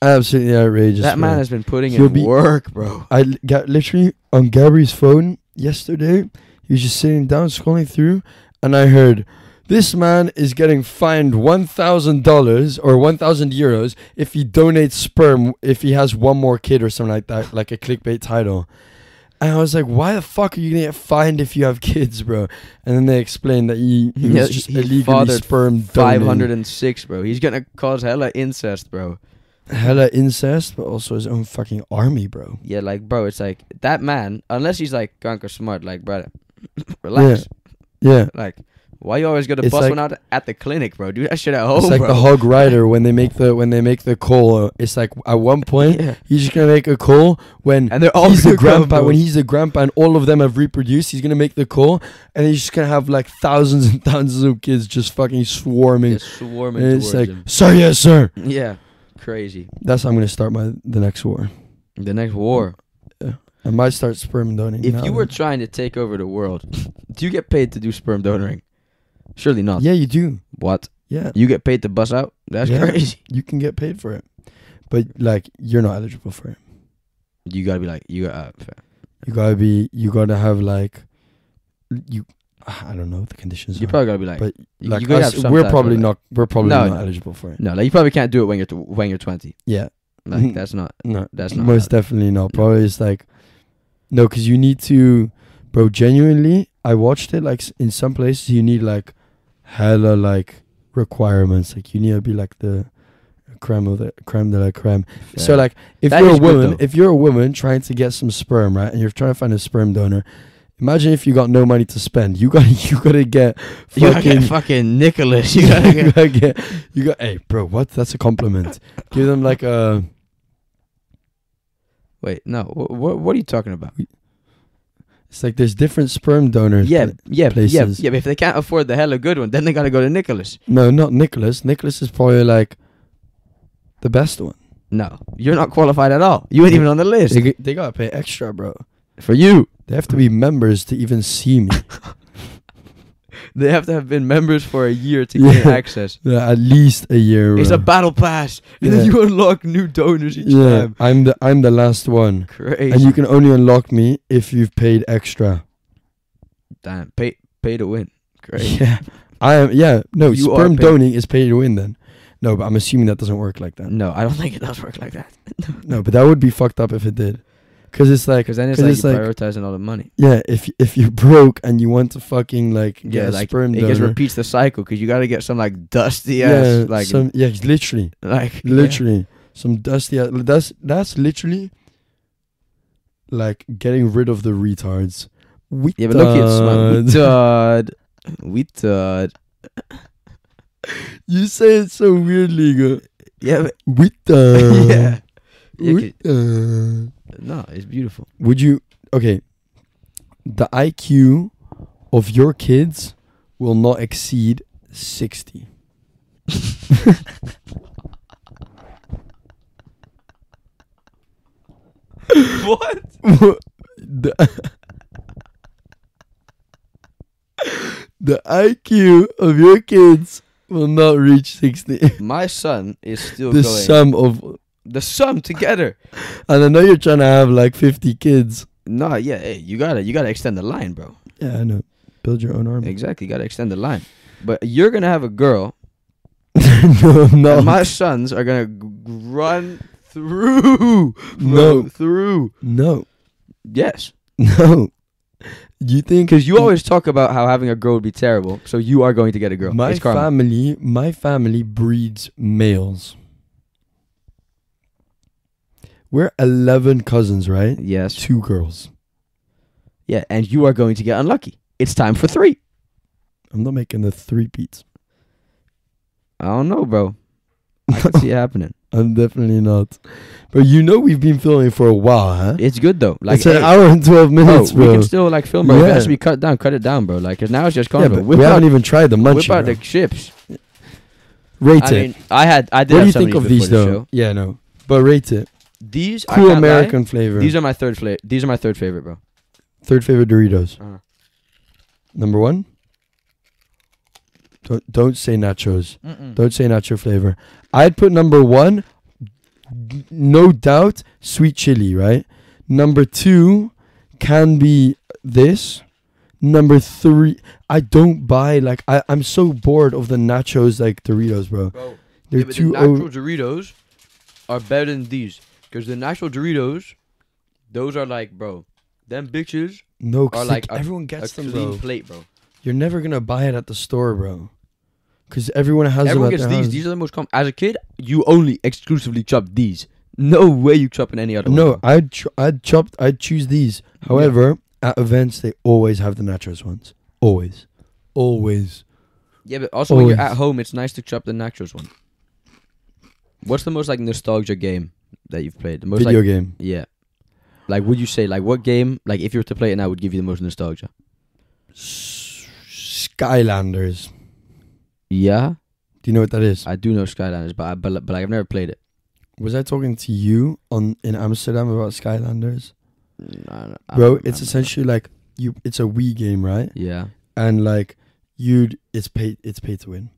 [SPEAKER 2] absolutely outrageous.
[SPEAKER 1] that man
[SPEAKER 2] bro.
[SPEAKER 1] has been putting
[SPEAKER 2] He'll
[SPEAKER 1] in
[SPEAKER 2] be-
[SPEAKER 1] work, bro.
[SPEAKER 2] I l- got literally on Gary's phone yesterday. He was just sitting down scrolling through, and I heard This man is getting fined one thousand dollars or one thousand euros if he donates sperm if he has one more kid or something like that, like a clickbait title. And I was like, why the fuck are you gonna get fined if you have kids, bro? And then they explained that he, he
[SPEAKER 1] Yeah,
[SPEAKER 2] was just
[SPEAKER 1] he
[SPEAKER 2] illegally
[SPEAKER 1] fathered
[SPEAKER 2] sperm
[SPEAKER 1] Five
[SPEAKER 2] donating.
[SPEAKER 1] hundred and six, bro. He's gonna cause hella incest, bro.
[SPEAKER 2] hella incest, but also his own fucking army, bro.
[SPEAKER 1] Yeah, like, bro, it's like that man. Unless he's like drunk or smart, like, brother, relax.
[SPEAKER 2] Yeah.
[SPEAKER 1] Like, why you always gotta
[SPEAKER 2] It's
[SPEAKER 1] bust
[SPEAKER 2] like-
[SPEAKER 1] one out at the clinic, bro? Do that shit at home,
[SPEAKER 2] it's like
[SPEAKER 1] bro.
[SPEAKER 2] the Hog Rider when they make the when they make the call. uh, It's like at one point
[SPEAKER 1] Yeah.
[SPEAKER 2] he's just gonna make a call when
[SPEAKER 1] And they're all
[SPEAKER 2] he's the
[SPEAKER 1] good grandpa
[SPEAKER 2] grandpa. When he's the grandpa and all of them have reproduced, he's gonna make the call and he's just gonna have like thousands and thousands of kids just fucking swarming.
[SPEAKER 1] Just swarming
[SPEAKER 2] And it's
[SPEAKER 1] towards
[SPEAKER 2] like,
[SPEAKER 1] him.
[SPEAKER 2] sir, yes, sir.
[SPEAKER 1] Yeah, crazy.
[SPEAKER 2] That's how I'm gonna start my the next war.
[SPEAKER 1] The next war.
[SPEAKER 2] I might start sperm donating.
[SPEAKER 1] If
[SPEAKER 2] now,
[SPEAKER 1] you were
[SPEAKER 2] though.
[SPEAKER 1] trying to take over the world, do you get paid to do sperm donoring? Surely not.
[SPEAKER 2] yeah, you do.
[SPEAKER 1] What?
[SPEAKER 2] Yeah,
[SPEAKER 1] You get paid to bust out? That's
[SPEAKER 2] Yeah.
[SPEAKER 1] crazy.
[SPEAKER 2] you can get paid for it, but like you're not eligible for it.
[SPEAKER 1] You gotta be like, you got uh, fair.
[SPEAKER 2] You gotta be. You gotta have like, you. I don't know what the conditions.
[SPEAKER 1] You
[SPEAKER 2] are.
[SPEAKER 1] probably gotta be like,
[SPEAKER 2] But,
[SPEAKER 1] you-
[SPEAKER 2] like
[SPEAKER 1] you gotta
[SPEAKER 2] us,
[SPEAKER 1] have some
[SPEAKER 2] we're
[SPEAKER 1] type
[SPEAKER 2] probably
[SPEAKER 1] of,
[SPEAKER 2] not we're probably
[SPEAKER 1] No,
[SPEAKER 2] not
[SPEAKER 1] no.
[SPEAKER 2] eligible for it.
[SPEAKER 1] No, like you probably can't do it when you're t- when you're 20.
[SPEAKER 2] Yeah,
[SPEAKER 1] Like that's not.
[SPEAKER 2] no,
[SPEAKER 1] That's not
[SPEAKER 2] Mm-hmm. most definitely not. Probably it's like no, because you need to, bro. Genuinely, I watched it. Like s- in some places, you need like hella like requirements. Like you need to be like the creme of the creme de la creme. So
[SPEAKER 1] fair.
[SPEAKER 2] like, if
[SPEAKER 1] That
[SPEAKER 2] you're a
[SPEAKER 1] is good,
[SPEAKER 2] woman,
[SPEAKER 1] though.
[SPEAKER 2] if you're a woman trying to get some sperm, right, and you're trying to find a sperm donor. Imagine if you got no money to spend. You got you gotta get
[SPEAKER 1] you gotta
[SPEAKER 2] fucking
[SPEAKER 1] get fucking Nicholas. You gotta
[SPEAKER 2] you
[SPEAKER 1] get.
[SPEAKER 2] gotta get, you got, hey, bro, what? That's a compliment. Give them like uh, a,
[SPEAKER 1] Wait, no. What what are you talking about?
[SPEAKER 2] it's like there's different sperm donors.
[SPEAKER 1] Yeah, yeah, yeah,
[SPEAKER 2] places.
[SPEAKER 1] yeah. But if they can't afford the hella good one, then they gotta go to Nicholas.
[SPEAKER 2] No, not Nicholas. Nicholas is probably like the best one.
[SPEAKER 1] No, you're not qualified at all. You ain't even on the list.
[SPEAKER 2] They, g- they gotta pay extra, bro.
[SPEAKER 1] For you,
[SPEAKER 2] They have to be members to even see me.
[SPEAKER 1] they have to have been members for a year to
[SPEAKER 2] Yeah.
[SPEAKER 1] gain access.
[SPEAKER 2] Yeah, At least a year.
[SPEAKER 1] It's
[SPEAKER 2] bro.
[SPEAKER 1] a battle pass, and then
[SPEAKER 2] Yeah.
[SPEAKER 1] you unlock new donors each
[SPEAKER 2] yeah,
[SPEAKER 1] time.
[SPEAKER 2] I'm the I'm the last one,
[SPEAKER 1] Crazy.
[SPEAKER 2] and you can only unlock me if you've paid extra.
[SPEAKER 1] Damn, pay pay to win. Crazy.
[SPEAKER 2] Yeah, I am. Yeah, no,
[SPEAKER 1] You are
[SPEAKER 2] sperm
[SPEAKER 1] paid.
[SPEAKER 2] donating is paid to win then. No, but I'm assuming that doesn't work like that.
[SPEAKER 1] No, I don't think it does work like that.
[SPEAKER 2] No, but that would be fucked up if it did, because it's like,
[SPEAKER 1] Because then it's
[SPEAKER 2] 'Cause
[SPEAKER 1] like
[SPEAKER 2] it's
[SPEAKER 1] you're
[SPEAKER 2] like-
[SPEAKER 1] prioritizing all the money.
[SPEAKER 2] yeah, if if you're broke and you want to fucking like get
[SPEAKER 1] Yeah,
[SPEAKER 2] a
[SPEAKER 1] like
[SPEAKER 2] sperm
[SPEAKER 1] it
[SPEAKER 2] donor,
[SPEAKER 1] just repeats the cycle because you got to get some like dusty ass like
[SPEAKER 2] some, yeah, it's literally,
[SPEAKER 1] like
[SPEAKER 2] literally, some dusty. ass- That's that's literally like getting rid of the retards. We
[SPEAKER 1] Yeah, but look at Swan. We dud. We dud.
[SPEAKER 2] you say it so weirdly, go.
[SPEAKER 1] Yeah, but,
[SPEAKER 2] We done.
[SPEAKER 1] yeah. Yeah,
[SPEAKER 2] We done.
[SPEAKER 1] No, it's beautiful.
[SPEAKER 2] Would you? Okay, the IQ of your kids will not exceed sixty.
[SPEAKER 1] what?
[SPEAKER 2] the, the IQ of your kids will not reach 60.
[SPEAKER 1] My son is still
[SPEAKER 2] the
[SPEAKER 1] going.
[SPEAKER 2] sum of.
[SPEAKER 1] The sum together.
[SPEAKER 2] And I know you're trying to have like 50 kids.
[SPEAKER 1] No, yeah, hey, you gotta you gotta extend the line, bro.
[SPEAKER 2] Yeah, I know. Build your own army.
[SPEAKER 1] Exactly, you gotta extend the line. But you're gonna have a girl,
[SPEAKER 2] no, I'm not.
[SPEAKER 1] and my sons are gonna g- run through,
[SPEAKER 2] No.
[SPEAKER 1] bro, through.
[SPEAKER 2] no,
[SPEAKER 1] Yes,
[SPEAKER 2] no. You think.
[SPEAKER 1] because you always talk about how having a girl would be terrible, so you are going to get a girl.
[SPEAKER 2] My
[SPEAKER 1] it's karma.
[SPEAKER 2] family, my family breeds males. We're 11 cousins, right?
[SPEAKER 1] yes,
[SPEAKER 2] Two girls.
[SPEAKER 1] Yeah, and you are going to get unlucky. It's time for three.
[SPEAKER 2] I'm not making the three beats.
[SPEAKER 1] I don't know, bro. I can see it happening.
[SPEAKER 2] I'm definitely not. But you know we've been filming for a while, huh?
[SPEAKER 1] It's good though. Like,
[SPEAKER 2] it's an
[SPEAKER 1] hey,
[SPEAKER 2] hour and twelve
[SPEAKER 1] bro,
[SPEAKER 2] minutes,
[SPEAKER 1] we
[SPEAKER 2] bro.
[SPEAKER 1] can still like film, bro. If it has
[SPEAKER 2] Yeah.
[SPEAKER 1] to be cut down, cut it down, bro. Like, 'cause now it's just
[SPEAKER 2] yeah,
[SPEAKER 1] convo.
[SPEAKER 2] but
[SPEAKER 1] whip
[SPEAKER 2] we
[SPEAKER 1] out,
[SPEAKER 2] haven't even tried the
[SPEAKER 1] whip
[SPEAKER 2] munchie.
[SPEAKER 1] out the
[SPEAKER 2] bro.
[SPEAKER 1] chips.
[SPEAKER 2] Rate
[SPEAKER 1] I
[SPEAKER 2] it.
[SPEAKER 1] mean, I had, I did.
[SPEAKER 2] what do
[SPEAKER 1] have
[SPEAKER 2] you
[SPEAKER 1] some
[SPEAKER 2] think of
[SPEAKER 1] these
[SPEAKER 2] these
[SPEAKER 1] before the
[SPEAKER 2] though?
[SPEAKER 1] show.
[SPEAKER 2] Yeah, no. But rate it.
[SPEAKER 1] These I
[SPEAKER 2] Cool
[SPEAKER 1] can't lie,
[SPEAKER 2] American flavor.
[SPEAKER 1] These are my third flavor. These are my third favorite, bro.
[SPEAKER 2] Third favorite Doritos.
[SPEAKER 1] Uh-huh.
[SPEAKER 2] Number one. Don't don't say nachos. Don't say nacho flavor. I'd put number one, n- no doubt, sweet chili, right? Number two can be this. Number three, I don't buy like I. I'm so bored of the nachos like Doritos, bro.
[SPEAKER 1] Bro,
[SPEAKER 2] They're
[SPEAKER 1] but the
[SPEAKER 2] too
[SPEAKER 1] natural
[SPEAKER 2] o-
[SPEAKER 1] Doritos are better than these because the natural Doritos, those are like, bro, them bitches
[SPEAKER 2] no. 'cause
[SPEAKER 1] are
[SPEAKER 2] they-
[SPEAKER 1] like a-
[SPEAKER 2] everyone
[SPEAKER 1] a
[SPEAKER 2] gets them,
[SPEAKER 1] clean
[SPEAKER 2] bro.
[SPEAKER 1] plate, bro.
[SPEAKER 2] You're never gonna buy it at the store, bro. Cause everyone has
[SPEAKER 1] Everyone
[SPEAKER 2] them at
[SPEAKER 1] gets
[SPEAKER 2] their
[SPEAKER 1] these.
[SPEAKER 2] house.
[SPEAKER 1] These are the most common. As a kid, you only exclusively chop these. No way you chop in any other. way,
[SPEAKER 2] No,
[SPEAKER 1] bro.
[SPEAKER 2] I'd ch- I'd chopped I'd choose these. However, at events they always have the nachos ones. Always, always.
[SPEAKER 1] Yeah, but also when you're
[SPEAKER 2] Always.
[SPEAKER 1] at home, it's nice to chop the nachos one. What's the most like nostalgia game that you've played? The most
[SPEAKER 2] Video
[SPEAKER 1] like,
[SPEAKER 2] game.
[SPEAKER 1] yeah. Like, would you say like what game? Like, if you were to play it now, would give you the most nostalgia?
[SPEAKER 2] S- Skylanders.
[SPEAKER 1] Yeah,
[SPEAKER 2] Do you know what that is?
[SPEAKER 1] I do know Skylanders, but I, but but like, I've never played it.
[SPEAKER 2] Was I talking to you on in Amsterdam about Skylanders,
[SPEAKER 1] I don't- I
[SPEAKER 2] bro?
[SPEAKER 1] don't
[SPEAKER 2] It's
[SPEAKER 1] remember.
[SPEAKER 2] essentially like you. It's a Wii game, right?
[SPEAKER 1] yeah.
[SPEAKER 2] and like you'd it's pay it's pay to win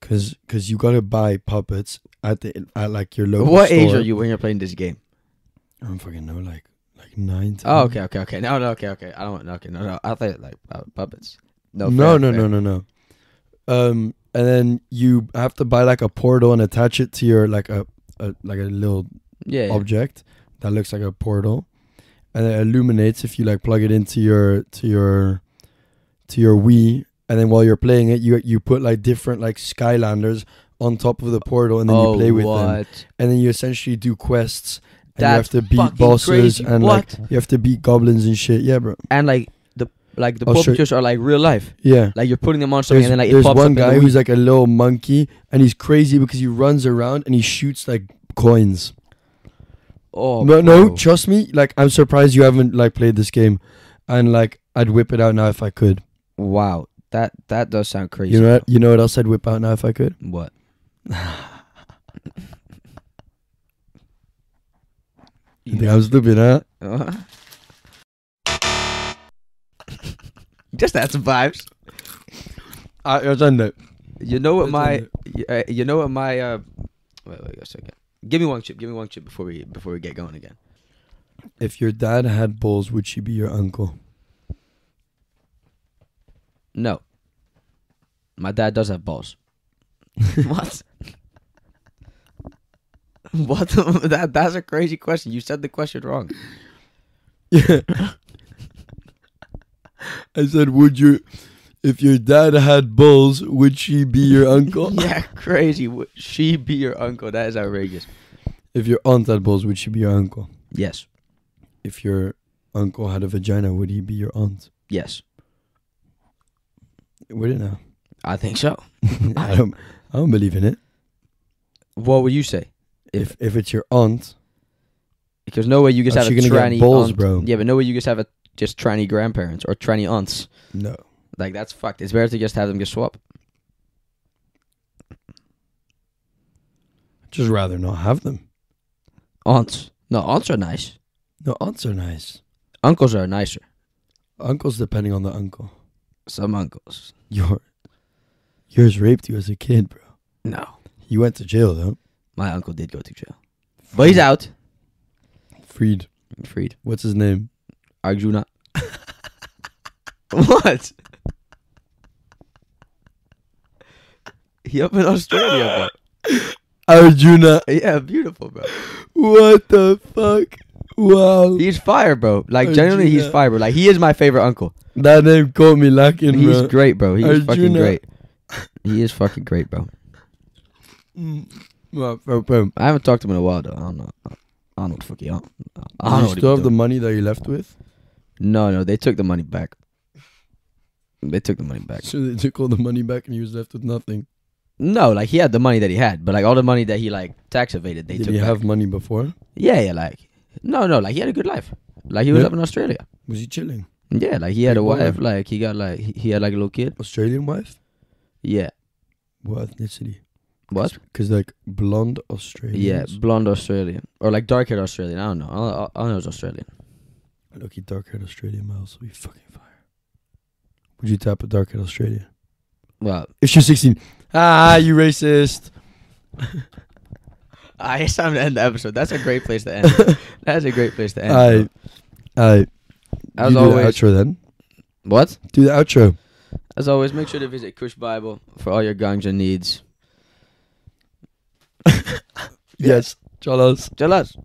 [SPEAKER 2] because cause you gotta buy puppets at the at like your local
[SPEAKER 1] what
[SPEAKER 2] store.
[SPEAKER 1] age are you when you're playing this game?
[SPEAKER 2] i don't fucking know like like nine
[SPEAKER 1] Oh,
[SPEAKER 2] 10.
[SPEAKER 1] okay, okay, okay. No, no, okay, okay. I don't want. no, Okay, no, no. I thought like uh, puppets. No,
[SPEAKER 2] no no
[SPEAKER 1] fair,
[SPEAKER 2] no,
[SPEAKER 1] fair.
[SPEAKER 2] no no um and then you have to buy like a portal and attach it to your like a, a like a little
[SPEAKER 1] Yeah, yeah.
[SPEAKER 2] object that looks like a portal and it illuminates if you like plug it into your to your to your Wii and then while you're playing it you you put like different like Skylanders on top of the portal and then
[SPEAKER 1] oh,
[SPEAKER 2] you play with them
[SPEAKER 1] what?
[SPEAKER 2] and then you essentially do quests and
[SPEAKER 1] That's
[SPEAKER 2] you have to beat
[SPEAKER 1] fucking
[SPEAKER 2] bosses
[SPEAKER 1] crazy.
[SPEAKER 2] and
[SPEAKER 1] what?
[SPEAKER 2] like you have to beat goblins and shit yeah bro
[SPEAKER 1] and like the like the
[SPEAKER 2] I'll show-
[SPEAKER 1] puppeteers are like real life.
[SPEAKER 2] yeah
[SPEAKER 1] Like you're putting them on something, and then like it
[SPEAKER 2] Oh, there's
[SPEAKER 1] pops
[SPEAKER 2] one
[SPEAKER 1] up. in the
[SPEAKER 2] guy
[SPEAKER 1] Wii.
[SPEAKER 2] who's like a little monkey and he's crazy because he runs around and he shoots like coins
[SPEAKER 1] oh
[SPEAKER 2] no, no,
[SPEAKER 1] bro.
[SPEAKER 2] trust me. Like, I'm surprised you haven't like played this game, and like, I'd whip it out now if I could.
[SPEAKER 1] wow, that that does sound crazy.
[SPEAKER 2] You know, what, you know what else I'd whip out now if I could?
[SPEAKER 1] bro. what?
[SPEAKER 2] You think I was stupid, huh?
[SPEAKER 1] Just that's vibes.
[SPEAKER 2] I, I was under.
[SPEAKER 1] You know what
[SPEAKER 2] That's
[SPEAKER 1] my y- uh, you know what my uh wait wait a second. Give me one chip. Give me one chip before we before we get going again.
[SPEAKER 2] If your dad had balls, would she be your uncle?
[SPEAKER 1] No. My dad does have balls. what? what? that that's a crazy question. You said the question wrong.
[SPEAKER 2] Yeah. I said, would you? If your dad had balls, would she be your uncle?
[SPEAKER 1] yeah, crazy. Would she be your uncle? That is outrageous.
[SPEAKER 2] If your aunt had balls, would she be your uncle?
[SPEAKER 1] Yes.
[SPEAKER 2] If your uncle had a vagina, would he be your aunt?
[SPEAKER 1] Yes.
[SPEAKER 2] Would it now?
[SPEAKER 1] I think so.
[SPEAKER 2] I don't. I don't believe in it.
[SPEAKER 1] What would you say? If-
[SPEAKER 2] If if it's your aunt,
[SPEAKER 1] Because no way you just
[SPEAKER 2] Oh,
[SPEAKER 1] have a
[SPEAKER 2] she gonna get
[SPEAKER 1] tranny
[SPEAKER 2] balls,
[SPEAKER 1] aunt.
[SPEAKER 2] bro.
[SPEAKER 1] Yeah, but no way you just have a just tranny grandparents or tranny aunts.
[SPEAKER 2] no.
[SPEAKER 1] Like that's fucked. It's better to just have them just swap.
[SPEAKER 2] Just rather not have them.
[SPEAKER 1] Aunts. No, aunts are nice.
[SPEAKER 2] No, aunts are nice.
[SPEAKER 1] Uncles are nicer.
[SPEAKER 2] Uncles, depending on the uncle.
[SPEAKER 1] Some uncles.
[SPEAKER 2] Your yours raped you as a kid, bro.
[SPEAKER 1] No.
[SPEAKER 2] You went to jail though.
[SPEAKER 1] My uncle did go to jail. But he's out.
[SPEAKER 2] Freed.
[SPEAKER 1] Freed.
[SPEAKER 2] What's his name?
[SPEAKER 1] Arjuna. what? He up in Australia,
[SPEAKER 2] Arjuna.
[SPEAKER 1] bro. Yeah, beautiful, bro.
[SPEAKER 2] What the fuck? Wow.
[SPEAKER 1] He's fire, bro. Like genuinely, he's
[SPEAKER 2] Arjuna.
[SPEAKER 1] fire, bro. Like he is my favorite uncle.
[SPEAKER 2] That name caught me lacking,
[SPEAKER 1] He's
[SPEAKER 2] bro.
[SPEAKER 1] great, bro. He is fucking
[SPEAKER 2] Arjuna.
[SPEAKER 1] great. He is fucking great, bro.
[SPEAKER 2] Mm. Well, bro, bro.
[SPEAKER 1] I haven't talked to him in a while, though. I don't know. I don't know what the fuck he on. I
[SPEAKER 2] Do
[SPEAKER 1] don't know what
[SPEAKER 2] you
[SPEAKER 1] he
[SPEAKER 2] still
[SPEAKER 1] be
[SPEAKER 2] have the
[SPEAKER 1] doing.
[SPEAKER 2] money that you left with?
[SPEAKER 1] No, no, they took the money back. They took the money back.
[SPEAKER 2] So they took all the money back and you was left with nothing.
[SPEAKER 1] No, like he had the money that he had, but like all the money that he like tax evaded, they
[SPEAKER 2] Did
[SPEAKER 1] took
[SPEAKER 2] you
[SPEAKER 1] back.
[SPEAKER 2] have money before?
[SPEAKER 1] Yeah, yeah, like no, no, like he had a good life. Like he was
[SPEAKER 2] Yeah.
[SPEAKER 1] up in Australia.
[SPEAKER 2] Was he chilling?
[SPEAKER 1] Yeah, like he had
[SPEAKER 2] Big
[SPEAKER 1] a
[SPEAKER 2] baller.
[SPEAKER 1] wife. Like he got like he, he had like a little kid.
[SPEAKER 2] Australian wife?
[SPEAKER 1] Yeah,
[SPEAKER 2] What ethnicity?
[SPEAKER 1] what?
[SPEAKER 2] Because like blonde Australians.
[SPEAKER 1] Yeah, blonde Australian or like dark haired Australian. I don't know. All, all, all I know is Australian.
[SPEAKER 2] Lucky dark haired Australian might also be fucking fire. Would you tap a dark haired Australian?
[SPEAKER 1] Well,
[SPEAKER 2] If she's 16. Ah, you racist.
[SPEAKER 1] I Ah, it's time to end the episode. That's a great place to end. That's a great place to end.
[SPEAKER 2] I, I.
[SPEAKER 1] As
[SPEAKER 2] you
[SPEAKER 1] always-
[SPEAKER 2] do the outro then.
[SPEAKER 1] What?
[SPEAKER 2] Do the outro.
[SPEAKER 1] As always, make sure to visit Kush Bible for all your ganja needs.
[SPEAKER 2] Yes. Chalas.
[SPEAKER 1] Jealous.